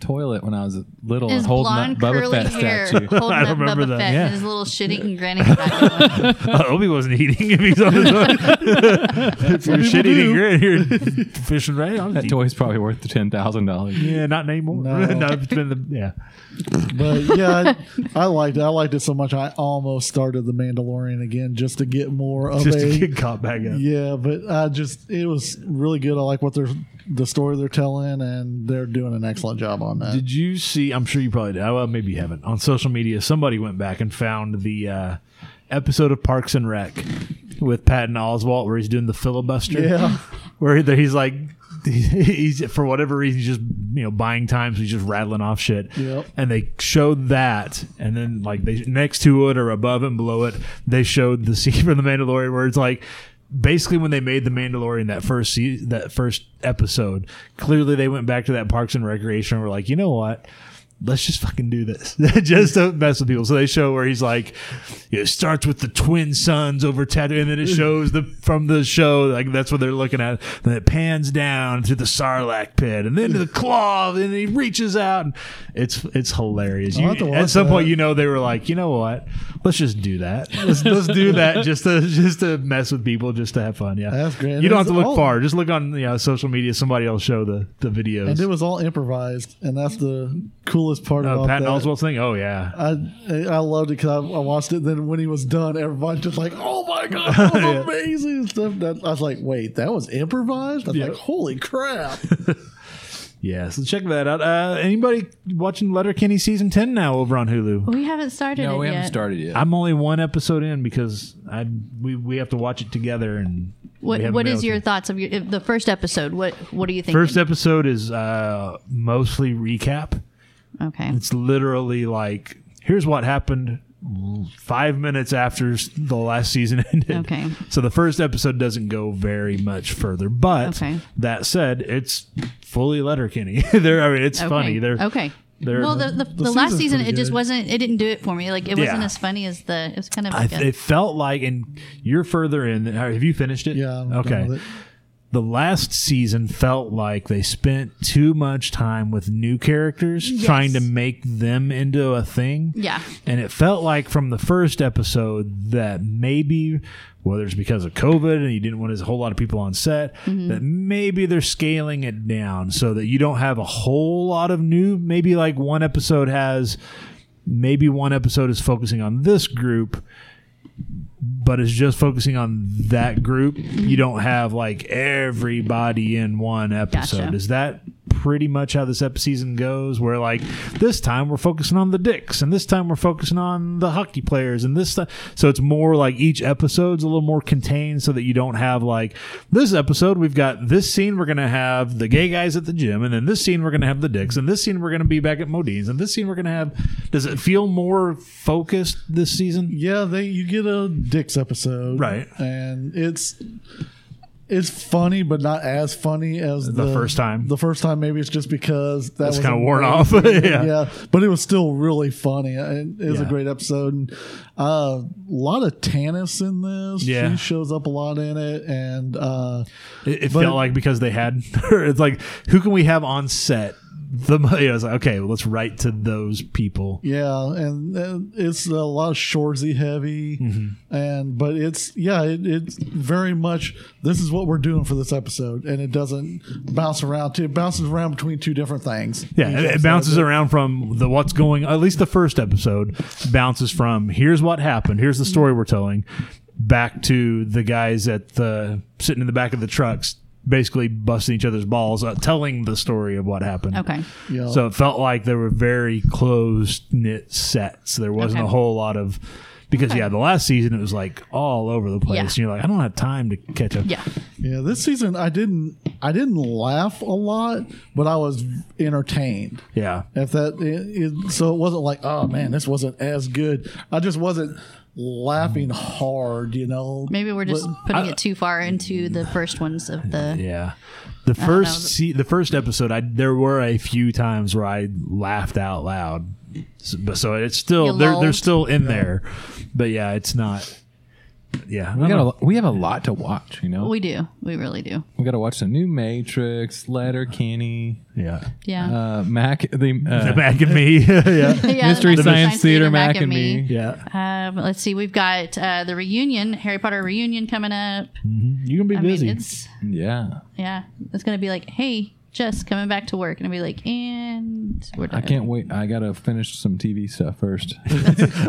Speaker 3: toilet when I was little
Speaker 2: His
Speaker 3: and holding
Speaker 2: blonde
Speaker 3: that Bubba
Speaker 2: curly
Speaker 3: Fett
Speaker 2: hair,
Speaker 3: statue.
Speaker 2: holding
Speaker 1: I
Speaker 2: up
Speaker 1: remember
Speaker 2: Bubba
Speaker 1: that,
Speaker 2: Fett
Speaker 1: yeah.
Speaker 2: and his little shitting and granny. back on.
Speaker 1: I hope he wasn't eating if he's on the toilet. if you're shit eating, you're, you're fishing right on
Speaker 3: That
Speaker 1: deep.
Speaker 3: toy's probably worth the ten thousand dollars.
Speaker 1: Yeah, not anymore.
Speaker 4: No.
Speaker 1: No, it's been the- yeah.
Speaker 4: But yeah, I, I liked it. I liked it so much. I almost started The Mandalorian again just to get more of
Speaker 1: Just
Speaker 4: a.
Speaker 1: to get caught back up.
Speaker 4: Yeah, but I just it was really good. I like what they're the story they're telling, and they're doing an excellent job on that.
Speaker 1: Did you see? I'm sure you probably did. Oh, Well, maybe you haven't. On social media, somebody went back and found the uh, episode of Parks and Rec with Patton Oswalt where he's doing the filibuster.
Speaker 4: yeah,
Speaker 1: Where he- he's like, he's for whatever reason, he's just you know buying time, so he's just rattling off shit.
Speaker 4: Yep.
Speaker 1: And they showed that, and then like they next to it or above and below it, they showed the scene from the Mandalorian where it's like. Basically, when they made the Mandalorian that first se- that first episode, clearly they went back to that Parks and Recreation and were like, you know what? let's just fucking do this just to mess with people so they show where he's like it starts with the twin sons over tattoo and then it shows the from the show like that's what they're looking at then it pans down to the sarlacc pit and then to the claw and he reaches out and it's it's hilarious
Speaker 4: I'll
Speaker 1: You-
Speaker 4: have to
Speaker 1: at
Speaker 4: watch
Speaker 1: some point
Speaker 4: that.
Speaker 1: you know they were like you know what let's just do that let's, let's do that just to just to mess with people just to have fun yeah
Speaker 4: That's great.
Speaker 1: you don't have to
Speaker 4: It's
Speaker 1: look
Speaker 4: all-
Speaker 1: far just look on you know social media somebody will show the the videos
Speaker 4: and it was all improvised, and that's the coolest part
Speaker 1: uh,
Speaker 4: about
Speaker 1: Patton
Speaker 4: that.
Speaker 1: Oswalt's thing oh yeah
Speaker 4: I I loved it because I, I watched it. Then when he was done, everybody just like, "Oh my god, that was amazing!" and stuff. That, I was like, "Wait, that was improvised." I was like, "Holy crap!"
Speaker 1: Yeah, so check that out. Uh, anybody watching Letterkenny season ten now over on Hulu?
Speaker 2: we haven't started.
Speaker 3: No,
Speaker 2: it
Speaker 3: we haven't
Speaker 2: yet.
Speaker 3: started yet.
Speaker 1: I'm only one episode in because I we, we have to watch it together. And we
Speaker 2: What
Speaker 1: haven't
Speaker 2: What
Speaker 1: been
Speaker 2: is
Speaker 1: able
Speaker 2: your
Speaker 1: to.
Speaker 2: thoughts of your, if the first episode? What What do you think?
Speaker 1: first episode? Is uh, mostly recap.
Speaker 2: okay.
Speaker 1: It's literally like here's what happened five minutes after s- the last season ended.
Speaker 2: Okay.
Speaker 1: So the first episode doesn't go very much further. But
Speaker 2: Okay.
Speaker 1: that said, it's fully Letterkenny. They're I mean it's
Speaker 2: Okay.
Speaker 1: funny. They're
Speaker 2: okay.
Speaker 1: they're-
Speaker 2: well, the the, the, last
Speaker 4: season's
Speaker 2: season
Speaker 4: pretty
Speaker 2: it just
Speaker 4: good.
Speaker 2: wasn't. It didn't do it for me. Like it wasn't
Speaker 1: Yeah.
Speaker 2: as funny as the. It was kind of.
Speaker 1: I,
Speaker 2: Like a-
Speaker 1: it felt like, and you're further in. than- Have you finished it?
Speaker 4: Yeah. I'm done
Speaker 1: okay.
Speaker 4: with it.
Speaker 1: The last season felt like they spent too much time with new characters, trying to make them into a thing.
Speaker 2: Yeah.
Speaker 1: And it felt like from the first episode that maybe, whether it's because of COVID and you didn't want a whole lot of people on set, that maybe they're scaling it down so that you don't have a whole lot of new. Maybe like one episode has, maybe one episode is focusing on this group, but it's just focusing on that group. You don't have like everybody in one episode.
Speaker 2: Gotcha.
Speaker 1: Is that pretty much how this ep season goes? Where like this time we're focusing on the dicks, and this time we're focusing on the hockey players, and this stuff. So it's more like each episode's a little more contained, so that you don't have like this episode we've got this scene we're gonna have the gay guys at the gym, and then this scene we're gonna have the dicks, and this scene we're gonna be back at Modine's, and this scene we're gonna have. Does it feel more focused this season?
Speaker 4: Yeah, they you get a Dick's episode,
Speaker 1: Right.
Speaker 4: And it's it's funny, but not as funny as the,
Speaker 1: first time.
Speaker 4: The first time, maybe it's just because that
Speaker 1: It's
Speaker 4: was
Speaker 1: kind of
Speaker 4: a-
Speaker 1: worn off. yeah.
Speaker 4: Yeah, but it was still really funny. It it was
Speaker 1: Yeah.
Speaker 4: a great episode. And, uh, a lot of Tannis in this.
Speaker 1: Yeah.
Speaker 4: She shows up a lot in it, and uh,
Speaker 1: It, it
Speaker 4: But-
Speaker 1: felt like because they had, it's like, who can we have on set? The mo- yeah, I was like, okay, well, let's write to those people.
Speaker 4: Yeah, and, and it's a lot of shoresy heavy,
Speaker 1: Mm-hmm.
Speaker 4: and but it's yeah, it, it's very much this is what we're doing for this episode, and it doesn't bounce around. It bounces around between two different things.
Speaker 1: Yeah, it, it bounces around from the what's going. At least the first episode bounces from here's what happened, here's the story we're telling, back to the guys at the sitting in the back of the trucks, basically busting each other's balls, uh, telling the story of what happened.
Speaker 2: okay.
Speaker 4: Yeah.
Speaker 1: So it felt like there were very close knit sets. There wasn't
Speaker 2: Okay.
Speaker 1: a whole lot of because
Speaker 2: Okay.
Speaker 1: yeah, the last season it was like all over the place.
Speaker 2: Yeah.
Speaker 1: And you're like, I don't have time to catch up.
Speaker 2: Yeah.
Speaker 4: yeah, this season I didn't I didn't laugh a lot, but I was entertained.
Speaker 1: Yeah.
Speaker 4: If that it, it, so, it wasn't like oh man, this wasn't as good. I just wasn't laughing hard, you know.
Speaker 2: Maybe we're just putting it too far into the first ones of the.
Speaker 1: Yeah. The first se- the first episode, I there were a few times where I laughed out loud. So, but so it's still
Speaker 2: You
Speaker 1: they're they're
Speaker 2: lulled.
Speaker 1: still in there. But yeah, it's not yeah.
Speaker 3: We got a, we have a lot to watch. You know, we,
Speaker 2: We do. We really do.
Speaker 3: got to watch some new Matrix, Letter Kenny,
Speaker 1: yeah.
Speaker 2: Yeah.
Speaker 3: uh, Mac, the uh,
Speaker 1: Back at me. yeah.
Speaker 2: yeah
Speaker 3: Mystery
Speaker 2: the
Speaker 3: Science Theater, Mac and Me.
Speaker 1: Yeah.
Speaker 2: Um, let's see. We've got uh, the reunion, Harry Potter reunion coming up.
Speaker 1: You're going to
Speaker 2: I
Speaker 1: be busy.
Speaker 2: mean, it's
Speaker 3: Yeah,
Speaker 2: yeah, it's gonna be like, hey, Jess, coming back to work, and I'll be like, and we're done.
Speaker 3: I can't wait. I gotta finish some TV stuff first.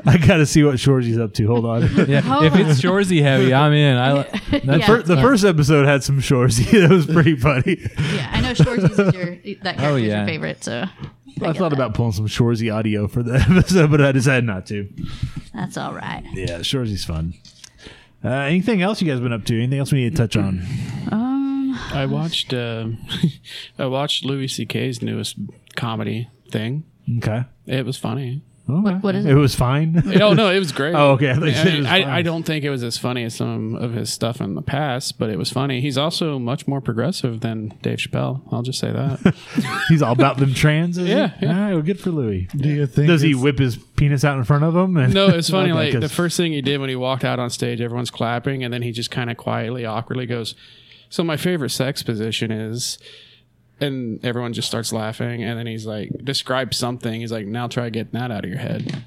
Speaker 1: I got to see what Shorzy's up to. Hold on.
Speaker 3: Yeah,
Speaker 2: Hold
Speaker 3: if it's Shorzy heavy, I'm in. I that's
Speaker 2: Yeah.
Speaker 1: Fir- the first episode had some Shorzy. that was pretty funny.
Speaker 2: Yeah, I know Shorty's is your that character is
Speaker 3: yeah.
Speaker 2: your favorite. So
Speaker 1: I thought about pulling some Shorzy audio for the episode, but I decided not to.
Speaker 2: that's all right.
Speaker 1: Yeah, Shorzy's fun. Uh, anything else you guys been up to? Anything else we need to touch on?
Speaker 5: I watched uh, I watched Louis C.K.'s newest comedy thing.
Speaker 1: Okay.
Speaker 5: It was funny.
Speaker 1: What,
Speaker 2: what is
Speaker 1: it?
Speaker 2: it?
Speaker 1: was fine.
Speaker 5: Oh no, it was great.
Speaker 1: Oh, okay. I thought you
Speaker 5: Mm-hmm. I,
Speaker 1: said it was
Speaker 5: I,
Speaker 1: fine.
Speaker 5: I don't think it was as funny as some of his stuff in the past, but it was funny. He's also much more progressive than Dave Chappelle. I'll just say that.
Speaker 1: He's all about them trans. Is
Speaker 5: Yeah,
Speaker 1: He?
Speaker 5: yeah.
Speaker 1: All right, well, good for Louis.
Speaker 4: Do you think
Speaker 1: Does he
Speaker 4: it's-
Speaker 1: whip his penis out in front of him? And
Speaker 5: no, it's funny.
Speaker 1: Okay,
Speaker 5: like the
Speaker 1: 'cause-
Speaker 5: first thing he did when he walked out on stage, everyone's clapping, and then he just kind of quietly, awkwardly goes, "So my favorite sex position is." And everyone just starts laughing, and then he's like, "Describe something." He's like, "Now try getting that out of your head."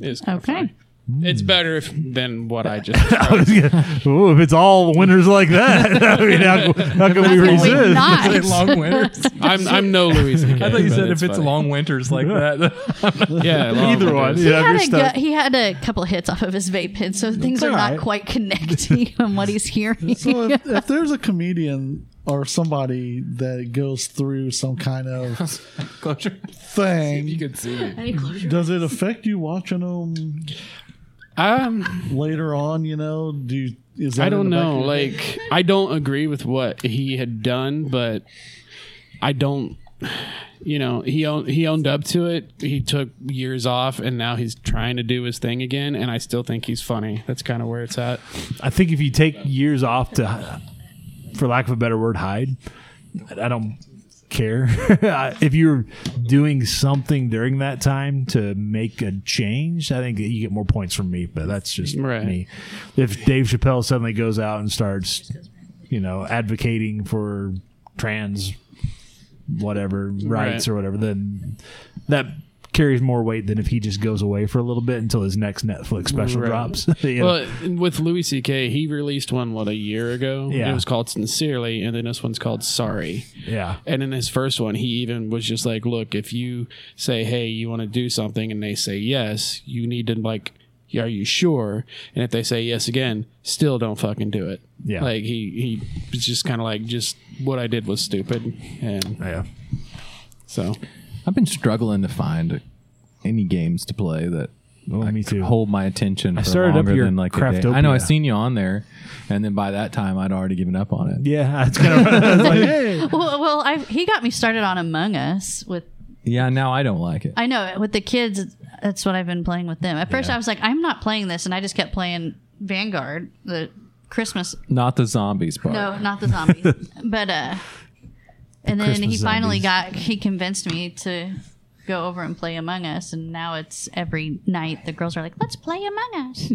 Speaker 5: It's kinda
Speaker 2: Okay.
Speaker 5: funny. It's
Speaker 3: Hmm.
Speaker 5: better if, than what I just.
Speaker 1: I was gonna- Ooh, if it's all winners like that, I mean, how, how can we
Speaker 2: Absolutely
Speaker 1: resist?
Speaker 2: Oh, not.
Speaker 3: long winters.
Speaker 5: I'm I'm no Louis. CK,
Speaker 3: I thought you
Speaker 5: but
Speaker 3: said if it's
Speaker 5: funny.
Speaker 3: long winters like that.
Speaker 5: yeah, long
Speaker 1: Either one.
Speaker 5: windows.
Speaker 1: Yeah,
Speaker 2: He
Speaker 1: good
Speaker 2: had, a
Speaker 1: stuff.
Speaker 2: gu- he had a couple of hits off of his vape pen, so things
Speaker 1: all
Speaker 2: are not
Speaker 1: right.
Speaker 2: quite connecting on what he's hearing.
Speaker 4: So if, if there's a comedian or somebody that goes through some kind of
Speaker 3: Closure.
Speaker 4: thing,
Speaker 3: could see it.
Speaker 2: Any closure?
Speaker 4: does it affect you watching them
Speaker 5: Um,
Speaker 4: later on? You know, do you, is that
Speaker 5: I
Speaker 4: in
Speaker 5: don't
Speaker 4: the back of
Speaker 5: know.
Speaker 4: your-
Speaker 5: Like, I don't agree with what he had done, but I don't. You know, he owned, he owned up to it. He took years off, and now he's trying to do his thing again. And I still think he's funny. That's kind of where it's at.
Speaker 1: I think if you take years off to, for lack of a better word, hide, I don't care. if you're doing something during that time to make a change, I think you get more points from me, but that's just
Speaker 5: Right.
Speaker 1: me. If Dave Chappelle suddenly goes out and starts, you know, advocating for trans whatever rights
Speaker 5: Right.
Speaker 1: or whatever, then that carries more weight than if he just goes away for a little bit until his next Netflix special
Speaker 5: Right.
Speaker 1: drops. You know?
Speaker 5: Well, with Louis C.K., he released one what a year ago.
Speaker 1: Yeah.
Speaker 5: it was called Sincerely, and then this one's called Sorry.
Speaker 1: yeah.
Speaker 5: And in his first one, he even was just like, "Look, if you say, hey, you want to do something,' and they say yes, you need to like, are you sure? And if they say yes again, still don't fucking do it.
Speaker 1: Yeah.
Speaker 5: Like he he was just kind of like, just what I did was stupid, and
Speaker 1: Yeah.
Speaker 5: so
Speaker 3: I've been struggling to find any games to play that
Speaker 1: Well, Oh, me too.
Speaker 3: hold my attention. I
Speaker 1: started up
Speaker 3: longer
Speaker 1: your
Speaker 3: than like a day.
Speaker 1: Craftopia.
Speaker 3: I know I seen you on there, and then by that time I'd already given up on it.
Speaker 1: yeah, it's kind of
Speaker 2: Well, well I, he got me started on Among Us with
Speaker 3: Yeah, now I don't like it.
Speaker 2: I know with the kids. That's what I've been playing with them. At first, I was like, I'm not playing this, and I just kept playing Vanguard, the Christmas
Speaker 3: Not the zombies part.
Speaker 2: No, not the zombies. but uh and then
Speaker 1: Christmas
Speaker 2: he finally
Speaker 1: zombies.
Speaker 2: got he convinced me to go over and play Among Us and now it's every night the girls are like, "Let's play Among Us."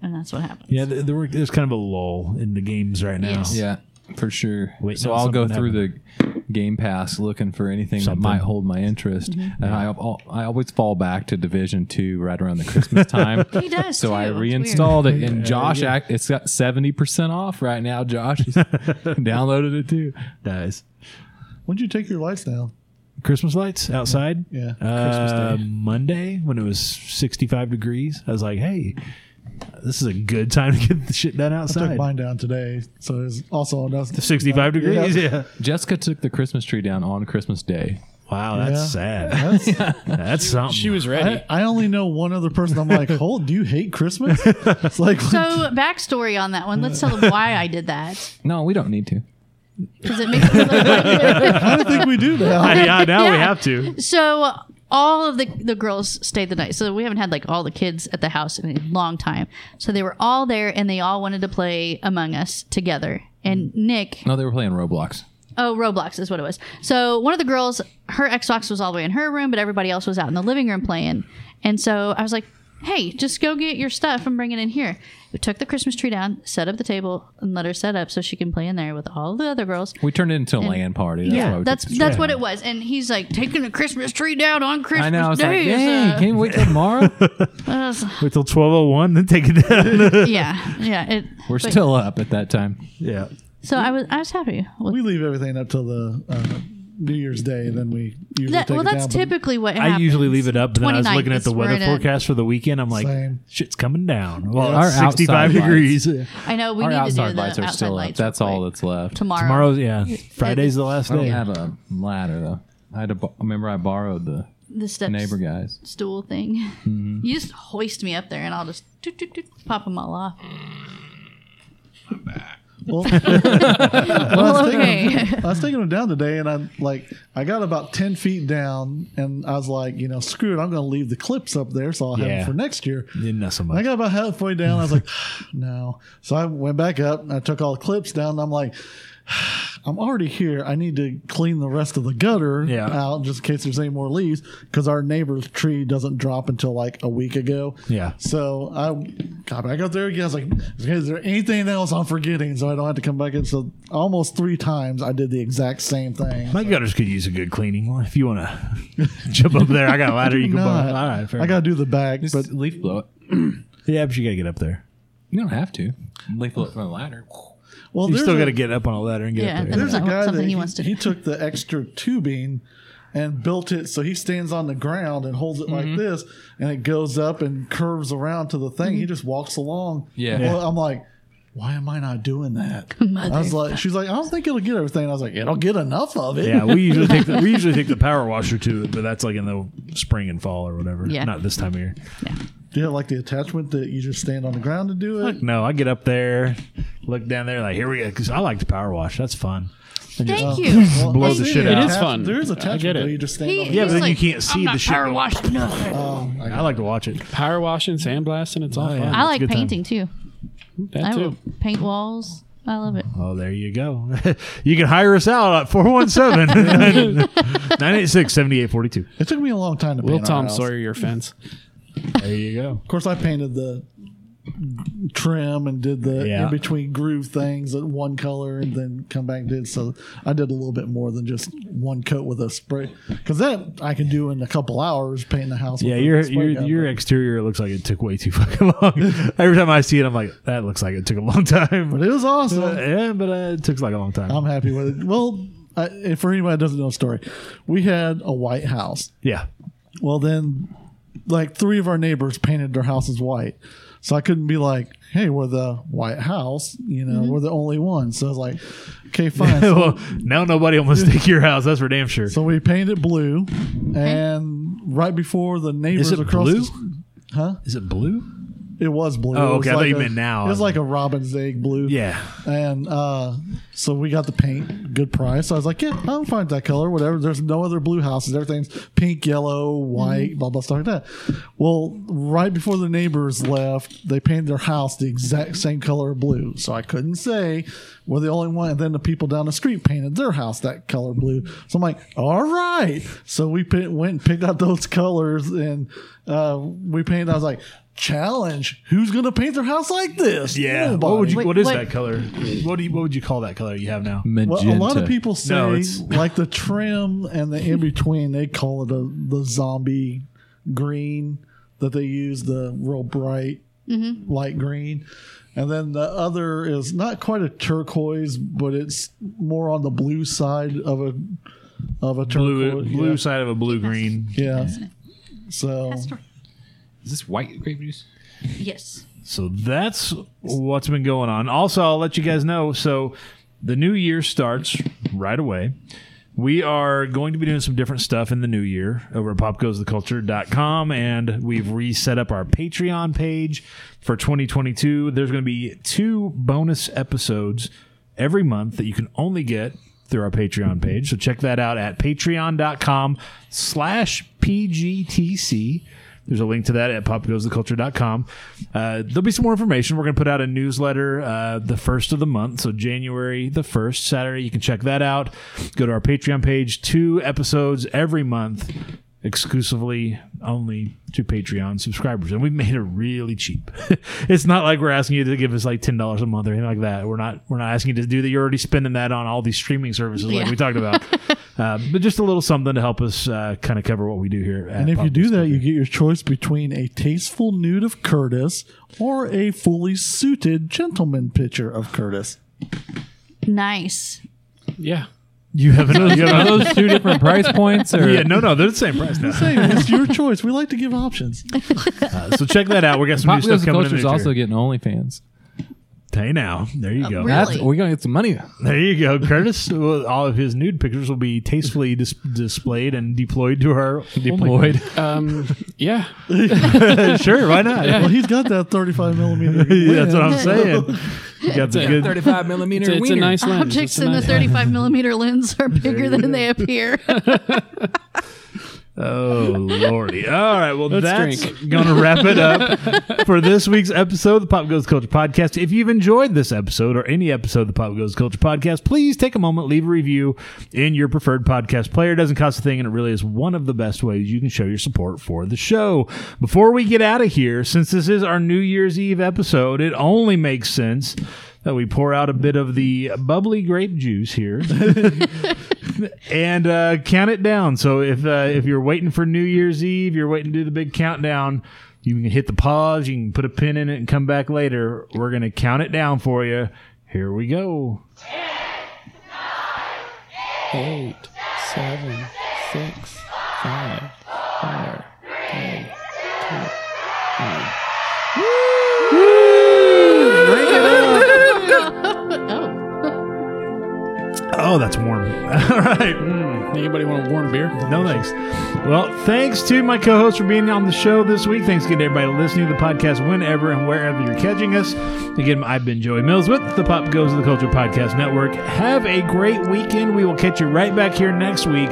Speaker 2: and that's what happens.
Speaker 1: yeah. There, there were, there's kind of a lull in the games right now.
Speaker 2: Yes.
Speaker 3: Yeah, for sure.
Speaker 1: Wait,
Speaker 3: so
Speaker 1: no,
Speaker 3: I'll go
Speaker 1: something
Speaker 3: through the Game Pass looking for anything
Speaker 1: Something.
Speaker 3: that might hold my interest,
Speaker 2: Mm-hmm.
Speaker 3: and I al- I always fall back to Division Two right around the Christmas time.
Speaker 2: He does.
Speaker 3: So
Speaker 2: too.
Speaker 3: I
Speaker 2: It's
Speaker 3: reinstalled it, and Josh, act, it's got seventy percent off right now. Josh has downloaded it too.
Speaker 1: Nice.
Speaker 4: When'd you take your lights down?
Speaker 1: Christmas lights outside.
Speaker 4: Yeah.
Speaker 1: Uh, Monday when it was 65 degrees, I was like, "Hey, this is a good time to get the shit done
Speaker 4: Took
Speaker 1: outside."
Speaker 4: mine down today, so it's also another
Speaker 1: 65 degrees. Yeah.
Speaker 3: Jessica took the Christmas tree down on Christmas Day.
Speaker 1: Wow, that's
Speaker 4: Yeah.
Speaker 1: sad.
Speaker 4: That's,
Speaker 1: That's something.
Speaker 5: she was ready.
Speaker 4: I, I only know one other person. I'm like, hold, do you hate Christmas? It's like,
Speaker 2: So backstory on that one. Let's tell them why I did that
Speaker 3: No, we don't need to.
Speaker 2: because it makes me look like
Speaker 4: I don't think we do now.
Speaker 1: yeah, now we
Speaker 2: Yeah.
Speaker 1: have to.
Speaker 2: So all of the the girls stayed the night. So we haven't had like all the kids at the house in a long time. So they were all there and they all wanted to play Among Us together. And Nick,
Speaker 3: No, they were playing Roblox.
Speaker 2: oh Roblox is what it was. So one of the girls, her Xbox was all the way in her room, but everybody else was out in the living room playing. And so I was like, hey, just go get your stuff and bring it in here. We took the Christmas tree down, set up the table, and let her set up so she can play in there with all the other girls.
Speaker 3: We turned it into a land party. That's why we
Speaker 2: That's
Speaker 3: took the
Speaker 2: that's
Speaker 3: trip.
Speaker 2: what it was. And he's like taking the Christmas tree down on Christmas
Speaker 3: I know. I was like,
Speaker 2: Day. is,
Speaker 3: dang,
Speaker 2: uh,
Speaker 3: can you wait till tomorrow?
Speaker 1: Wait till twelve oh one, then take it down.
Speaker 2: yeah, yeah. It,
Speaker 3: We're
Speaker 2: but-
Speaker 3: still up at that time.
Speaker 1: yeah.
Speaker 2: So I was I was happy. With
Speaker 4: We leave everything up till the uh, New Year's Day, then we usually
Speaker 2: that,
Speaker 4: take
Speaker 2: well,
Speaker 4: it
Speaker 2: that's
Speaker 4: down, but-
Speaker 2: typically what happens.
Speaker 1: I usually leave it up, but then I was
Speaker 2: 29th
Speaker 1: looking at the
Speaker 2: is where
Speaker 1: weather
Speaker 2: it ends.
Speaker 1: forecast for the weekend. I'm like,
Speaker 4: Same.
Speaker 1: shit's coming down. Well,
Speaker 3: Our
Speaker 1: it's 65
Speaker 3: outside lights.
Speaker 1: degrees.
Speaker 2: I know we
Speaker 3: Our
Speaker 2: need to do the
Speaker 3: outside lights are
Speaker 2: outside
Speaker 3: still up.
Speaker 2: lights
Speaker 3: That's
Speaker 2: real
Speaker 3: all
Speaker 2: quick.
Speaker 3: that's left.
Speaker 2: tomorrow.
Speaker 1: Tomorrow's, yeah. Friday's the last
Speaker 3: I don't
Speaker 1: day.
Speaker 3: have a ladder though. I had to. bo- I remember I borrowed the
Speaker 2: the steps
Speaker 3: neighbor guy's.
Speaker 2: stool thing. You just hoist me up there, and I'll just toot, toot, toot, pop them all off.
Speaker 4: Well, well, I was taking-
Speaker 2: okay.
Speaker 4: I was taking them down today, and I'm like, I got about ten feet down, and I was like, you know, screw it, I'm going to leave the clips up there, so I'll have
Speaker 1: Yeah.
Speaker 4: them for next year.
Speaker 1: Didn't know so much.
Speaker 4: I got about halfway down. I was like, no. So I went back up and I took all the clips down. And I'm like, I'm already here. I need to clean the rest of the gutter
Speaker 1: Yeah.
Speaker 4: out just in case there's any more leaves because our neighbor's tree doesn't drop until like a week ago.
Speaker 1: Yeah.
Speaker 4: So I got back up there again. I was like, is there anything else I'm forgetting so I don't have to come back in? So almost three times I did the exact same thing.
Speaker 1: My gutters could use a good cleaning. Well, if you want to jump up there, I got a ladder you can
Speaker 4: No,
Speaker 1: borrow.
Speaker 4: I-
Speaker 1: All right, fair
Speaker 4: I got to do the back, but
Speaker 3: But leaf blow it.
Speaker 1: Yeah, but you got to get up there.
Speaker 3: You don't have to. Leaf blow it from a ladder.
Speaker 4: well,
Speaker 1: You
Speaker 4: there's
Speaker 1: still
Speaker 4: a-
Speaker 1: got to get up on a ladder and get
Speaker 2: Yeah,
Speaker 1: up there.
Speaker 2: that's-
Speaker 4: There's a guy
Speaker 2: something
Speaker 4: that
Speaker 2: he
Speaker 4: he,
Speaker 2: wants to-
Speaker 4: he took the extra tubing and built it so he stands on the ground and holds it like this, and it goes up and curves around to the thing.
Speaker 2: Mm-hmm.
Speaker 4: He just walks along.
Speaker 3: Yeah.
Speaker 4: Well, I'm like, why am I not doing that? I was like, she's like, I don't think it'll get everything. I was like, it'll get enough of it.
Speaker 1: Yeah, we usually take the, we usually take the power washer to it, but that's like in the spring and fall or whatever.
Speaker 2: Yeah.
Speaker 1: Not this time of year.
Speaker 4: Do you have like the attachment that you just stand on the ground to do it?
Speaker 1: No, I get up there, look down there, like here we go, because I like to power wash. That's fun. And just-
Speaker 2: Thank you.
Speaker 4: Well,
Speaker 1: Blow
Speaker 4: I
Speaker 1: the
Speaker 4: see
Speaker 1: shit
Speaker 4: the
Speaker 1: out. It
Speaker 5: is fun.
Speaker 4: There is
Speaker 5: I get
Speaker 4: attachment
Speaker 5: it.
Speaker 4: that you just stand
Speaker 2: He-
Speaker 4: on. The
Speaker 1: yeah,
Speaker 4: ground.
Speaker 1: but
Speaker 2: He's
Speaker 1: then you
Speaker 2: like,
Speaker 1: can't see
Speaker 2: I'm
Speaker 1: the
Speaker 2: not
Speaker 1: shit.
Speaker 2: power washed nothing.
Speaker 1: I like to watch it.
Speaker 5: Power washing, sandblasting, it's all
Speaker 1: Oh,
Speaker 5: fun.
Speaker 1: yeah.
Speaker 2: I
Speaker 1: It's a
Speaker 2: like
Speaker 1: good time.
Speaker 2: painting too.
Speaker 5: That
Speaker 2: I
Speaker 5: too.
Speaker 2: will paint walls. I love it.
Speaker 1: Oh, there you go. you can hire us out at 417 986 7842.
Speaker 4: it took me a long time to
Speaker 5: Will
Speaker 4: paint our
Speaker 5: Tom
Speaker 4: house.
Speaker 5: Sawyer your fence?
Speaker 1: There you go.
Speaker 4: Of course, I painted the trim and did the
Speaker 1: Yeah.
Speaker 4: in between groove things at one color, and then come back and did. So I did a little bit more than just one coat with a spray, because that I can do in a couple hours painting the house.
Speaker 1: Yeah,
Speaker 4: with a
Speaker 1: your
Speaker 4: spray
Speaker 1: your
Speaker 4: gun,
Speaker 1: your exterior looks like it took way too fucking long. Every time I see it, I'm like, that looks like it took a long
Speaker 4: but
Speaker 1: time.
Speaker 4: it Um, was awesome.
Speaker 1: yeah, but uh, it took like a long time.
Speaker 4: I'm happy with it. Well, I, and for anybody that doesn't know the story, we had a white house.
Speaker 1: yeah,
Speaker 4: Well, then, like three of our neighbors painted their houses white, so I couldn't be like, "Hey, we're the white house," you know, we're the only one. So I was like, "Okay, fine." So
Speaker 1: well, now nobody will mistake your house. That's for damn sure.
Speaker 4: So we painted it blue, and right before the neighbors
Speaker 1: Is it
Speaker 4: across,
Speaker 1: blue?
Speaker 4: the s- huh?
Speaker 1: Is it blue?
Speaker 4: It was blue.
Speaker 1: Oh,
Speaker 4: It was
Speaker 1: okay. I thought
Speaker 4: like
Speaker 1: you
Speaker 4: a-
Speaker 1: meant now.
Speaker 4: It was like a robin's egg blue.
Speaker 1: Yeah,
Speaker 4: And uh, so we got the paint, good price. I was like, yeah, I'm fine with that color, whatever. There's no other blue houses. Everything's pink, yellow, white, blah, blah, stuff like that. Well, right before the neighbors left, they painted their house the exact same color of blue. So I couldn't say we're the only one. And then the people down the street painted their house that color blue. So I'm like, all right. So we pa- went and picked out those colors and uh, we painted. I was like, challenge who's gonna paint their house like this
Speaker 1: yeah.
Speaker 4: Nobody.
Speaker 1: What would you?
Speaker 2: Wait,
Speaker 1: what is
Speaker 2: what-
Speaker 1: that color? What do you? What would you call that color you have now?
Speaker 3: Magenta.
Speaker 4: Well, a lot of people say
Speaker 1: No, it's-
Speaker 4: like the trim and the in between. They call it a, the zombie green that they use, the real bright light green. And then the other is not quite a turquoise, but it's more on the blue side of a of a
Speaker 1: Blue,
Speaker 4: turquoise.
Speaker 1: blue
Speaker 4: yeah.
Speaker 1: side of a blue green.
Speaker 4: Yeah. So
Speaker 3: Is this white grape juice?
Speaker 2: Yes.
Speaker 1: So that's what's been going on. Also, I'll let you guys know. So the new year starts right away. We are going to be doing some different stuff in the new year over at popgoestheculture.com, and we've reset up our Patreon page for 2022. There's going to be two bonus episodes every month that you can only get through our Patreon page. So check that out at patreon.com slash PGTC. There's a link to that at popgoestheculture.com. Uh, there'll be some more information. We're going to put out a newsletter uh, the first of the month, so January the 1st, Saturday. You can check that out. Go to our Patreon page, two episodes every month exclusively only to Patreon subscribers. And we've made it really cheap. it's not like we're asking you to give us like ten dollars a month or anything like that. We're not we're not asking you to do that. You're already spending that on all these streaming services like
Speaker 2: Yeah.
Speaker 1: we talked about. uh, but just a little something to help us uh, kind of cover what we do here.
Speaker 4: And if you do that, you get your choice between a tasteful nude of Curtis or a fully suited gentleman picture of Curtis.
Speaker 2: Nice.
Speaker 5: Yeah.
Speaker 1: you have another. you
Speaker 3: Are
Speaker 1: have
Speaker 3: those two different price points? Or?
Speaker 1: yeah, no, no, they're the same price now.
Speaker 4: Hey, it's your choice. We like to give options.
Speaker 1: so check that out. We got some new
Speaker 3: Pop
Speaker 1: stuff
Speaker 3: Goes the
Speaker 1: coming in.
Speaker 3: Culture is
Speaker 1: the
Speaker 3: also
Speaker 1: future.
Speaker 3: Uh, getting OnlyFans.
Speaker 1: Hey now, there you go.
Speaker 2: really?
Speaker 3: That's we're gonna get some money.
Speaker 1: There you go, Curtis. Well, all of his nude pictures will be tastefully dis- displayed and deployed to our
Speaker 5: Oh
Speaker 3: Deployed.
Speaker 5: Um, yeah.
Speaker 1: sure, why not?
Speaker 4: Well, he's got that 35 millimeter.
Speaker 1: Yeah, that's what I'm saying. You got the good.
Speaker 3: Thirty-five millimeter.
Speaker 5: It's, a- it's a nice lens.
Speaker 2: Objects
Speaker 5: It's a
Speaker 2: in the
Speaker 5: nice-
Speaker 2: 35 millimeter lens are bigger than they appear.
Speaker 1: Oh lordy! All right, well that's
Speaker 5: drink.
Speaker 1: gonna wrap it up for this week's episode of the Pop Goes Culture Podcast. If you've enjoyed this episode or any episode of the Pop Goes Culture Podcast, please take a moment, leave a review in your preferred podcast player. It doesn't cost a thing, and it really is one of the best ways you can show your support for the show. Before we get out of here, since this is our New Year's Eve episode, it only makes sense. That we pour out a bit of the bubbly grape juice here and uh, count it down. So if uh, if you're waiting for New Year's Eve, you're waiting to do the big countdown. You can hit the pause. You can put a pin in it and come back later. We're gonna count it down for you. Here we go.
Speaker 5: Eight, seven, six, five, four, three,
Speaker 2: oh,
Speaker 1: Oh, that's warm. All right.
Speaker 5: two. Anybody want a warm beer?
Speaker 1: No thanks. Well, thanks to my co-host for being on the show this week. Thanks again to everybody listening to the podcast whenever and wherever you're catching us. Again, I've been Joey Mills with the Pop Goes the Culture Podcast Network. Have a great weekend. We will catch you right back here next week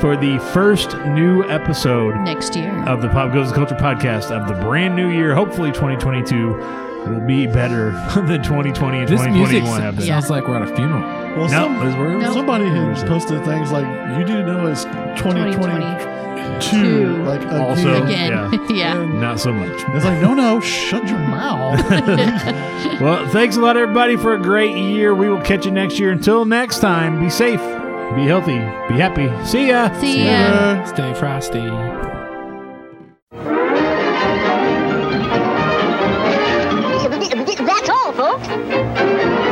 Speaker 1: for the first new episode
Speaker 2: next year.
Speaker 1: of the Pop Goes the Culture Podcast of the brand new year. Hopefully 2022 will be better than 2020 and
Speaker 3: This music
Speaker 1: 2021 have
Speaker 3: sounds
Speaker 1: been.
Speaker 2: Yeah.
Speaker 3: like we're at a funeral.
Speaker 4: Well,
Speaker 1: No,
Speaker 4: some-
Speaker 1: it's- we're-
Speaker 2: No.
Speaker 4: somebody had posted things like, you do know it's 2022.
Speaker 2: 2020.
Speaker 4: Like, again.
Speaker 1: Also-
Speaker 2: Again. Yeah.
Speaker 1: Not so much.
Speaker 4: It's like, no, no, shut your mouth.
Speaker 1: Well, thanks a lot, everybody, for a great year. We will catch you next year. Until next time, be safe, be healthy, be happy. See ya.
Speaker 2: See ya.
Speaker 5: Stay frosty.
Speaker 8: That's all, folks.